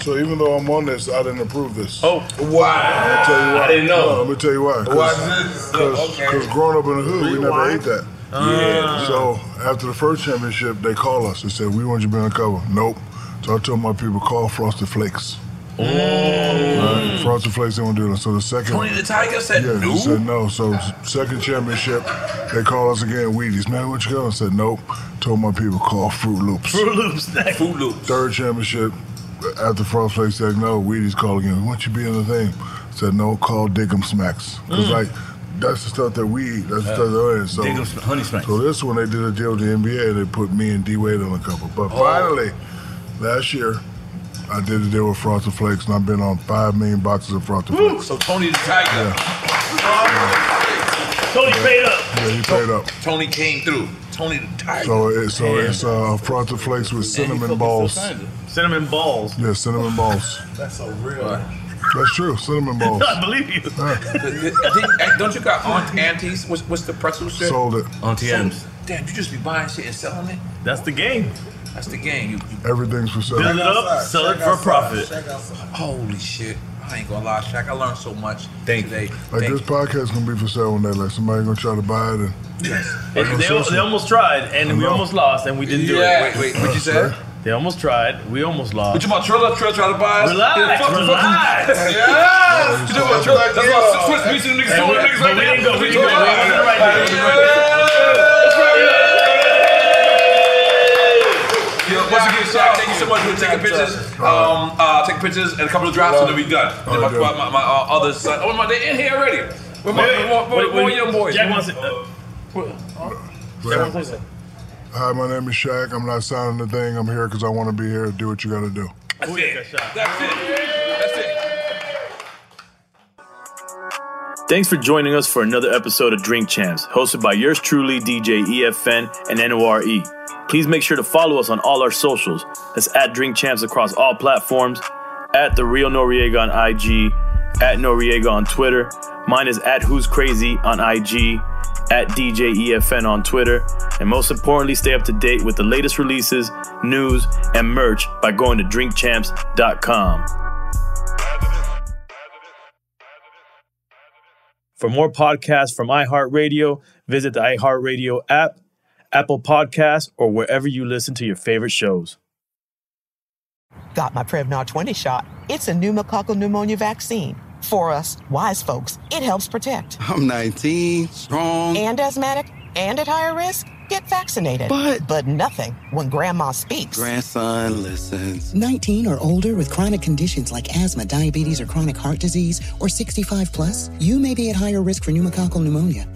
E: So even though I'm on this, I didn't approve this. Oh,
G: why?
E: I'll tell you why.
G: I didn't know.
E: No, let me tell you why.
G: Why
E: Because growing up in the hood, we never
G: Rewind. Uh.
E: ate that.
G: Yeah.
E: So after the first championship, they call us and said, "We want you to be on the cover." Nope. So I told my people, "Call Frosted Flakes." Right? Frosted Flakes, they won't do it. So the second,
C: Tony the Tiger said
E: yeah,
C: no.
E: they said no. So s- second championship, they call us again. Wheaties, man, what you going? I said nope. Told my people, call Fruit Loops.
H: Fruit Loops. Fruit Loops.
E: Third championship, after Frost Flakes said no, Wheaties called again. Won't you be in the thing? Said no, call Dick'em Smacks. Cause
H: Mm.
E: like that's the stuff that we eat. That's the stuff that we eat. So,
H: Dick'em Sm- Honey Smacks.
E: So this one they did a deal with the NBA. They put me and D Wade on the cover. But finally, last year. I did a deal with Frosted Flakes, and I've been on five million boxes of Frosted Flakes.
C: So Tony the Tiger.
H: Tony paid up.
E: Yeah, he paid up.
C: Tony came through. Tony the Tiger.
E: So it's so it's uh, Frosted Flakes with cinnamon balls.
H: Cinnamon balls.
E: Yeah, cinnamon balls.
G: That's so real.
E: That's true, cinnamon balls.
C: I
H: believe you.
C: Don't you got aunt aunties? What's, what's the pretzel shit?
E: Sold it.
H: Auntie
C: Sold-
H: M's.
C: Damn, you just be buying shit and selling it.
H: That's the game.
C: That's the game. You, you
E: Everything's for sale.
H: Build it up, sell it for profit.
C: Holy shit! I ain't gonna lie, Shaq. I learned so much today.
E: Like this podcast gonna be for sale one day. Like somebody gonna try to buy it. And,
H: They, they, they almost tried, and
E: I
H: we
E: know.
H: almost lost, and we didn't do
E: Yeah.
H: it.
E: Wait, wait, what'd you say?
H: They almost tried. We almost lost.
C: What you about Triller? Triller try to buy us?
H: Relax,
C: Yeah, fuck- fuck-
H: relax.
C: Yes! You know what, Triller? That's why I switched me to the niggas.
H: Hey,
C: so
H: we-
C: the niggas
H: but
C: right
H: we
C: there.
H: didn't go, we didn't go,
C: Triller.
H: we didn't go right there, we didn't go
C: Yo, once again, Shaq, thank you so much for taking pictures. Um, uh, take pictures and a couple of drops, and then we done. Then my, my, my, my uh, other son. Oh my, they in here already. With my,
H: Wait,
C: my, my,
H: wait,
C: my
H: wait.
C: young boys.
H: Jack wants it.
E: Well, Hi, my name is Shaq. I'm not signing the thing. I'm here because I want to be here. Do what you gotta do.
C: That's it. That's it. That's it.
B: Thanks for joining us for another episode of Drink Champs, hosted by yours truly, DJ EFN and NORE. E. Please make sure to follow us on all our socials. That's at Drink Champs across all platforms, at The Real Noriega on IG, at Noriega on Twitter. Mine is at Who's Crazy on IG, at DJ EFN on Twitter. And most importantly, stay up to date with the latest releases, news, and merch by going to drinkchamps.com. For more podcasts from iHeartRadio, visit the iHeartRadio app, Apple Podcasts, or wherever you listen to your favorite shows.
L: Got my Prevnar 20 shot. It's a pneumococcal pneumonia vaccine. For us, wise folks, it helps protect.
X: I'm 19, strong.
L: And asthmatic and at higher risk? Get vaccinated. But, but nothing when grandma speaks.
X: Grandson listens.
P: 19 or older with chronic conditions like asthma, diabetes, or chronic heart disease, or 65 plus, you may be at higher risk for pneumococcal pneumonia.